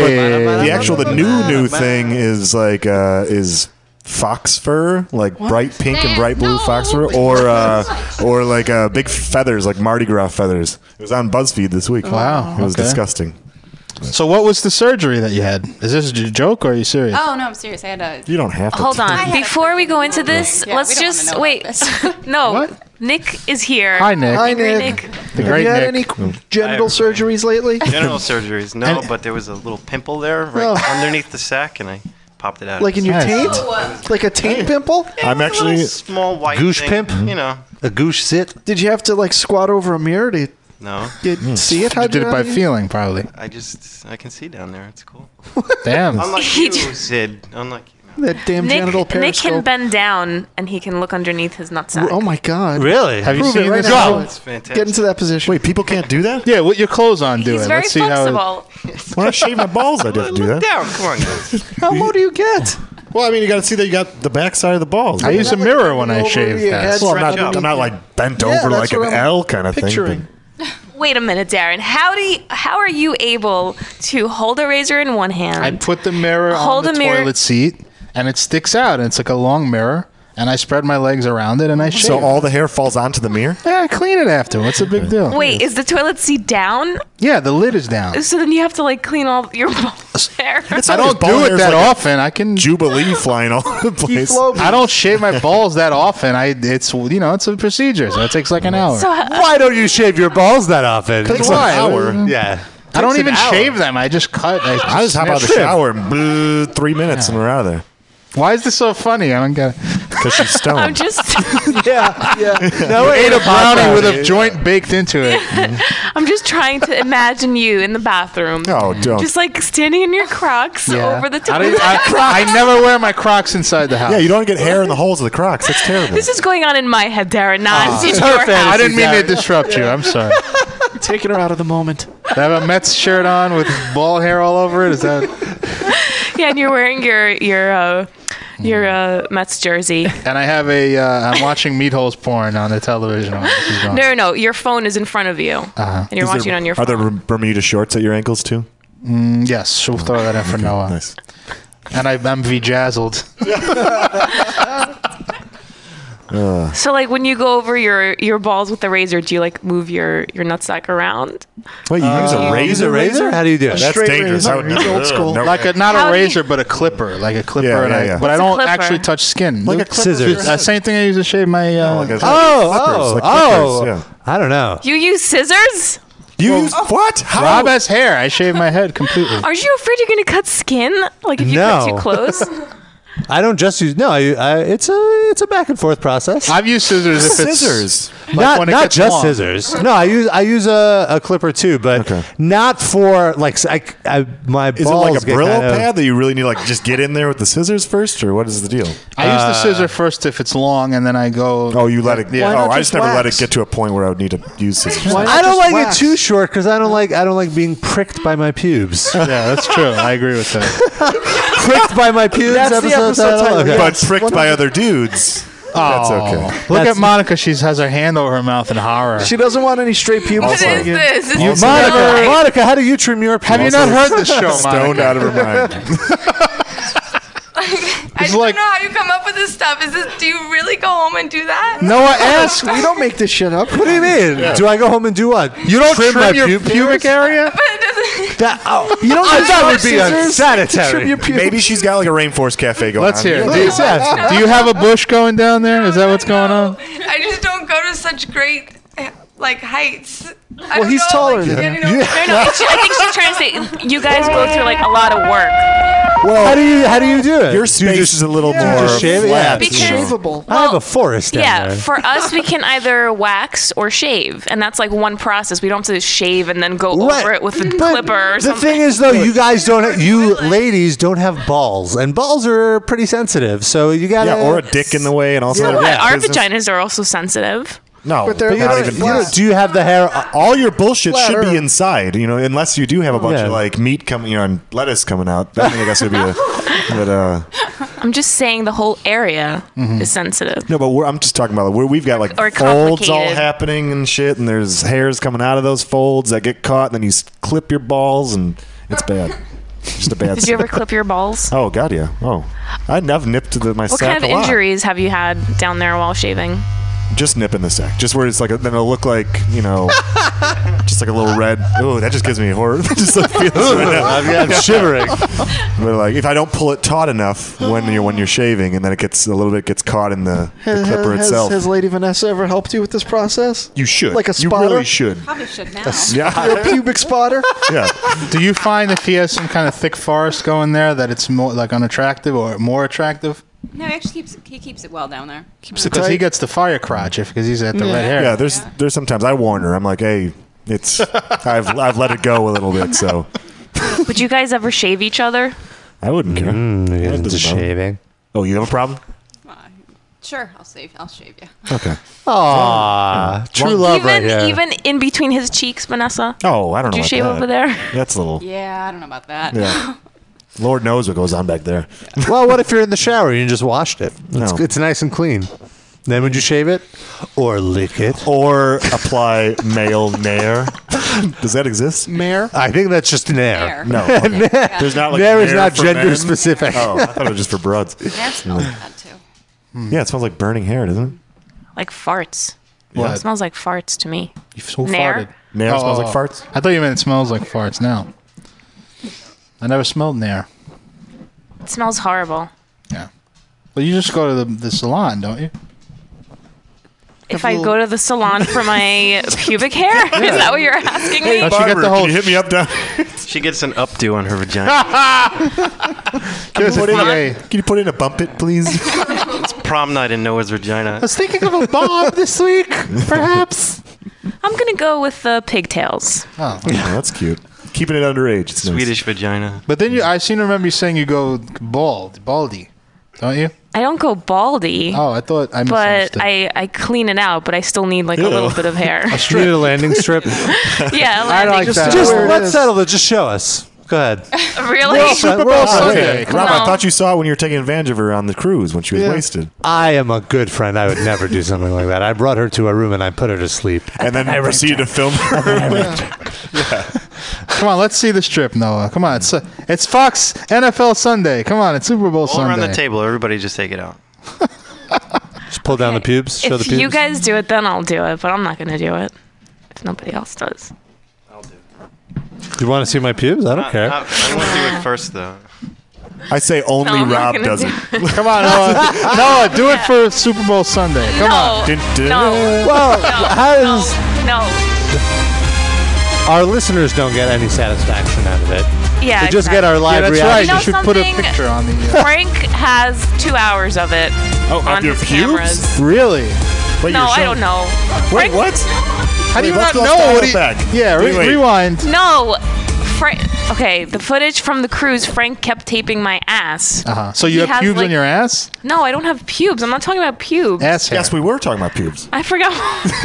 thinking.
But the actual the new new thing is like uh, is fox fur, like bright pink and bright blue fox fur, or uh, or like uh, big feathers, like Mardi Gras feathers. It was on BuzzFeed this week.
Wow,
it was
okay.
disgusting.
So, what was the surgery that you had? Is this a joke or are you serious?
Oh, no, I'm serious. I had a.
You don't have
Hold
I
on.
had a
Before we go into this,
Yeah, we
let's
don't wanna know
just
about
wait. (laughs) no. Nick is here.
Hi, Nick.
Hi,
Angry
Nick.
The
Have
great
you had
Nick.
any
Mm.
genital surgeries lately?
General surgeries, no, but there was a little pimple there right
Oh.
underneath the sac, and I popped it out.
Like in your
Nice.
taint? Like a taint pimple?
I'm
actually small white
Goosh
thing,
pimp?
You know,
A goosh sit? Did you have to like squat over a mirror to
no.
get, see it? How
You did it by
feeling, probably.
I just I can see down there. It's (laughs) cool.
Damn.
(laughs)
Unlike you, Sid. Unlike you.
That damn
Nick,
genital
Nick can
periscope.
bend down and he can look underneath his nutsack.
Oh my god!
Really? Have you
Prove
seen
it right
this?
now.
Oh, it's fantastic.
Get into that position.
Wait, people can't do that?
Yeah, with your clothes on, do
He's
it.
very
Let's see how.
flexible.
It, when I shave my
(laughs)
balls, I didn't do that.
Down, Oh, come on,
(laughs)
guys.
How low do you get?
Well, I mean, you got to see that you got the backside of the balls.
I use a mirror when I shave. guys.
Well, I'm not, I'm not like bent
Yeah,
over like
that's
an
what I'm
L kind of
picturing.
thing.
Wait a minute, Darren. How do you, how are you able to hold a razor in one hand?
I put the mirror
Hold
on
a
the
mirror-
toilet seat, and it sticks out, and it's like a long mirror. And I spread my legs around it, and I shave.
So all the hair falls onto the mirror.
Yeah, I clean it after. What's the
(laughs)
big deal?
Wait, is the toilet seat down?
Yeah, the lid is down.
So then you have to like clean all your (laughs) balls there.
I don't do it that (laughs) often. I can (laughs)
jubilee flying all over the place. flow
I don't shave (laughs) my balls that often. I it's you know it's a procedure, so it takes like an hour.
So uh, how-
Why don't you shave your balls that often?
Takes an Why? hour.
Yeah.
I don't
Takes an
even
hour.
shave them. I just cut. I,
I just hop out of the
snip.
shower and blah, three minutes and we're out of there.
Why is this so funny? I don't get
(laughs)
it.
Because she's stoned.
I'm just
(laughs) yeah,
(laughs)
yeah.
No,
it
ate a
ain't about
brownie with
that.
a joint baked into
(laughs)
it.
I'm just trying to imagine you in the bathroom.
No, don't.
Just like standing in your Crocs over the
I,
toilet.
don't- I, I never wear my Crocs inside the house.
Yeah, you don't get hair in the holes of the Crocs. That's
(laughs)
terrible.
this is going on in my head, Darren, not
(laughs)
Ah. (laughs)
in your house.
I didn't mean to disrupt you. I'm sorry.
Taking her out of the moment.
I have a Mets shirt on with ball hair all over it. Is that?
Yeah, and you're wearing your your uh, your uh, Mets jersey.
Mm. And I have a. Uh, I'm watching meat holes porn on the television. While this is
No,
on.
no, no. Your phone is in front of you,
Uh-huh.
and you're watching it on your phone.
Are there Bermuda shorts at your ankles too?
Mm, yes, she'll throw that in for Noah.
Nice.
And I, I'm vajazzled.
Ugh.
(laughs) So like when you go over your your balls with the razor, do you like move your your nutsack around?
Wait, you use a
Uh,
razor?
use a razor?
How do you do it?
A straight razor.
I would-
Old school.
No.
Like a, not a razor, but a clipper, like a clipper.
Yeah,
and
yeah,
I,
yeah.
But I
What's a
don't
clipper?
actually touch skin.
Like
Look-
a clipper. Scissors.
Uh, same thing I use to shave my. Uh, oh,
Oh, oh, oh. I don't know.
You use scissors?
You
use
what?
How? Rob has hair. I shave my head completely.
(laughs)
Are you afraid you're gonna cut skin? Like if you cut
No.
too
(laughs)
close?
I don't just use no. I, I, it's a it's a back and forth process.
I've used scissors. If it's,
scissors,
like,
not
when it
not
gets
just
long.
scissors. No, I use I use a, a clipper too, but not for like s- I, I- my
Is it
balls
like a
get
Brillo
kind of-
pad that you really need to like just get in there with the scissors first, or what is the deal?
I use
Uh,
the scissor first if it's long, and then I go.
Oh, you let it.
Yeah. Why
Yeah.
not
Oh,
just
I just never let it
wax?
get to a point where I would need to use scissors.
I don't like it too short because I don't like I don't like being pricked by my pubes.
(laughs)
yeah,
that's true. I agree with that.
(laughs) pricked by my pubes.
That's the
episode
episode
title?
title,
Okay.
yes. But pricked What by
other dudes.
Oh,
That's okay.
Look at
That's-
Monica. She has her hand over her mouth in horror.
She doesn't want any straight pubes.
What is this? This
You-
is
(laughs)
Monica-
not-
Monica, how do you trim your?
Have you
pubes?
not heard
(laughs)
this
(laughs)
show,
Stoned
Monica?
out of her mind.
I just
like-
don't know how you come up with this stuff. Is this? Do you really go home and do that? (laughs)
We don't make this shit up.
What do you mean?
Yeah.
Do I go home and do what?
You don't trim
my
your
pub-
pubic
area?
But it doesn't.
That, oh, you don't
I
use
thought
would be unsanitary.
Maybe she's got like a rainforest cafe going.
Let's
on.
hear. it.
Yeah.
Do you, do you have a bush going down there? Is that what's going on?
I just don't go to such great eh, like heights. I
Well,
don't
he's
know,
taller
like,
than
you
you.
know-
No, no. It's, I think she's trying to say you guys go through like a lot of work.
Well, how do you how do you do it?
Your space is a little
You
more
just shave it? Yeah,
flat.
it's
Because-
shavable. I have a forest down
Yeah,
there.
for us, we
(laughs)
can either wax or shave, and that's like one process. We don't have to shave and then go over it with a clipper or
the
something.
thing is, though, you guys don't, you ladies don't have balls, and balls are pretty sensitive. So you got
Yeah, or a dick in the way, and also
So what? Our
business-
vaginas are also sensitive.
No,
But they're
not
not
even.
flat.
you
You
know,
don't-
do you have the hair?
All your bullshit should
Flatter.
be inside, you know, unless you do have a bunch
Yeah.
of like meat coming, you know, and lettuce coming out. Then I guess it would
(laughs)
be a. But uh,
I'm just saying the whole area
Mm-hmm.
is sensitive.
no, but we're, I'm just talking about where we've got like
Or
folds all
complicated.
happening and shit, and there's hairs coming out of those folds that get caught, and then you s- clip your balls, and it's bad. Just a
(laughs)
bad.
Did you
(laughs)
ever
scene.
clip your balls?
Oh god, yeah. Oh, I- I've nipped to the my
What
sack
kind of
a lot.
injuries have you had down there while shaving?
(laughs) Just nip in the sack, just where it's like a, then it'll look like you know, just like a little red. Oh, that just gives me horror. (laughs) just like feels right now.
I'm- I'm shivering.
But like if I don't pull it taut enough when you're when you're shaving, and then it gets a little bit gets caught in the, the
Has,
clipper
has,
itself.
has Lady Vanessa ever helped you with this process?
you should
Like a
You
spotter?
really should.
Probably should
(laughs)
now.
(laughs)
You're a
Yeah.
pubic spotter?
yeah.
Do you find if he has some kind of thick forest going there that it's more like unattractive or more attractive?
No, he actually keeps he keeps it well down there. Oh.
Because he gets the fire crotch if because he's at the
Yeah.
red hair.
Yeah. There's there's sometimes I warn her. I'm like, hey, it's I've I've let it go a little bit, so
Would you guys ever shave each other?
I wouldn't care. That Mm, doesn't
into
bother me.
shaving.
Oh, you have a problem?
Sure, I'll save. I'll shave you.
Okay.
Aw, true love
even,
right here.
Even in between his cheeks, Vanessa.
Oh, I don't
Did
know.
you
about
shave
that.
over there?
That's a little.
Yeah, I don't know about
(laughs)
that.
Yeah. Lord knows what goes on back there.
(laughs) well, what if you're in the shower and you just washed it? It's,
No.
it's nice and clean. Then would you shave it or lick it
or
(laughs)
apply male nair? Does that exist?
Nair?
I think that's just nair.
No, okay. there's not like
nair is
Nair
not
for
gender
men?
specific.
Oh, I thought it was just for Hmm. broads. Yeah, it smells like burning hair, doesn't
Like farts.
What?
It smells like farts to me.
You've so
Nair?
farted.
Nair smells like farts?
Oh, I thought you meant it smells like farts now. I never smelled nair.
It smells horrible.
But you just go to the, the salon, don't you?
If I go to the salon for (laughs) my pubic hair, is that what you're asking
Oh,
me?
she got the whole.
hit me up down.
(laughs) she gets an updo on her vagina.
it? (laughs) Can you, put in a, can you put in a bump it, please?
(laughs) it's prom night in Noah's vagina.
was thinking of a bob this week, perhaps. I'm gonna go with the pigtails.
Oh,
that's cute. Keeping it underage. It's
Swedish vagina.
But then you, I seem to remember you saying you go bald, baldy, don't you?
I don't go baldy.
Oh, I thought I
but I, I clean it out, but I still need like a little bit of hair.
strip. a landing
(laughs)
strip.
yeah, I like
Just,
that.
just
Where it
let's
is.
settle it. Just show us. Go ahead.
really?
We're all super We're all
Oh,
baldy.
wait,
Okay.
Rob,
No.
I thought you saw when you were taking advantage of her on the cruise when she was
Yeah.
wasted.
I am a good friend. I would never do something like that. I brought her to a room and I put her to sleep.
And then
I raped
proceeded to film (laughs) her.
Come on, let's see the strip, Noah. Come on, it's uh, it's Fox NFL Sunday. Come on, it's Super Bowl
All around
Sunday.
the table, everybody just take it out.
(laughs) Just pull down the pubes? Show the
If
pubes?
you guys do it, then I'll do it. But I'm not gonna do it if nobody else does.
you want to see my pubes? I don't care.
I, I want to do it first, though.
I say only
No, I'm not
Rob
gonna
does
do
it.
Come
(laughs)
on, Noah. Noah, do it for Super Bowl Sunday. Come on.
Dun, dun.
Well,
(laughs)
how does-
No.
Our listeners don't get any satisfaction out of it.
Yeah.
They just get our
exactly.
live
You
reaction.
know something?
uh,
Frank has two hours of it
Oh,
on his cameras.
Really? Wait,
no,
you're
I
showing-
don't know.
Wait, what?
How do you
let's
not
go
know
dial
what
it
he-
back.
Yeah, re-
Wait, wait.
rewind.
No, Frank. Okay, the footage from the cruise, Frank kept taping my ass.
Uh-huh. So you
He
have
has,
pubes
like-
on your ass?
No, I don't have pubes. I'm not talking about pubes.
Ass hair.
we were talking about pubes.
I forgot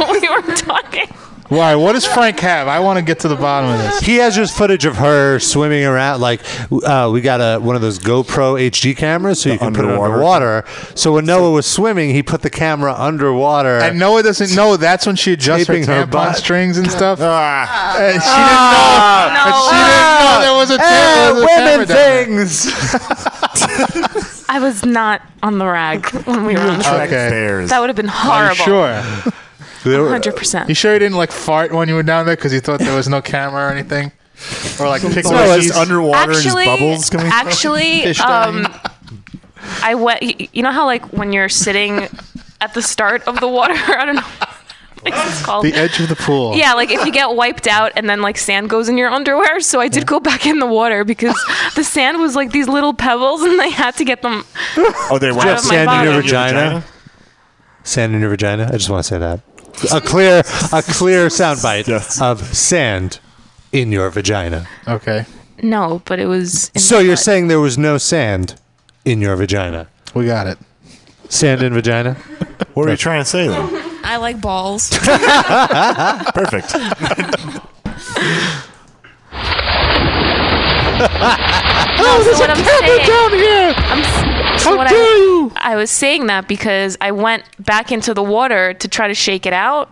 (laughs) what we were talking.
Why? What does Frank have? I want to get to the bottom of this.
He has just footage of her swimming around. Like uh, we got a one of those GoPro HD cameras, so you can put it underwater. So when Noah was swimming, he put the camera underwater.
And Noah doesn't know that's when she adjusts her
Taping her
tampon
butt.
strings and stuff. And she
Ah.
didn't know. and she
Ah.
didn't know there was a,
Ah, women
tam- there was a camera down there.
(laughs) I was not on the rag when we were on the
Okay.
rag. That would have been horrible.
Are (laughs) you sure?
100%.
You sure you didn't like fart when you were down there because you thought there was no camera or anything? Or like pick
So
up
it's just
keys?
underwater
Actually,
coming out? (laughs)
actually,
(laughs) Fish
um, I went. y- You know how like when you're sitting at the start of the water, (laughs) I don't know. What it's called.
The edge of the pool.
Yeah, like if you get wiped out and then like sand goes in your underwear. So I did go back in the water
(laughs)
because the sand was like these little pebbles and they had to get them.
Oh, they
went out of my
sand in your
body.
vagina. Sand in your vagina. I just want to say that a clear, a clear soundbite of sand in your vagina.
Okay.
No, but it was.
So you're saying there was no sand in your vagina?
We got it.
Sand in vagina.
What are you trying to say
(laughs)
though?
I like (laughs)
(laughs)
balls.
Perfect.
No,
there's
so what
a
I'm
camera
saying,
down
here. I'm, s- so
How
what
dare
I, I was saying that because I went back into the water to try to shake it out,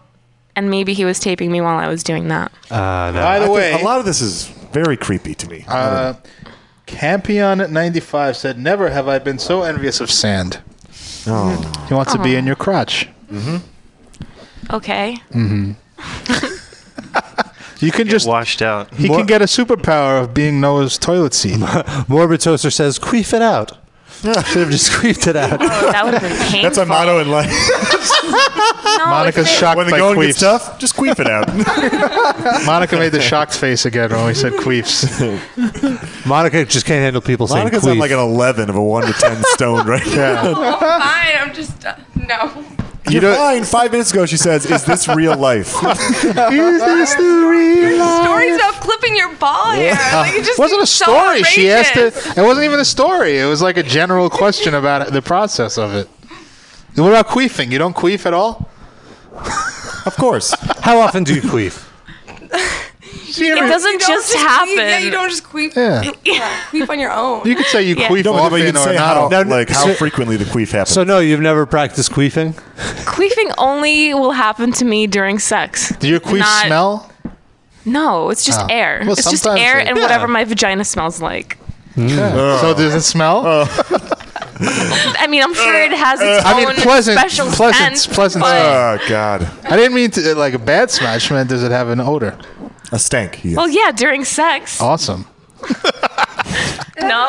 and maybe he was taping me while I was doing that.
Uh, no.
I
By the
think
way-
a lot of this is very creepy to me. I don't know.
Uh, Campion95 said, Never have I been so envious of sand. He wants to be
Aw.
(laughs) in your crotch. Mm-hmm.
Okay.
Mm-hmm. you can just
washed out.
He can get a superpower of being Noah's toilet (laughs) seat.
Morbid Toaster says, queef
(laughs)
it out. Should have just queefed
(laughs)
it out.
that would have been painful.
That's our motto in
(laughs)
life.
Monica's shocked
when the
by
going
queefs.
gets tough, just queef it out.
(laughs) (laughs)
(laughs)
Monica
(laughs)
made the shocked face again when we said
(laughs)
queefs.
(laughs)
Monica just can't handle people
Monica's
saying
on
queef.
like an 11 of a 1 to 10
(laughs)
stone (laughs) right (laughs) now.
Oh, fine. I'm just uh, no.
You're fine. Five minutes ago, she says, "Is this
(laughs)
real life?"
Is this the
(laughs)
real
Stories about clipping your ball hair. Oh, Like, it just
wasn't a
seems so
story. She asked it.
outrageous.
It wasn't even a story. It was like a general question about the process of it. What about queefing? You don't queef at all?
Of course.
How often do you queef?
You
it doesn't
don't
just
queef-
happen.
Yeah, you don't just queef.
Yeah.
Yeah, queef on your own.
You could say you
Yeah.
queef
No, but
often
you can
or
say
not.
how, like how frequently the queef happens.
So, no, you've never practiced queefing?
Queefing only will happen to me during sex.
Do your queefs
Not-
smell?
No, it's just
Oh.
air.
Well,
it's just
sometimes
air
they-
and
Yeah.
whatever my vagina smells like. (laughs)
Mm.
Yeah. So does it smell?
Oh.
I mean, I'm sure it has its
I mean,
own
pleasant,
special
pleasant,
scent,
pleasant.
but-
Oh, God!
I didn't mean to like a bad smash. I meant does it have an odor?
A stank.
Well, yeah, during sex.
Awesome.
(laughs) No.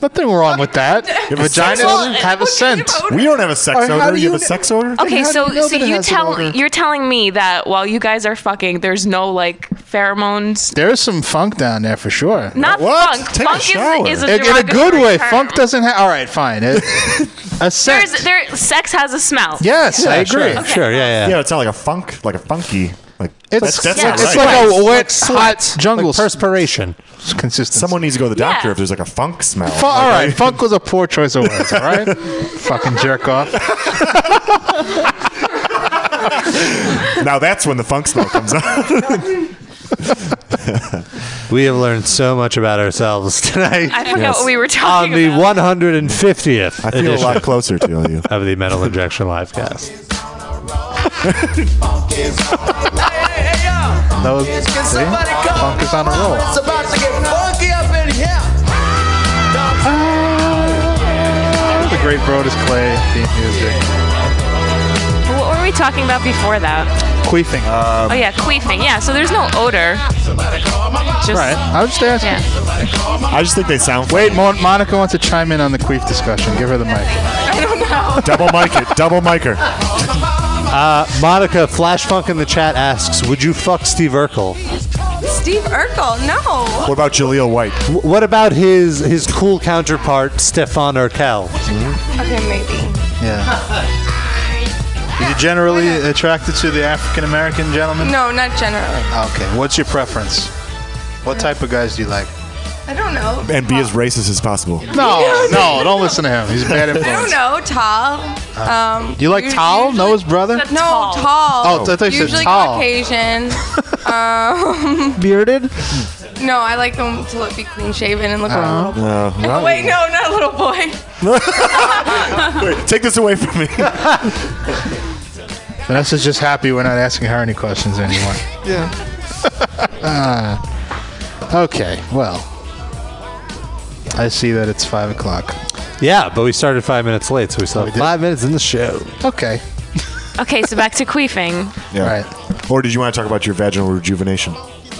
Nothing wrong
(laughs)
with that.
You have a
Vaginas
sex odor?
have a scent.
We don't have a sex
Or how
odor.
do
You
you
have a
kn-
sex odor?
Okay, so so
that it
you
has an
tell
odor?
you're telling me that while you guys are fucking, there's no like pheromones.
There is some funk down there for sure.
Not funk. funk is, is a
in, in a good
derogatory
way.
term.
Funk doesn't have. All right, fine.
(laughs)
It- a scent.
There's there sex has a smell.
Yes, I agree.
Okay.
(laughs)
yeah,
yeah. it's not like a funk, like a funky, like
It's-
that's, that's
yeah,
not
it's
right.
like a wet,
hot
jungle
perspiration.
It's consistent.
Someone needs to go to the doctor if there's like a funk smell.
Fu- all right, funk was a poor choice of words. All
(laughs)
right, fucking jerk off.
now that's when the funk smell
(laughs)
comes (laughs) out.
(laughs) We have learned so much about ourselves (laughs) tonight.
I forgot Yes. what we were talking
On the 150th
I feel a lot closer to you.
(laughs) of the Metal Injection Livecast.
That was, see? Funk is on a roll.
It's about to get funky up in here.
The great Brodus Clay theme music.
we talking about before that?
Queefing.
Um,
oh yeah, queefing. Yeah, so there's no odor. Just,
right. I was just asking.
Yeah.
I just think they sound.
Wait, Mon- Monica wants to chime in on the queef discussion. Give her the
(laughs)
mic.
I don't know.
Double mic it. Double micer.
Uh, Monica Flash Funk in the chat asks, "Would you fuck Steve Urkel?
Steve Urkel, no.
What about Jaleel White?
W- what about his his cool counterpart Stefan Urkel?
Mm-hmm.
Okay, maybe.
Yeah. Are you generally attracted to the African American gentleman? Ah,
No, not generally.
Okay. What's your preference? What type of guys do you like?
I don't know.
And be as racist as possible.
No, no, don't listen to him. He's a (laughs) bad
I don't
influence. Uh,
know. Tall. Um,
You like
us-
Tal, Noah's brother?
No, tall.
Oh, I thought you said
Usually
tall.
Caucasian.
(laughs)
um,
Bearded?
no, I like them to look, be clean shaven and look
Uh-huh.
like a little boy.
No.
(laughs)
Oh, wait, no, not a little boy. (laughs)
Wait, take this away from me.
Vanessa's just happy we're not asking her any questions
(laughs)
anymore. (laughs)
Yeah.
Ah. okay, well, I see that it's five o'clock.
Yeah, but we started five minutes late, so we still have five minutes in the show.
Okay.
Okay, so back to queefing.
Yeah. Right. Or did you want to talk about your vaginal rejuvenation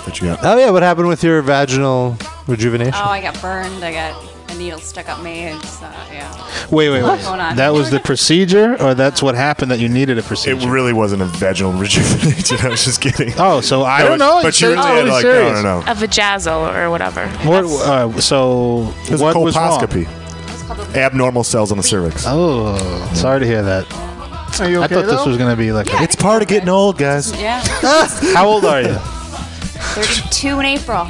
that you got?
Oh yeah, what happened with your vaginal rejuvenation?
Oh, I got burned. I got a needle stuck up my head. So, yeah.
Wait, wait, wait.
What's going on?
That was the procedure, or that's what happened that you needed a procedure?
It really wasn't a vaginal (laughs) rejuvenation. I was just kidding.
(laughs) Oh, so (laughs) I
No,
don't know.
but you really
sounds
had, like, no,
serious.
no, no.
A vajazzle or whatever.
What, uh, so
It's
what was wrong?
colposcopy. Abnormal cells on the cervix.
Oh, sorry to hear that.
Are you
I
okay,
thought this
though?
was going to be like. a-
It's part of getting old, guys.
Yeah.
(laughs) How old are you?
32 in April.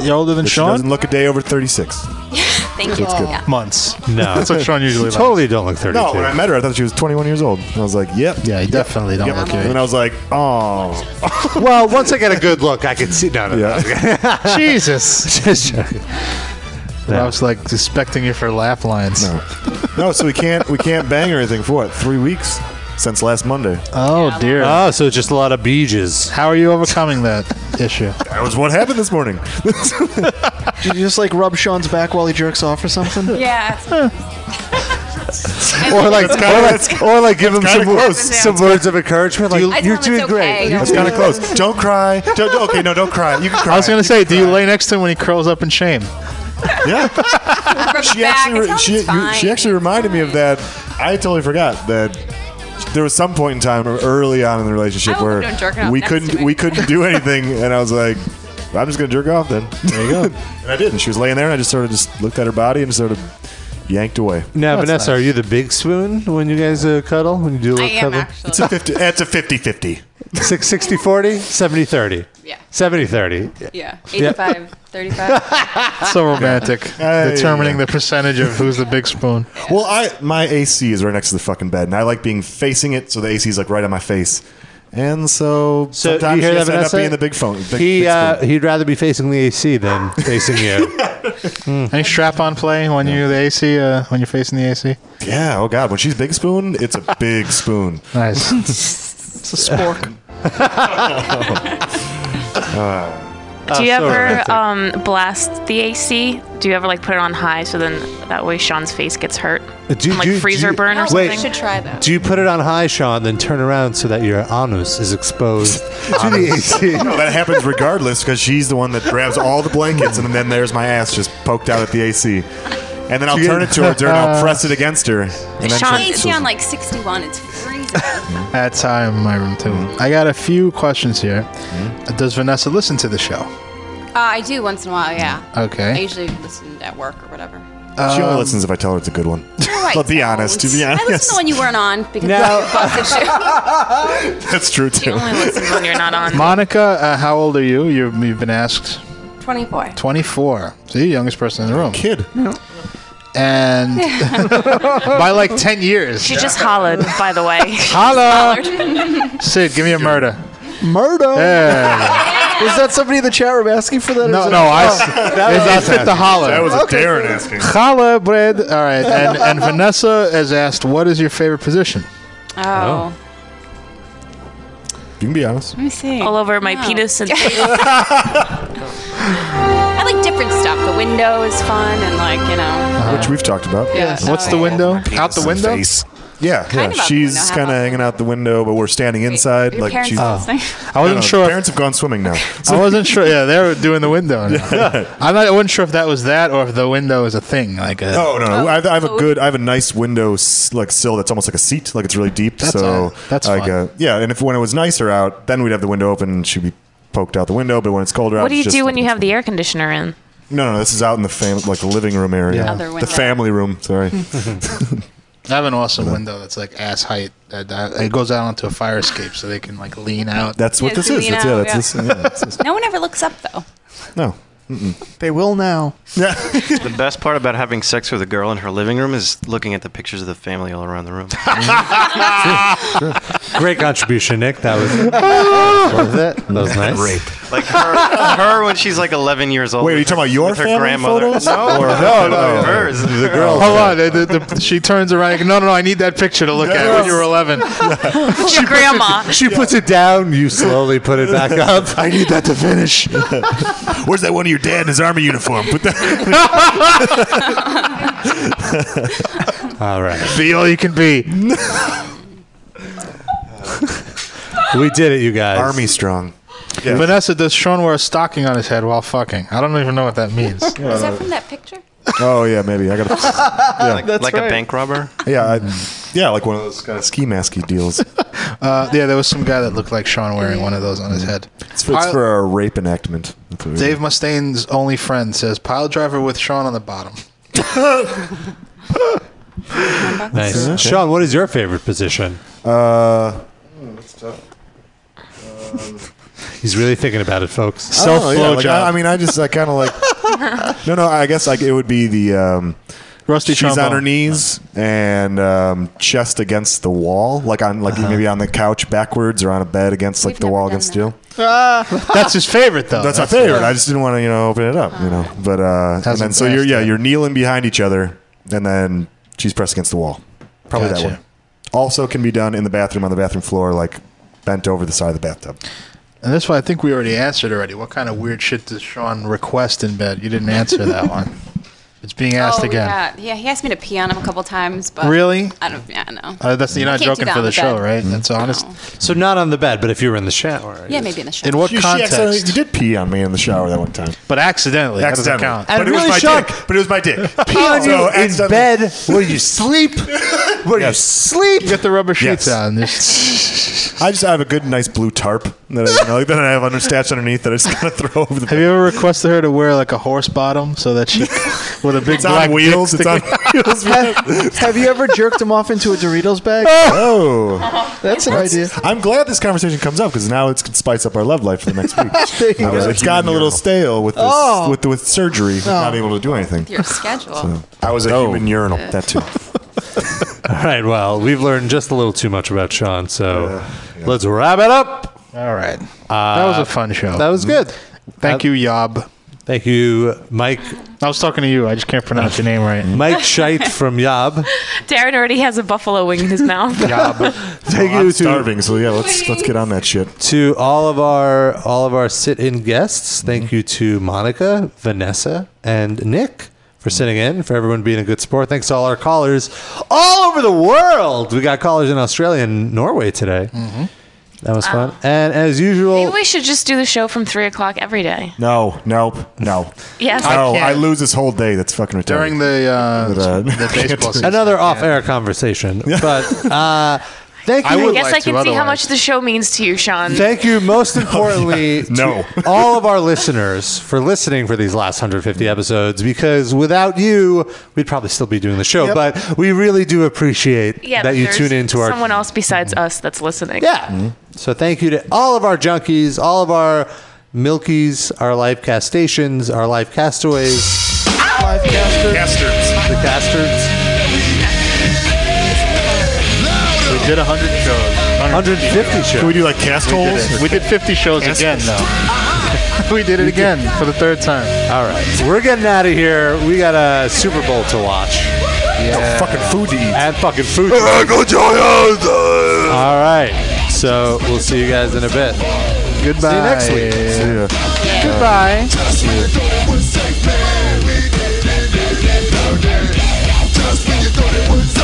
You're Uh, older than
Sean. Doesn't look a day over 36.
Thank you.
That's good.
Yeah.
Months.
(laughs)
No.
(laughs) that's what Sean usually. likes.
Totally don't look 32.
No, when I met her, I thought she was 21 years old. And I was like, yep.
Yeah, you definitely don't look it.
And I was like, oh.
well, once I get a good look, I can see. No, no, no.
(laughs)
(laughs)
Jesus.
Just joking.
I was like suspecting you for laugh lines.
No, so we can't we can't bang or anything for what? Three weeks since last Monday.
Oh dear.
Oh, so just a lot of beeges.
How are you overcoming that (laughs) issue?
That was what happened this morning.
Did you just like rub Sean's back while he jerks off or
(laughs)
something?
Yeah.
Or like,
That's
or
kinda-
like, or like, give him
that's
some,
kinda
wo-
close.
some words of encouragement. Like,
I tell
you're
him
doing
it's
great.
okay,
You're
don't
That's kind of
doing-
close. Don't cry. Don't, okay, no, don't cry. You can
(laughs)
cry.
I was gonna say, do you lay next to him when he curls up in shame?
(laughs) Yeah.
From
she
back,
actually
it's
she, you,
fine.
she actually reminded me of that. I totally forgot that there was some point in time early on in the relationship
I
where
wouldn't Oh, jerk off
we
next to
couldn't
me.
we couldn't do anything, and I was like, I'm just gonna jerk off then. There you go. (laughs) and I did. And she was laying there, and I just sort of just looked at her body and sort of yanked away.
Now,
That's
Vanessa, are you the big spoon when you guys uh, cuddle? When you do a
I
little
am
cuddle?
actually.
It's a 50, that's a 50 50.
Six, 60 40, 70 30.
Yeah.
70 30.
Yeah. 85,
(laughs)
35.
So romantic.
(laughs) Hey.
Determining the percentage of who's the big spoon.
Well, I my AC is right next to the fucking bed, and I like being facing it, so the AC is like right on my face. And so,
So,
sometimes
you hear
she
that,
ends up
Vanessa?
being the big phone. Big,
He,
big
uh,
spoon.
he'd rather be facing the AC
(laughs)
than facing you.
(laughs) Any strap on play when you're the AC, uh, when you're facing the AC?
yeah. Oh god, when she's big spoon, it's a big spoon.
(laughs)
(laughs)
Nice.
It's a spork.
(laughs)
(laughs)
Do you
so
ever
romantic.
uh,
um, blast the AC? Do you ever like put it on high so then that way Sean's face gets hurt?
Do you-
From, like
do you-
freezer
do you-
burn or
wait,
something?
should try that.
Do you put it on high, Sean, then turn around so that your anus is exposed to the
(laughs)
AC?
No, that happens regardless because she's the one that grabs all the blankets, and then there's my ass just poked out at the AC. And then I'll turn it to her, and I'll press it against her. And then
Sean-
she'll-
AC on like 61. It's freezing.
That's how I'm in my room, too.
Mm-hmm.
I got a few questions here. Does Vanessa listen to the show?
uh, I do once in a while, yeah. I
Okay.
usually listen at work or
(laughs)
whatever.
she
Um,
only listens if I tell her it's a
(laughs)
good one.
Right,
Well, be honest, to be
I listened
honest.
to one you weren't on because
Now-
you fucked the
(laughs)
show.
That's true too.
Only listens when you're not on.
Monica, uh, how old are you? You've, you've been asked.
24.
24. So you're the youngest person in the room.
Kid. (laughs)
And by like 10 years.
She just hollered,
(laughs)
by the
(laughs)
way.
Hello.
Oh.
Sid, give me a murder.
Murdo?
Hey.
(laughs) Was that somebody in the chat room asking for that? or is
No,
it-
no, I.
(laughs)
That it's fit the holler.
That was a Darren asking.
Challah bread. All right, and, and Vanessa has asked, "What is your favorite position?"
Oh.
You can be honest.
Let me see. Oh.
All over my penis
(laughs)
and
I like different stuff. The window is fun and like, you know.
Which we've talked about.
Yeah.
What's
Oh,
the
yeah.
window?
Penis
Out the
Some
window?
face. Yeah,
Kind of
yeah.
out the
She's
window, how
kind of hanging out the window, but we're standing inside.
your
like
parents
she's,
are
Oh. (laughs)
listening?
Oh. I wasn't sure if-
Parents have gone swimming now.
I
(laughs)
wasn't sure. Yeah, they were doing
(laughs)
the window. now. I'm not. I wasn't sure if that was that or if the window is a thing. Like a.
Oh, No, no,
Oh,
no. I, have, I have a good, I have a nice window s- like sill that's almost like a seat, like it's really deep.
That's
so
all- that's
like
fine.
uh, yeah. And if when it was nicer out, then we'd have the window open and she'd be poked out the window. But when it's colder out,
What do you
it's just,
do when you have the air conditioner in?
No, no, no. This is out in the fam- like the living room area,
Yeah. Other
the
window.
family room.
(laughs)
Sorry.
Mm-hmm. (laughs) I have an awesome window that's like ass height. That, that- it goes out onto a fire escape, so they can like lean out.
That's
what Yeah, this so is. lean That's- yeah, out, that's yeah. this- yeah, (laughs) No one ever looks up though.
No.
They will now.
the best part about having sex with a girl in her living room is looking at the pictures of the family all around the
(laughs)
room.
Great contribution, Nick. That
(laughs)
was worth it. That was nice.
Like
(laughs)
her, (laughs) her when she's like 11 years old.
Wait, are
with
you talking
her-
about your
with her
family
grandmother?
photos?
No,
(laughs)
Or- (laughs)
no,
No, no, no.
hers.
The girl. Hold on. the- the- the- she turns around. No, no, no. I need that picture to look at when you were
(laughs)
11.
Your grandma.
She puts it down. You slowly put it back up.
I need that to finish. Where's that one of your dad in his army uniform? Put that.
all right.
Be (laughs) all you can be.
(laughs) we did it, you guys.
Army strong.
Vanessa, does Sean wear a stocking on his head while fucking? I don't even know what
(laughs)
that means.
Is that
Uh,
from that picture?
oh yeah, maybe I got. Yeah.
Like, like a bank robber?
Yeah, I, yeah, like one of those kind of ski masky deals.
Uh, yeah, there was some guy that looked like Sean wearing one of those on his head.
It's for, it's
I-
for our rape enactment. That's what we-
Dave Mustaine's only friend says pile driver with Sean on the bottom.
Nice.
Okay.
Sean, what is your favorite position?
Uh,
Um, He's really thinking about it, folks.
I don't know, yeah, like, I, I mean, I just I kind of
(laughs)
like. no, no, I guess like it would be the. Um,
Rusty
She's on
trombone.
her knees and um, chest against the wall, like on
Uh-huh.
like maybe on the couch backwards or on a bed against like the wall against you.
That's his favorite though.
That's, my favorite. I just didn't want to, you know, open it up, you know. But uh, and then so you're yeah, you're kneeling behind each other, and then she's pressed against the wall. Probably
Gotcha.
that one. Also, can be done in the bathroom on the bathroom floor, like bent over the side of the bathtub.
And that's why I think we already answered already. What kind of weird shit does Sean request in bed? You didn't answer
(laughs)
that one. It's being asked
oh,
again.
Yeah. yeah, he asked me to pee on him a couple times, but
Really?
I don't. Yeah, no.
Uh, that's you're
I
not
can't do
joking
that
for
on
the
the
show,
bed. Mm-hmm.
right? That's honest.
So not on the bed, but if you were in the shower.
Yeah, maybe in the shower.
In what
You- she
context?
accidentally- you did pee on me in the shower that one time,
but accidentally. That doesn't
Accidentally.
count.
But it was my dick. But it was my
(laughs)
dick.
Pee on you in bed where
(laughs)
you sleep. Where you sleep.
Get the rubber
sheets
on.
(laughs)
I just have a good, nice blue tarp that I, you know, like, that I have under stashed underneath that I just kind of throw over the.
Have you ever requested her to wear like a horse bottom so
(laughs)
that she with a big
It's on
black dick
(laughs) wheels, it's on
sticking-
have, have you ever jerked him off into a Doritos bag?
(laughs) Oh,
(laughs) That's an idea.
I'm glad this conversation comes up because now it's going to spice up our love life for the next week.
(laughs) (laughs) There you
I was-
go.
it's gotten a little stale with this,
Oh.
with with surgery,
Oh.
not able to do anything.
Your schedule.
So, I was a human urinal. That too.
All right. Well, we've learned just a little too much about Sean, so let's wrap it up. Uh,
All right. that was a fun show.
That was good.
Thank you, Yob.
Uh, Thank you, Mike.
I was talking to you. I just can't pronounce your name right.
Mike Scheit
(laughs)
from Yob.
Darren already has a buffalo wing in
(laughs)
his mouth.
Thank you. I'm starving, so yeah, let's let's get on that shit.
To all of our all of our sit-in guests, thank you to Monica, Vanessa, and Nick for sitting in, for everyone being a good sport. Thanks to all our callers all over the world. We got callers in Australia and Norway today.
Mm-hmm.
That was fun. And as usual,
Maybe we should just do the show from three o'clock every day.
No, nope, no.
Yes. I
No,
can't.
I, lose this whole day. That's fucking retarded.
During the, uh,
(laughs)
(laughs) the baseball season.
another off-air
(laughs)
conversation, but uh, thank you.
I, guess I can see how much the show means to you, Sean.
Thank you,
(laughs)
most importantly, to all of our listeners for listening for these last 150 episodes. Because without you, we'd probably still be doing the show.
Yep.
But we really do appreciate
yeah,
that
but
you
there's
tune into our.
someone else besides us that's listening.
Yeah.
Mm-hmm.
So thank you to all of our junkies, all of our milkies, our live cast stations, our live castaways,
Live caster.
the castards.
We did 100 shows.
150 shows.
Can we do like cast
We did
holes?
it. We did 50 shows
Cast
again,
holes.
though. (laughs) we did it again for the third time.
All right. We're getting out of here. We got a Super Bowl to watch.
Yeah. Fucking food to eat.
And fucking food to
Alright,
eat.
go Giants!
All right. So we'll see you guys in a bit. Goodbye. See you next week.
See ya.
Goodbye.
Just when you thought it was